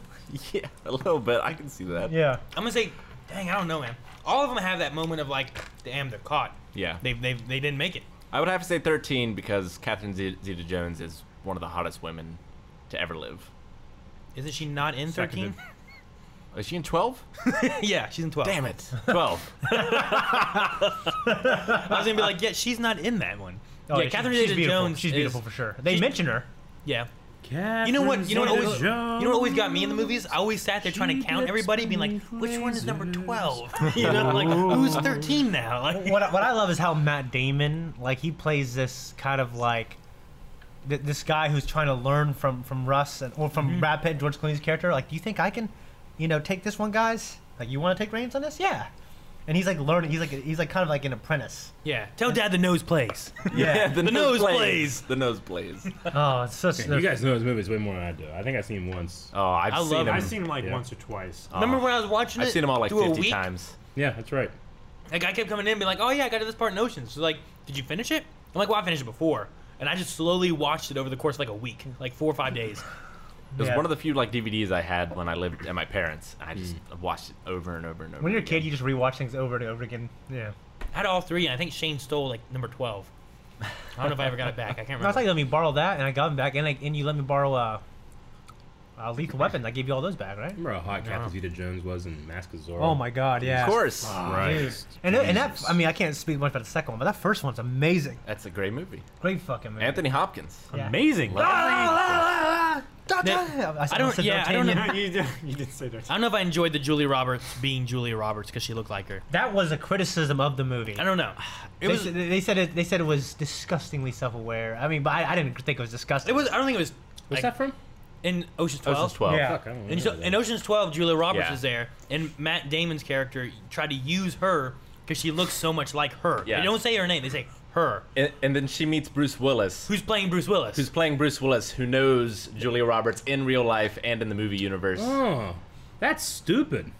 S1: yeah, a little bit. I can see that.
S2: Yeah.
S4: I'm gonna say, dang, I don't know, man. All of them have that moment of like, damn, they're caught.
S1: Yeah.
S4: They they they didn't make it.
S1: I would have to say 13 because Catherine Zeta Jones is one of the hottest women to ever live.
S4: Isn't she not in 13?
S1: Is she in 12?
S4: yeah, she's in 12.
S1: Damn it. 12.
S4: I was gonna be like, yeah, she's not in that one.
S2: Oh,
S4: Yeah,
S2: she-
S4: Catherine
S2: she's beautiful.
S4: Zeta-Jones
S2: She's
S4: is-
S2: beautiful for sure. They
S4: she's-
S2: mention her.
S4: Yeah.
S3: Catherine
S4: You know what- you know what always-
S3: Zeta-Jones.
S4: You know what always got me in the movies? I always sat there trying to count everybody, being like, which one is number 12? You know, like, who's 13 now? Like,
S2: what I- what I love is how Matt Damon like he plays this kind of like th- this guy who's trying to learn from from Russ and or from Brad Pitt and George Clooney's character. Like, do you think I can, you know, take this one, guys? Like, you want to take reins on this? Yeah. And he's like learning. He's like he's like kind of like an apprentice.
S4: yeah. Tell dad the nose plays.
S1: Yeah, the,
S4: nose plays.
S1: The nose plays.
S2: Oh, it's such.
S3: You guys know his movies way more than I do. I think I've seen him once.
S1: Oh, I've
S4: I
S1: seen
S4: love-
S1: them.
S6: I've seen him like
S3: Yeah.
S6: once or twice.
S4: Remember when I was watching it?
S1: I've seen them all like
S4: through a
S1: 50
S4: week?
S1: times.
S3: Yeah, that's right.
S4: Like I kept coming in and being like, oh yeah, I got to this part in Oceans. So like, did you finish it? I'm like, well, I finished it before. And I just slowly watched it over the course of like a week, like four or five days.
S1: It was
S2: Yeah. Hmm.
S1: one of the few like DVDs I had when I lived at my parents. And I just watched it over and over and over.
S2: when you're a
S1: again.
S2: kid, you just rewatch things over and over again. Yeah.
S4: I had all three, and I think Shane stole like number 12. I don't know if I ever got it back. I can't
S2: I was
S4: remember.
S2: like, let me borrow that, and I got them back, and like, and you let me borrow uh, a lethal weapon. I gave you all those back, right?
S3: Remember how hot Catherine Zeta-Jones was in Mask of Zorro?
S2: Oh my God! Yeah.
S1: Of course.
S2: Ah.
S3: Christ.
S2: And, that- and that,
S3: Jesus.
S2: I mean, I can't speak much about the second one, but that first one's amazing.
S1: That's a great movie.
S2: Great fucking movie.
S1: Anthony Hopkins.
S2: Yeah.
S6: Amazing.
S2: I,
S4: I don't-
S2: said
S4: yeah, I don't
S2: D'Artagnan.
S4: know.
S6: you, did- you did say that.
S4: I don't know if I enjoyed the Julia Roberts being Julia Roberts because she looked like her.
S2: That was a criticism of the movie.
S4: I don't know. It
S2: they,
S4: was.
S2: said, they said it. They said it was disgustingly self-aware. I mean, but I, I didn't think it was disgusting.
S4: It was. I don't think it was.
S3: What's
S4: like,
S3: that from?
S4: in Ocean's Twelve.
S1: Ocean's 12.
S2: Yeah.
S3: Fuck, I don't
S4: In, so,
S3: remember
S4: in
S3: that.
S4: Ocean's Twelve, Julia Roberts
S1: Yeah.
S4: is there, and Matt Damon's character tried to use her because she looks so much like her.
S1: Yeah.
S4: They don't say her name; they say her.
S1: And, and then she meets Bruce Willis,
S4: Who's playing Bruce Willis?
S1: who's playing Bruce Willis, who knows Julia Roberts in real life and in the movie universe.
S2: Mm.
S3: Oh, that's stupid.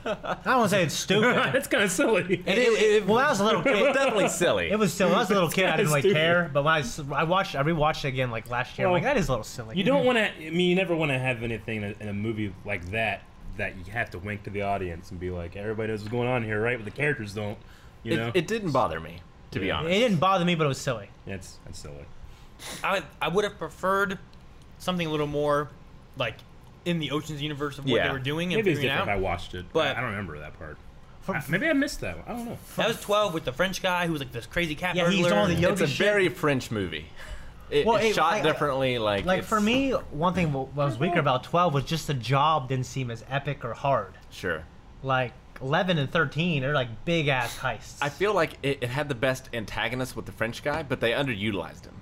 S2: I don't want to say it's stupid.
S3: that's kind of silly.
S2: It- it- it- when I was a little kid,
S1: Definitely silly.
S2: it was still. When I was a little kid, I didn't really
S3: Stupid.
S2: care. But when I, s- I watched, I rewatched it again like last year. I'm
S3: Well,
S2: like that is a little silly.
S3: You don't want to. I mean, you never want to have anything in a, in a movie like that that you have to wink to the audience and be like, "Everybody knows what's going on here, right?" But the characters don't. You know,
S1: it, it didn't bother me, to be
S3: Yeah.
S1: honest.
S2: It didn't bother me, but it was silly.
S3: that's that's silly.
S4: I I would have preferred something a little more like in the Ocean's universe of what
S1: Yeah.
S4: they were doing and
S3: Maybe it's
S4: figuring
S3: different
S4: out.
S3: if I watched it,
S4: But-
S3: but I don't remember that part. I- maybe I missed that one. I don't know.
S4: That was twelve with the French guy who was like this crazy cat
S2: Yeah, he's
S4: burglar.
S2: doing the yoga
S1: it's a
S2: shit.
S1: very French movie. It,
S2: Well,
S1: it's
S2: it-
S1: shot
S2: I- I-
S1: differently. Like,
S2: Like
S1: it's-
S2: for me, one thing what was weaker about 12 was just the job didn't seem as epic or hard.
S1: sure.
S2: Like 11 and 13 are like big ass heists.
S1: I feel like it, it had the best antagonist with the French guy, but they underutilized him,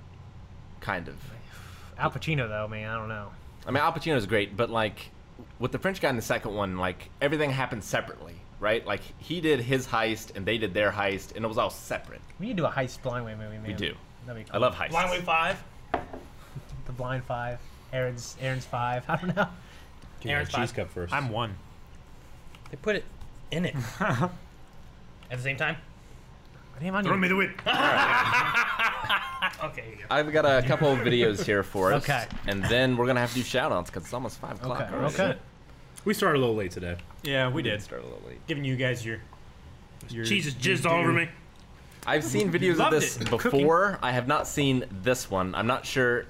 S1: kind of.
S2: Al Pacino though, man, I don't know.
S1: I mean, Al Pacino's great, but like with the French guy in the second one, like everything happened separately, right? Like he did his heist and they did their heist, and it was all separate.
S2: We need to do a heist blindway movie, man. We
S1: do.
S2: That'd be
S1: I
S2: cool.
S1: love heists.
S4: Blind Way Five.
S2: the Blind Five, Aaron's Aaron's Five. I don't know.
S3: Give me a
S4: Aaron's
S3: cheese
S4: fine.
S3: cup first.
S6: I'm one.
S4: They put it in it at the same time.
S2: Damn, I need.
S3: the whip.
S4: Okay, here you go.
S1: I've got a couple of videos here for us,
S2: Okay.
S1: and then we're gonna have to do shout outs because it's almost five o'clock.
S2: Okay,
S1: already.
S2: okay.
S3: We started a little late today.
S6: Yeah, we did.
S1: Start a little late.
S6: Giving you guys your. your
S3: Jesus jizzed all over me.
S1: I've seen videos of
S4: Loved
S1: this
S4: it. Cooking.
S1: before. I have not seen this one. I'm not sure.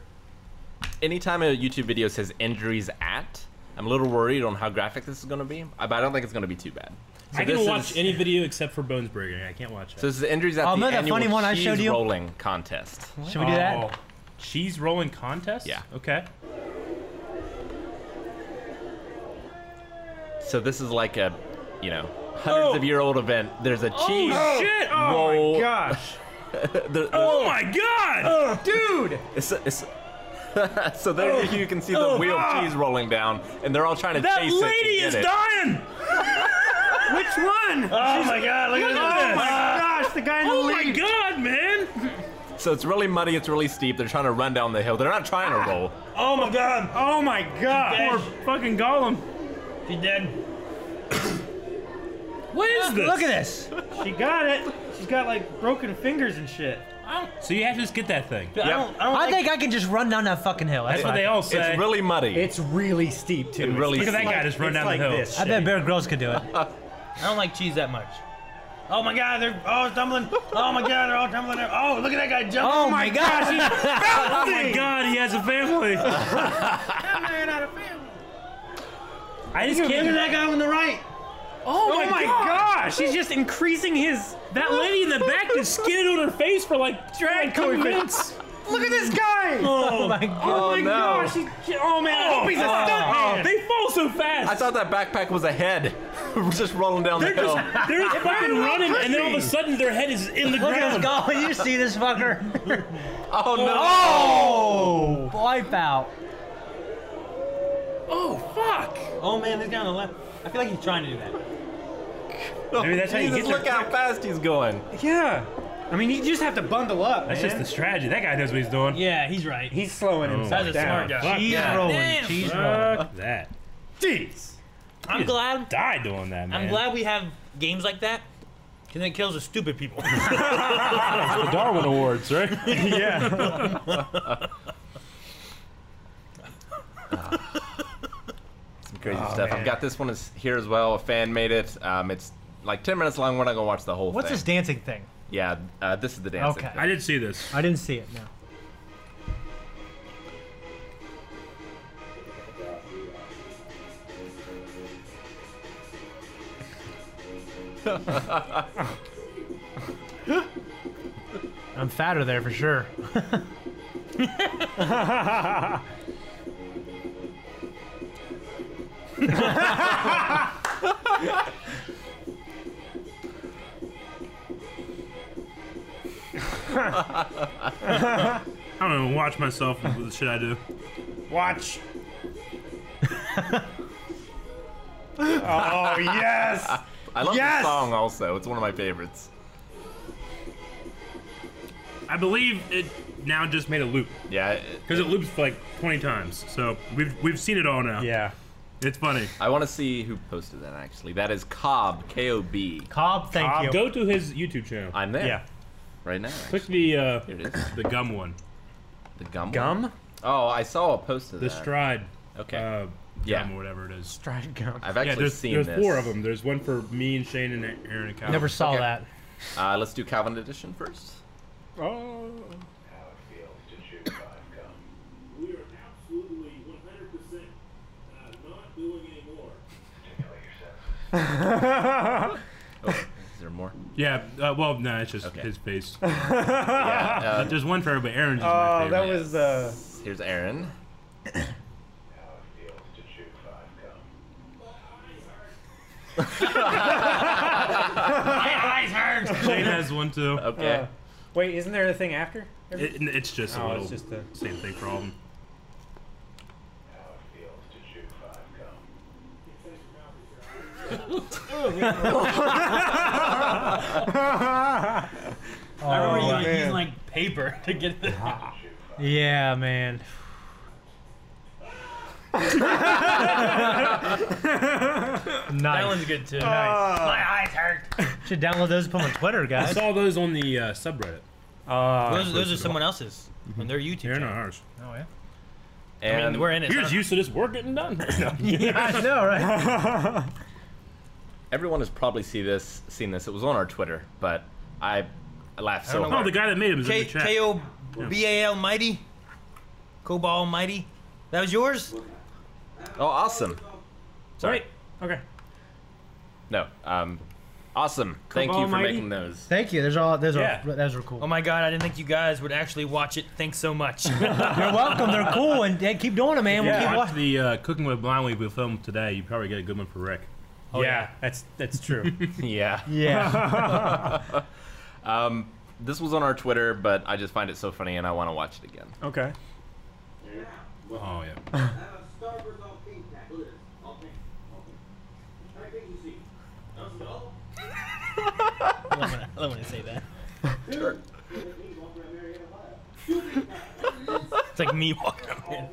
S1: Anytime a YouTube video says injuries at, I'm a little worried on how graphic this is going to be, I- but I don't think it's going to be too bad. So
S3: I can
S1: this
S3: watch
S1: is-
S3: any video except for Bones Burger. I can't watch that.
S1: So this is injuries at
S2: Oh,
S1: the
S2: remember that
S1: annual
S2: funny one I
S1: cheese
S2: showed you?
S1: rolling contest.
S2: Should we do that?
S3: Oh, cheese rolling contest?
S1: Yeah.
S3: Okay.
S1: So this is like a, you know, hundreds of year old event. There's a cheese
S3: Oh, shit! Oh,
S1: roll.
S6: My gosh.
S1: there-
S3: Oh my god! dude!
S1: it's- it's- so there you can see the wheel of cheese rolling down, and they're all trying to
S3: Oh. Ah. That
S1: chase it. to
S3: lady
S1: get
S3: is
S1: it.
S3: dying! Which one? Oh my god, look, at
S6: gosh,
S3: this!
S6: the guy in
S3: oh my god, man!
S1: So it's really muddy, it's really steep. They're trying to run down the hill. They're not trying
S7: Ah,
S1: to roll.
S3: Oh my god! Oh my god! Poor fucking Gollum.
S6: She dead.
S3: What is this?
S2: Look at this.
S6: She got it. She's got like broken fingers and shit.
S3: So you have to just get that thing. That's
S1: Yep.
S4: Oh.
S2: I think I can just run down that fucking hill. That's
S3: what they
S2: fine.
S3: all say.
S1: It's really muddy.
S7: It's really steep too.
S1: It really
S3: Look at that guy just run down the hill.
S2: I bet Bear Grylls could do it.
S4: I don't like cheese that much. Oh my god, they're all tumbling. Oh my god, they're all tumbling. Oh, look at that guy jumping.
S2: Oh my gosh!
S3: oh my god, he has a family. I just can't.
S4: that guy on the right.
S3: Oh,
S7: Oh my gosh! He's just increasing his.
S3: That lady in the back just skinned on her face for like
S7: Drag
S3: drag
S7: queen.
S3: minutes.
S7: Look at this guy!
S2: Oh my god.
S7: Oh my
S1: no.
S7: gosh! He, oh man! I hope he's a stuntman.
S3: They fall so fast.
S1: I thought that backpack was a head just rolling down
S3: they're
S1: the hill.
S3: just they're just fucking running, and then all of a sudden their head is in the
S2: Look at this
S3: ground.
S2: guy. You see this fucker?
S1: Oh no!
S2: Wipeout.
S3: Oh fuck!
S8: Oh man, this guy on the left. I feel like he's trying to do that.
S7: Oh!
S3: Maybe that's how you
S1: Jesus,
S3: get there
S1: look how fast he's going.
S7: Yeah. I mean, you just have to bundle up.
S3: That's
S7: man.
S3: just the strategy. That guy knows what he's doing.
S8: Yeah, he's right.
S7: He's
S3: Oh.
S7: slowing himself
S4: That's a
S7: down.
S4: smart guy.
S3: Fuck
S2: Cheese
S3: that.
S2: rolling.
S4: Damn.
S2: Cheese rolling.
S3: Fuck that. Jeez.
S4: I'm
S3: Yes.
S4: glad.
S3: Die doing that, man.
S4: I'm glad we have games like that. Cause then it kills the stupid people.
S3: Oh, the Darwin Awards, right?
S7: yeah.
S1: Some crazy stuff. I've got this one is here as well. A fan made it. Um, it's like 10 minutes long. We're not gonna watch the whole
S2: What's
S1: thing.
S2: this dancing thing?
S1: Yeah, uh, this is the dance.
S2: Okay.
S3: I did see this.
S2: I didn't see it. No. I'm fatter there for sure.
S3: I don't even watch myself with the shit I do.
S7: Watch. oh yes!
S1: I love
S7: Yes!
S1: this song also. It's one of my favorites.
S3: I believe it now just made a loop
S1: Yeah, it-
S3: because it loops like 20 times. So we've we've seen it all now.
S7: Yeah.
S3: It's funny.
S1: I want to see who posted that actually. That is Cobb, K O B.
S2: Cobb, thank you.
S3: Go to his YouTube channel.
S1: I'm there
S7: Yeah.
S1: right now.
S3: Click the uh,
S1: Here it is.
S3: the gum one.
S1: The gum.
S7: Gum?
S1: Oh, I saw a post of
S3: The
S1: that.
S3: stride.
S1: Okay.
S3: Uh,
S1: Yeah.
S3: Gum or whatever it is.
S7: Dried gum.
S1: I've actually
S3: yeah, there's,
S1: seen
S3: there's
S1: this.
S3: four of them. There's one for me and Shane and Aaron and Kyle.
S2: Never saw
S1: Okay.
S2: that.
S1: Uh, let's do Calvin edition first.
S7: Oh.
S9: We are absolutely 100% uh, not doing anymore.
S1: Oh, is there more?
S3: Yeah. Uh, well, no, it's just
S1: Okay.
S3: his face.
S1: Yeah.
S3: There's one for everybody. Aaron's is my
S7: Oh,
S3: favorite.
S7: that was uh.
S1: Uh, here's Aaron.
S3: Shane has one too.
S1: Okay.
S7: Uh, Wait, isn't there a thing after?
S3: It, it's just a
S7: Oh,
S3: little
S7: it's just a.
S3: same thing for all of them.
S8: I remember he was
S7: man.
S8: using like paper to get the.
S2: Yeah, man.
S4: that
S2: nice.
S4: one's good
S3: Oh,
S4: too.
S8: My eyes hurt.
S2: Should download those and put 'em on Twitter,
S3: I
S2: guys.
S3: saw those on the uh, subreddit.
S7: Uh,
S4: those, those are someone else's on their YouTube.
S3: They're not
S4: channel.
S3: ours.
S2: Oh,
S1: And
S4: I mean, we're in it.
S3: Here's
S4: so-
S3: used to this work getting done.
S2: I know, right?
S1: everyone has probably see this, seen this. It was on our Twitter, but I laughed so
S3: oh,
S1: hard.
S3: the guy that made him is in
S4: K
S3: the chat.
S4: K O B A L Mighty, Cobal Mighty. That was yours.
S1: oh, awesome!
S7: Sorry. Okay.
S1: No, um, awesome. Thank you for
S7: Almighty.
S1: making those.
S2: Thank you. There's all. Those
S7: Yeah.
S2: are. Those are cool.
S4: Oh my God! I didn't think you guys would actually watch it. Thanks so much.
S2: You're welcome. They're cool, and hey, keep doing it, man.
S7: Yeah.
S2: We'll keep
S3: Watch
S2: watching.
S3: the uh, Cooking with Blind Week we filmed today. You probably get a good one for Rick.
S7: yeah, that's that's true.
S1: yeah.
S2: Yeah.
S1: This was on our Twitter, but I just find it so funny, and I want to watch it again.
S7: okay.
S3: Oh yeah.
S9: Starburst on feedback. Look at this. All pink. All pink. How many things you see? Does it all?
S4: I don't want to say that. It's like me walking up here.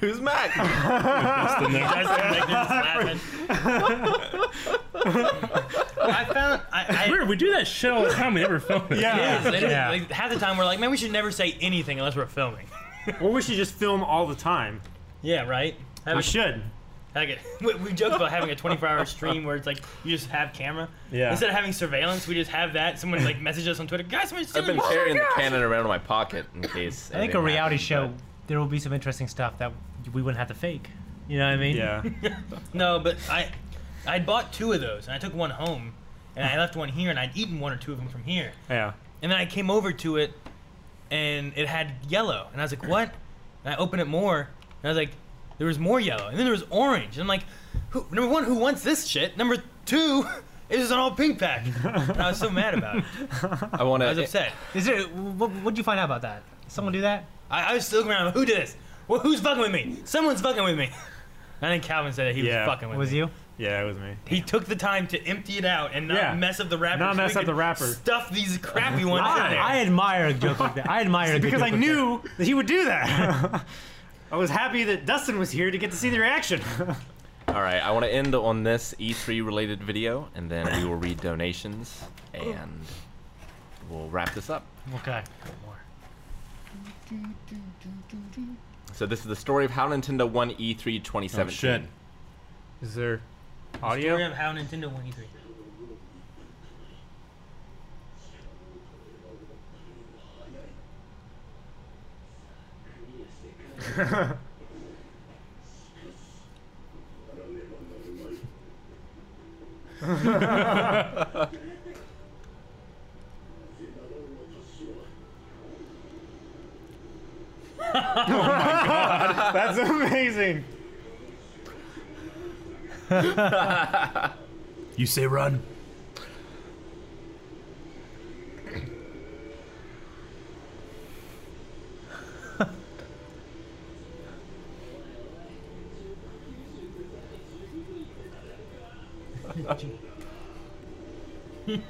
S1: Who's Mac?
S4: I found I, I
S3: Weird. We do that shit all the time. We never film it.
S7: Yeah.
S4: Like, like, half the time we're like, man, we should never say anything unless we're filming.
S7: Or we should just film all the time.
S4: Yeah, right. Have
S7: We
S4: a-
S7: should.
S4: like a- we, we joke about having a 24-hour stream where it's like you just have camera.
S7: Yeah.
S4: Instead of having surveillance, we just have that. Someone like messages us on Twitter, guys, someone's
S1: I've
S4: stealing
S1: been carrying the cannon around in my pocket in case.
S2: I think a reality show there will be some interesting stuff that we wouldn't have to fake. You know what I mean?
S6: Yeah.
S4: No, but I I bought two of those and I took one home and I left one here and I'd eaten one or two of them from here.
S6: Yeah.
S4: And then I came over to it and it had yellow and I was like, "What?" And I opened it more and I was like, "There was more yellow." And then there was orange. And I'm like, who, "Number 1, who wants this shit? Number 2, it was an all pink pack." And I was so mad about it.
S1: I want
S4: I was
S1: to.
S4: upset.
S2: Is it? What would you find out about that? Someone do that?
S4: I, I was still looking around. Who did this? Well, who's fucking with me? Someone's fucking with me. I think Calvin said that he
S6: Yeah.
S4: was fucking with
S2: was
S4: me.
S2: you?
S6: Yeah, it was me.
S4: He took the time to empty it out and not
S6: Yeah.
S4: mess up the wrapper.
S6: Not
S4: so we
S6: mess up
S4: could
S6: the wrapper.
S4: Stuff these crappy ones in there.
S2: I, I admire a joke like that. I admire a good
S7: because
S2: joke
S7: I
S2: like
S7: knew that he would do that. I was happy that Dustin was here to get to see the reaction.
S1: All right, I want to end on this E3 related video, and then we will read donations, and we'll wrap this up.
S2: Okay.
S1: So this is the story of how Nintendo won E E3 2017.
S3: Oh,
S6: Is there
S4: Story
S6: audio?
S4: of how Nintendo won E3.
S7: That's amazing.
S3: You say run.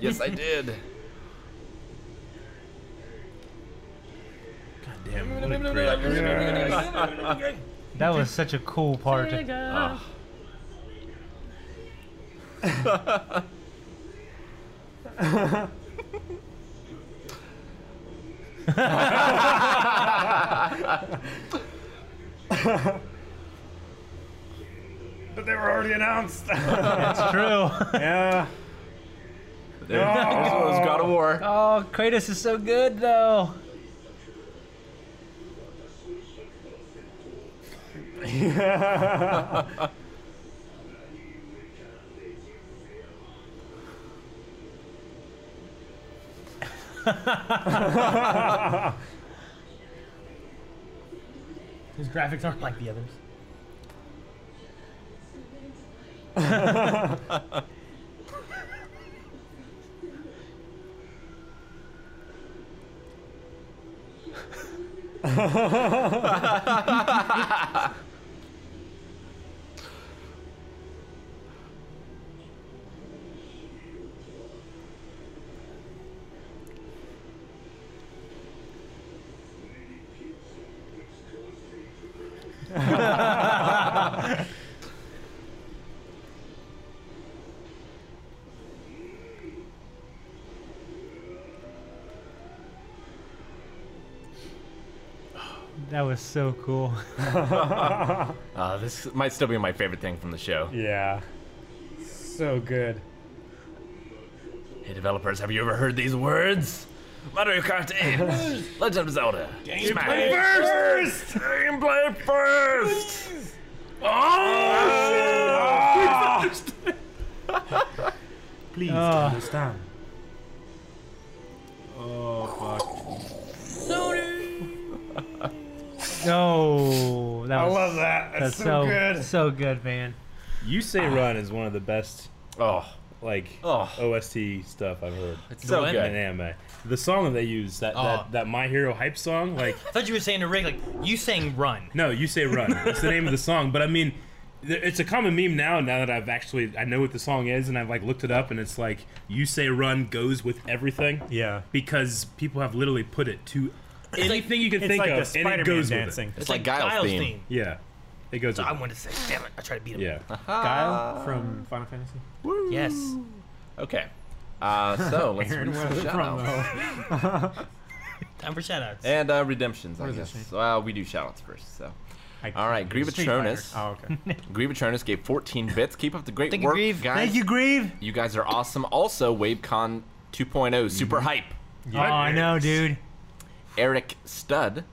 S1: Yes, I did.
S2: That was such a cool part.
S6: But they were already announced.
S2: That's true.
S6: yeah.
S1: There, This one was God of War.
S2: Oh, Kratos is so good though.
S4: His graphics aren't like the others.
S2: That was so cool.
S1: Uh, this might still be my favorite thing from the show.
S6: Yeah. So good.
S1: Hey, developers, have you ever heard these words? Mario Kart 8, Legend of Zelda, Game Smash. Play first! Game play first! Oh,
S3: Please understand.
S2: No, that
S6: I
S2: was
S6: love that. That's,
S2: that's
S6: so,
S2: so
S6: good.
S2: so good, man.
S3: You say run is one of the best
S1: Oh,
S3: like
S1: Oh.
S3: OST stuff I've heard
S1: it's so
S4: what?
S1: good.
S3: in anime. The song that they use that,
S4: Oh.
S3: that that My Hero hype song like
S4: I thought you were saying to Rick, like, you saying run.
S3: No, you say run. That's the name of the song. But I mean, th- it's a common meme now. Now that I've actually I know what the song is and I've like looked it up, and it's like you say run goes with everything
S6: Yeah.
S3: because people have literally put it to anything you can
S6: It's
S3: think
S6: like
S3: of,
S6: the
S3: and it
S6: Spider-Man
S3: goes
S6: dancing.
S1: It's like Guile's theme.
S3: with it. Yeah, it goes.
S4: I
S3: With
S4: wanted to say, damn it, I tried to beat
S3: it.
S4: him.
S3: Yeah,
S6: Guile
S1: Uh,
S6: from Final Fantasy.
S4: Yes.
S1: Okay. Uh, so let's read some shoutouts.
S4: Time for shoutouts.
S1: And uh, redemptions, I
S6: does it
S1: guess. Well, we do shoutouts first, so.
S6: I
S1: All right, Grieve
S6: Street Fighter.
S1: Patronus.
S6: Oh, okay.
S1: Grievitronus gave 14 bits. Keep up the great
S4: Thank you,
S1: work,
S4: Grieve.
S1: guys.
S2: Thank you, Grieve.
S1: You guys are awesome. Also, WaveCon 2.0, super hype.
S2: Oh, I know, dude.
S1: Eric Stud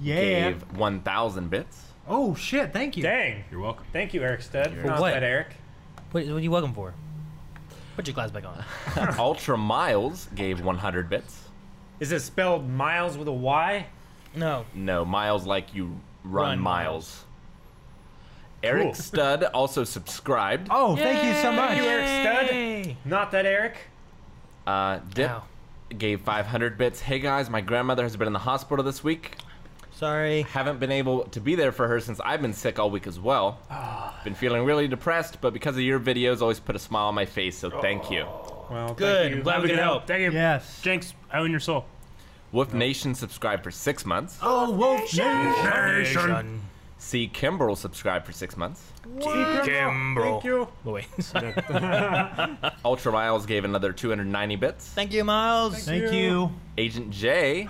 S2: Yeah.
S1: gave 1,000 bits.
S2: Oh shit! Thank you.
S7: Dang.
S3: You're welcome.
S7: Thank you, Eric Stead.
S1: For
S7: Not
S2: what?
S7: bad, Eric.
S4: What, what are you welcome for? Put your glasses back on.
S1: Ultra Miles gave 100 bits.
S7: Is it spelled Miles with a Y?
S4: No.
S1: No, miles like you run,
S4: Run
S1: miles. Eric
S7: Cool.
S1: Stud also subscribed.
S2: Oh, thank you so much.
S7: Thank you, Eric Stead.
S4: Hey.
S7: Not that Eric.
S1: Uh, Dip
S4: Ow.
S1: gave 500 bits. Hey guys, my grandmother has been in the hospital this week.
S4: Sorry.
S1: Haven't been able to be there for her since I've been sick all week as well. Been feeling really depressed, but because of your videos, always put a smile on my face, so thank you.
S3: Oh,
S7: Well,
S4: Good.
S7: Thank you.
S4: I'm glad we could help.
S3: Thank you.
S2: Yes.
S3: Jinx, I own your soul.
S1: Wolf Nation subscribed for six months.
S2: Oh, Wolf Nation.
S1: C. Kimbrel subscribed for six months.
S7: Thank you.
S4: Oh, wait. Sorry.
S1: Ultra Miles gave another 290 bits.
S4: Thank you, Miles.
S2: Thank you.
S1: Agent J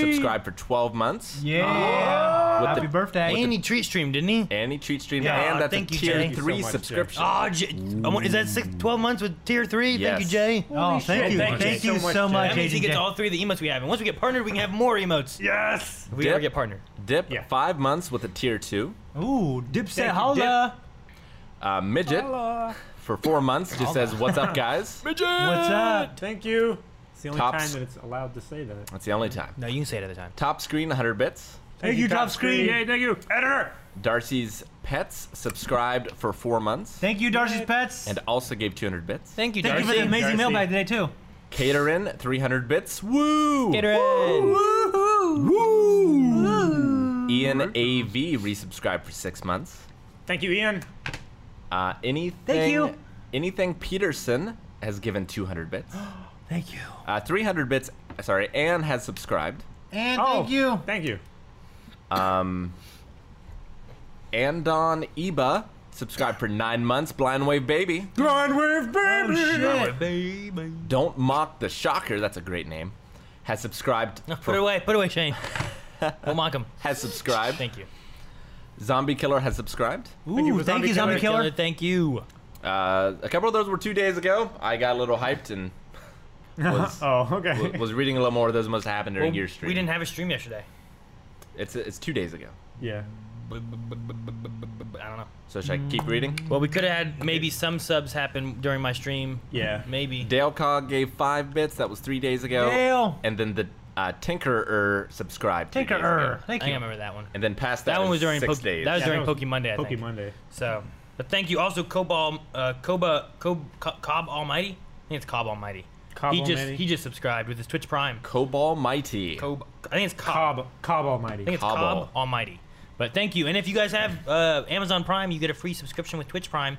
S1: subscribed for 12 months.
S2: Yeah.
S1: With
S2: Happy
S1: the
S2: birthday.
S4: And he treat streamed, didn't he?
S1: And he treats stream
S4: Yeah,
S1: and that's a
S4: thank you,
S1: tier
S4: Jay. Thank you so
S1: three
S7: much, Jay.
S1: subscription.
S4: Oh, J- I want- is that six, 12 months with tier three? Thank you,
S1: Yes.
S4: Jay.
S2: Oh, thank you.
S7: Thank you
S2: Thank
S7: so
S2: you
S7: much,
S2: so
S7: Jay.
S2: much.
S4: That means he
S2: Agent
S4: gets
S2: J.
S4: all three of the emotes we have. And once we get partnered, we can have more emotes.
S7: Yes.
S4: If we ever
S1: Dip.
S4: get partnered.
S1: Dip
S7: Yeah.
S1: five months with a tier two.
S2: Ooh, Dipset
S7: Thank you,
S2: holla.
S1: Uh, midget for four months just says what's up guys.
S2: What's up?
S7: Thank you. It's the only
S1: Tops.
S7: time that it's allowed to say that.
S1: That's the only time.
S4: No, you can say it at the time.
S1: Top screen 100 bits.
S2: Thank you, Top Screen.
S7: Yay, thank you. Editor.
S1: Darcy's pets subscribed for four months
S2: Thank you, Darcy's Pets.
S1: and also gave 200 bits.
S4: Thank you,
S2: Thank
S4: Darcy.
S2: you for the amazing
S7: Darcy.
S2: mailbag today too.
S1: Caterin 300 bits. Woo!
S4: Gatorade.
S1: Ian AV resubscribed for six months.
S7: Thank you, Ian.
S1: Uh, anything.
S2: you.
S1: Anything Peterson has given 200 bits.
S2: Thank you.
S1: Uh, 300 bits. Sorry, Anne has subscribed.
S2: And
S7: Oh.
S2: thank you.
S7: Thank you.
S1: Andon Iba subscribed for nine months. Blind Wave Baby.
S2: Oh shit.
S1: Don't mock the shocker. That's a great name. Has subscribed.
S4: Put it away. Put it away, Shane. we'll mock him.
S1: Has subscribed.
S4: Thank you.
S1: Zombie Killer has subscribed.
S2: Ooh, thank you, Zombie Killer.
S4: Thank you.
S1: Uh, a couple of those were two days ago. I got a little hyped and was,
S7: Oh, okay.
S1: wa- was reading a little more. Those must have happened during your stream.
S4: We didn't have a stream yesterday.
S1: It's it's two days ago.
S7: yeah.
S4: I don't know.
S1: So should
S4: Mm.
S1: I keep reading?
S4: Well, we could have had maybe some subs happen during my stream.
S7: Yeah.
S4: Maybe.
S1: Dale Cog gave five bits. That was three days
S2: Oh.
S1: ago.
S2: Dale.
S1: And then the uh, Tinkerer subscribed. three days ago.
S2: Tinkerer.
S4: I
S2: er. Thank
S4: think I
S2: you.
S4: remember that one.
S1: And then past that,
S4: That one was
S1: is
S4: during
S1: six
S4: Poke-
S1: days.
S4: that was
S7: Yeah,
S4: during
S7: that was
S4: Poke Monday. I
S7: Pokey
S4: think.
S7: Monday.
S4: So, but thank you. Also, Cobal, uh, Coba, Cob, Co- Cobb Almighty. I think it's Cobb Almighty.
S7: Cobb
S4: he just
S7: Almighty?
S4: he just subscribed with his Twitch Prime.
S1: Cobalt Mighty.
S4: Cob. I think it's Cobb.
S7: Cobb. Cobb Almighty.
S4: I think it's
S1: Cobb.
S4: Cobb, Almighty. But thank you. And if you guys have uh, Amazon Prime, you get a free subscription with Twitch Prime.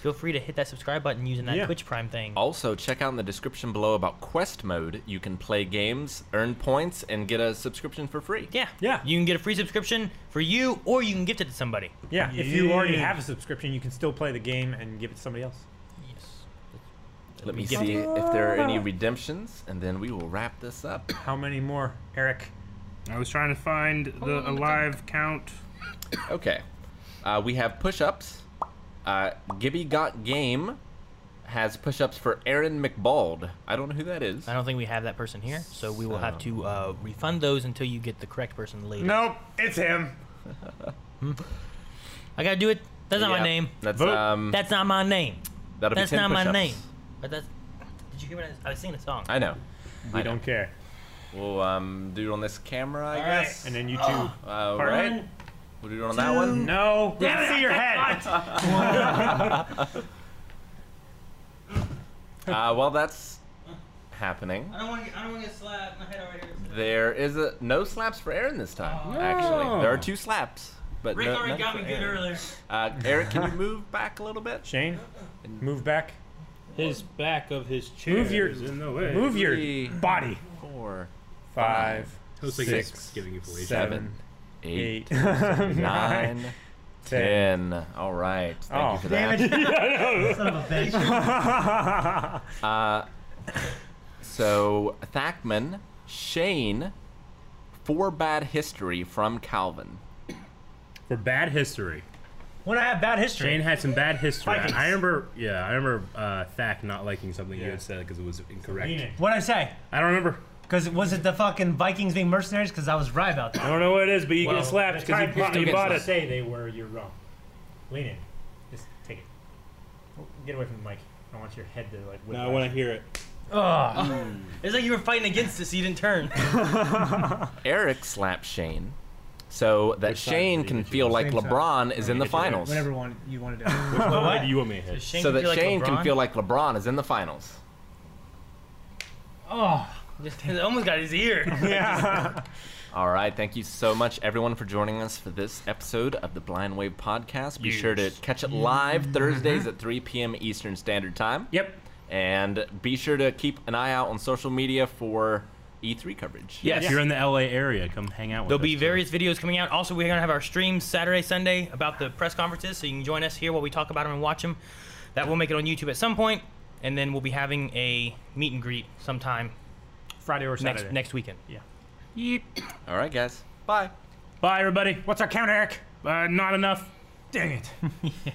S4: Feel free to hit that subscribe button using that
S7: Yeah.
S4: Twitch Prime thing.
S1: Also, check out in the description below about quest mode. You can play games, earn points, and get a subscription for free.
S4: Yeah.
S7: Yeah.
S4: You can get a free subscription for you, or you can gift it to somebody.
S7: Yeah, if you already
S2: Yeah.
S7: have a subscription, you can still play the game and give it to somebody else.
S1: Let me
S4: Give-
S1: see if there are any redemptions, and then we will wrap this up.
S7: How many more, Eric?
S3: I was trying to find
S6: Oh,
S3: the alive count.
S1: Okay. Uh, we have push ups. Uh, Gibby Got Game has push ups for Aaron McBald. I don't know who that is.
S4: I don't think we have that person here, so we will have to uh, refund those until you get the correct person later.
S7: Nope, it's him.
S4: I gotta do it. That's not
S1: Yeah,
S4: my name.
S1: That's,
S7: Vote.
S1: um,
S4: That's not my name.
S1: that'll
S4: That's
S1: be 10
S4: not my
S1: push-ups.
S4: name. But that's. Did you hear what I, I was singing a song?
S1: I know.
S7: We
S1: I know.
S7: don't care.
S1: We'll um, do it on this camera, I
S4: right.
S1: guess.
S7: And then you two.
S1: All
S7: Part
S1: right.
S7: one.
S1: We'll do it on that one.
S7: No, we can see your head.
S1: Uh, while that's happening,
S4: don't want to. I don't want to get slapped. My head already hurts.
S1: there is a no slaps for Aaron this time. Actually, there are two slaps, but no, none for Aaron.
S4: earlier.
S1: Uh, Eric, can you move back a little bit?
S7: Shane, move back.
S6: His back of his chair.
S7: Move your,
S3: Is in the way.
S7: move
S1: Three.
S7: your body.
S1: Four,
S7: Five,
S3: Looks like
S1: Six,
S3: it's giving you palatial.
S1: seven,
S7: Seven,
S1: eight,
S7: eight,
S1: nine,
S7: ten.
S1: ten. All right. Thank
S7: Oh.
S1: you for
S2: Damn
S1: that.
S2: it. Son of a bitch.
S1: So Thackman, Shane, for bad history from Calvin.
S3: For bad history.
S2: When I have bad history.
S3: Shane had some bad history. I, I remember, yeah, I remember uh, Thack not liking something you had said because it was incorrect.
S2: What'd I say?
S3: I don't remember.
S2: Because was it the fucking Vikings being mercenaries? Because I was right about that.
S3: I don't know what it is, but you
S7: Well,
S3: get slapped
S7: the
S3: because
S7: time
S3: you,
S7: brought-
S3: bought- you
S4: get
S3: bought
S7: to
S3: it.
S7: say they were, you're wrong. Lean in. Just take it. Get away from the mic. I want your head to like.
S3: No, I want to hear it.
S2: Ugh.
S4: It's like you were fighting against this. You didn't turn.
S1: Eric slaps Shane, so that
S3: Which side
S1: Shane
S3: did he
S1: can
S3: hit you
S1: feel
S3: on?
S1: like
S2: Same side.
S1: LeBron is in the finals,
S2: Whatever one you want to do.
S3: Why
S2: what?
S3: do you want me to hit?
S4: Shane
S1: so
S4: could
S1: that
S4: feel like
S1: Shane
S4: LeBron.
S1: can feel like LeBron is in the finals.
S2: Oh,
S4: Just, it almost got his ear.
S1: All right, thank you so much, everyone, for joining us for this episode of the Blind Wave Podcast. Be sure to catch it live Thursdays at 3 p.m. Eastern Standard Time.
S3: Yep.
S1: And be sure to keep an eye out on social media for E3 coverage.
S3: Yes. If you're in the LA area, come hang out with
S4: There'll
S3: us.
S4: be various videos coming out. Also, we're gonna have our streams Saturday, Sunday about the press conferences, so you can join us here while we talk about them and watch them. That will make it on YouTube at some point, and then we'll be having a meet and greet sometime
S7: Friday or Saturday.
S4: next next weekend.
S1: All right, guys. Bye.
S3: Bye, everybody.
S7: What's our count, Eric?
S3: Uh, not enough.
S7: Dang it.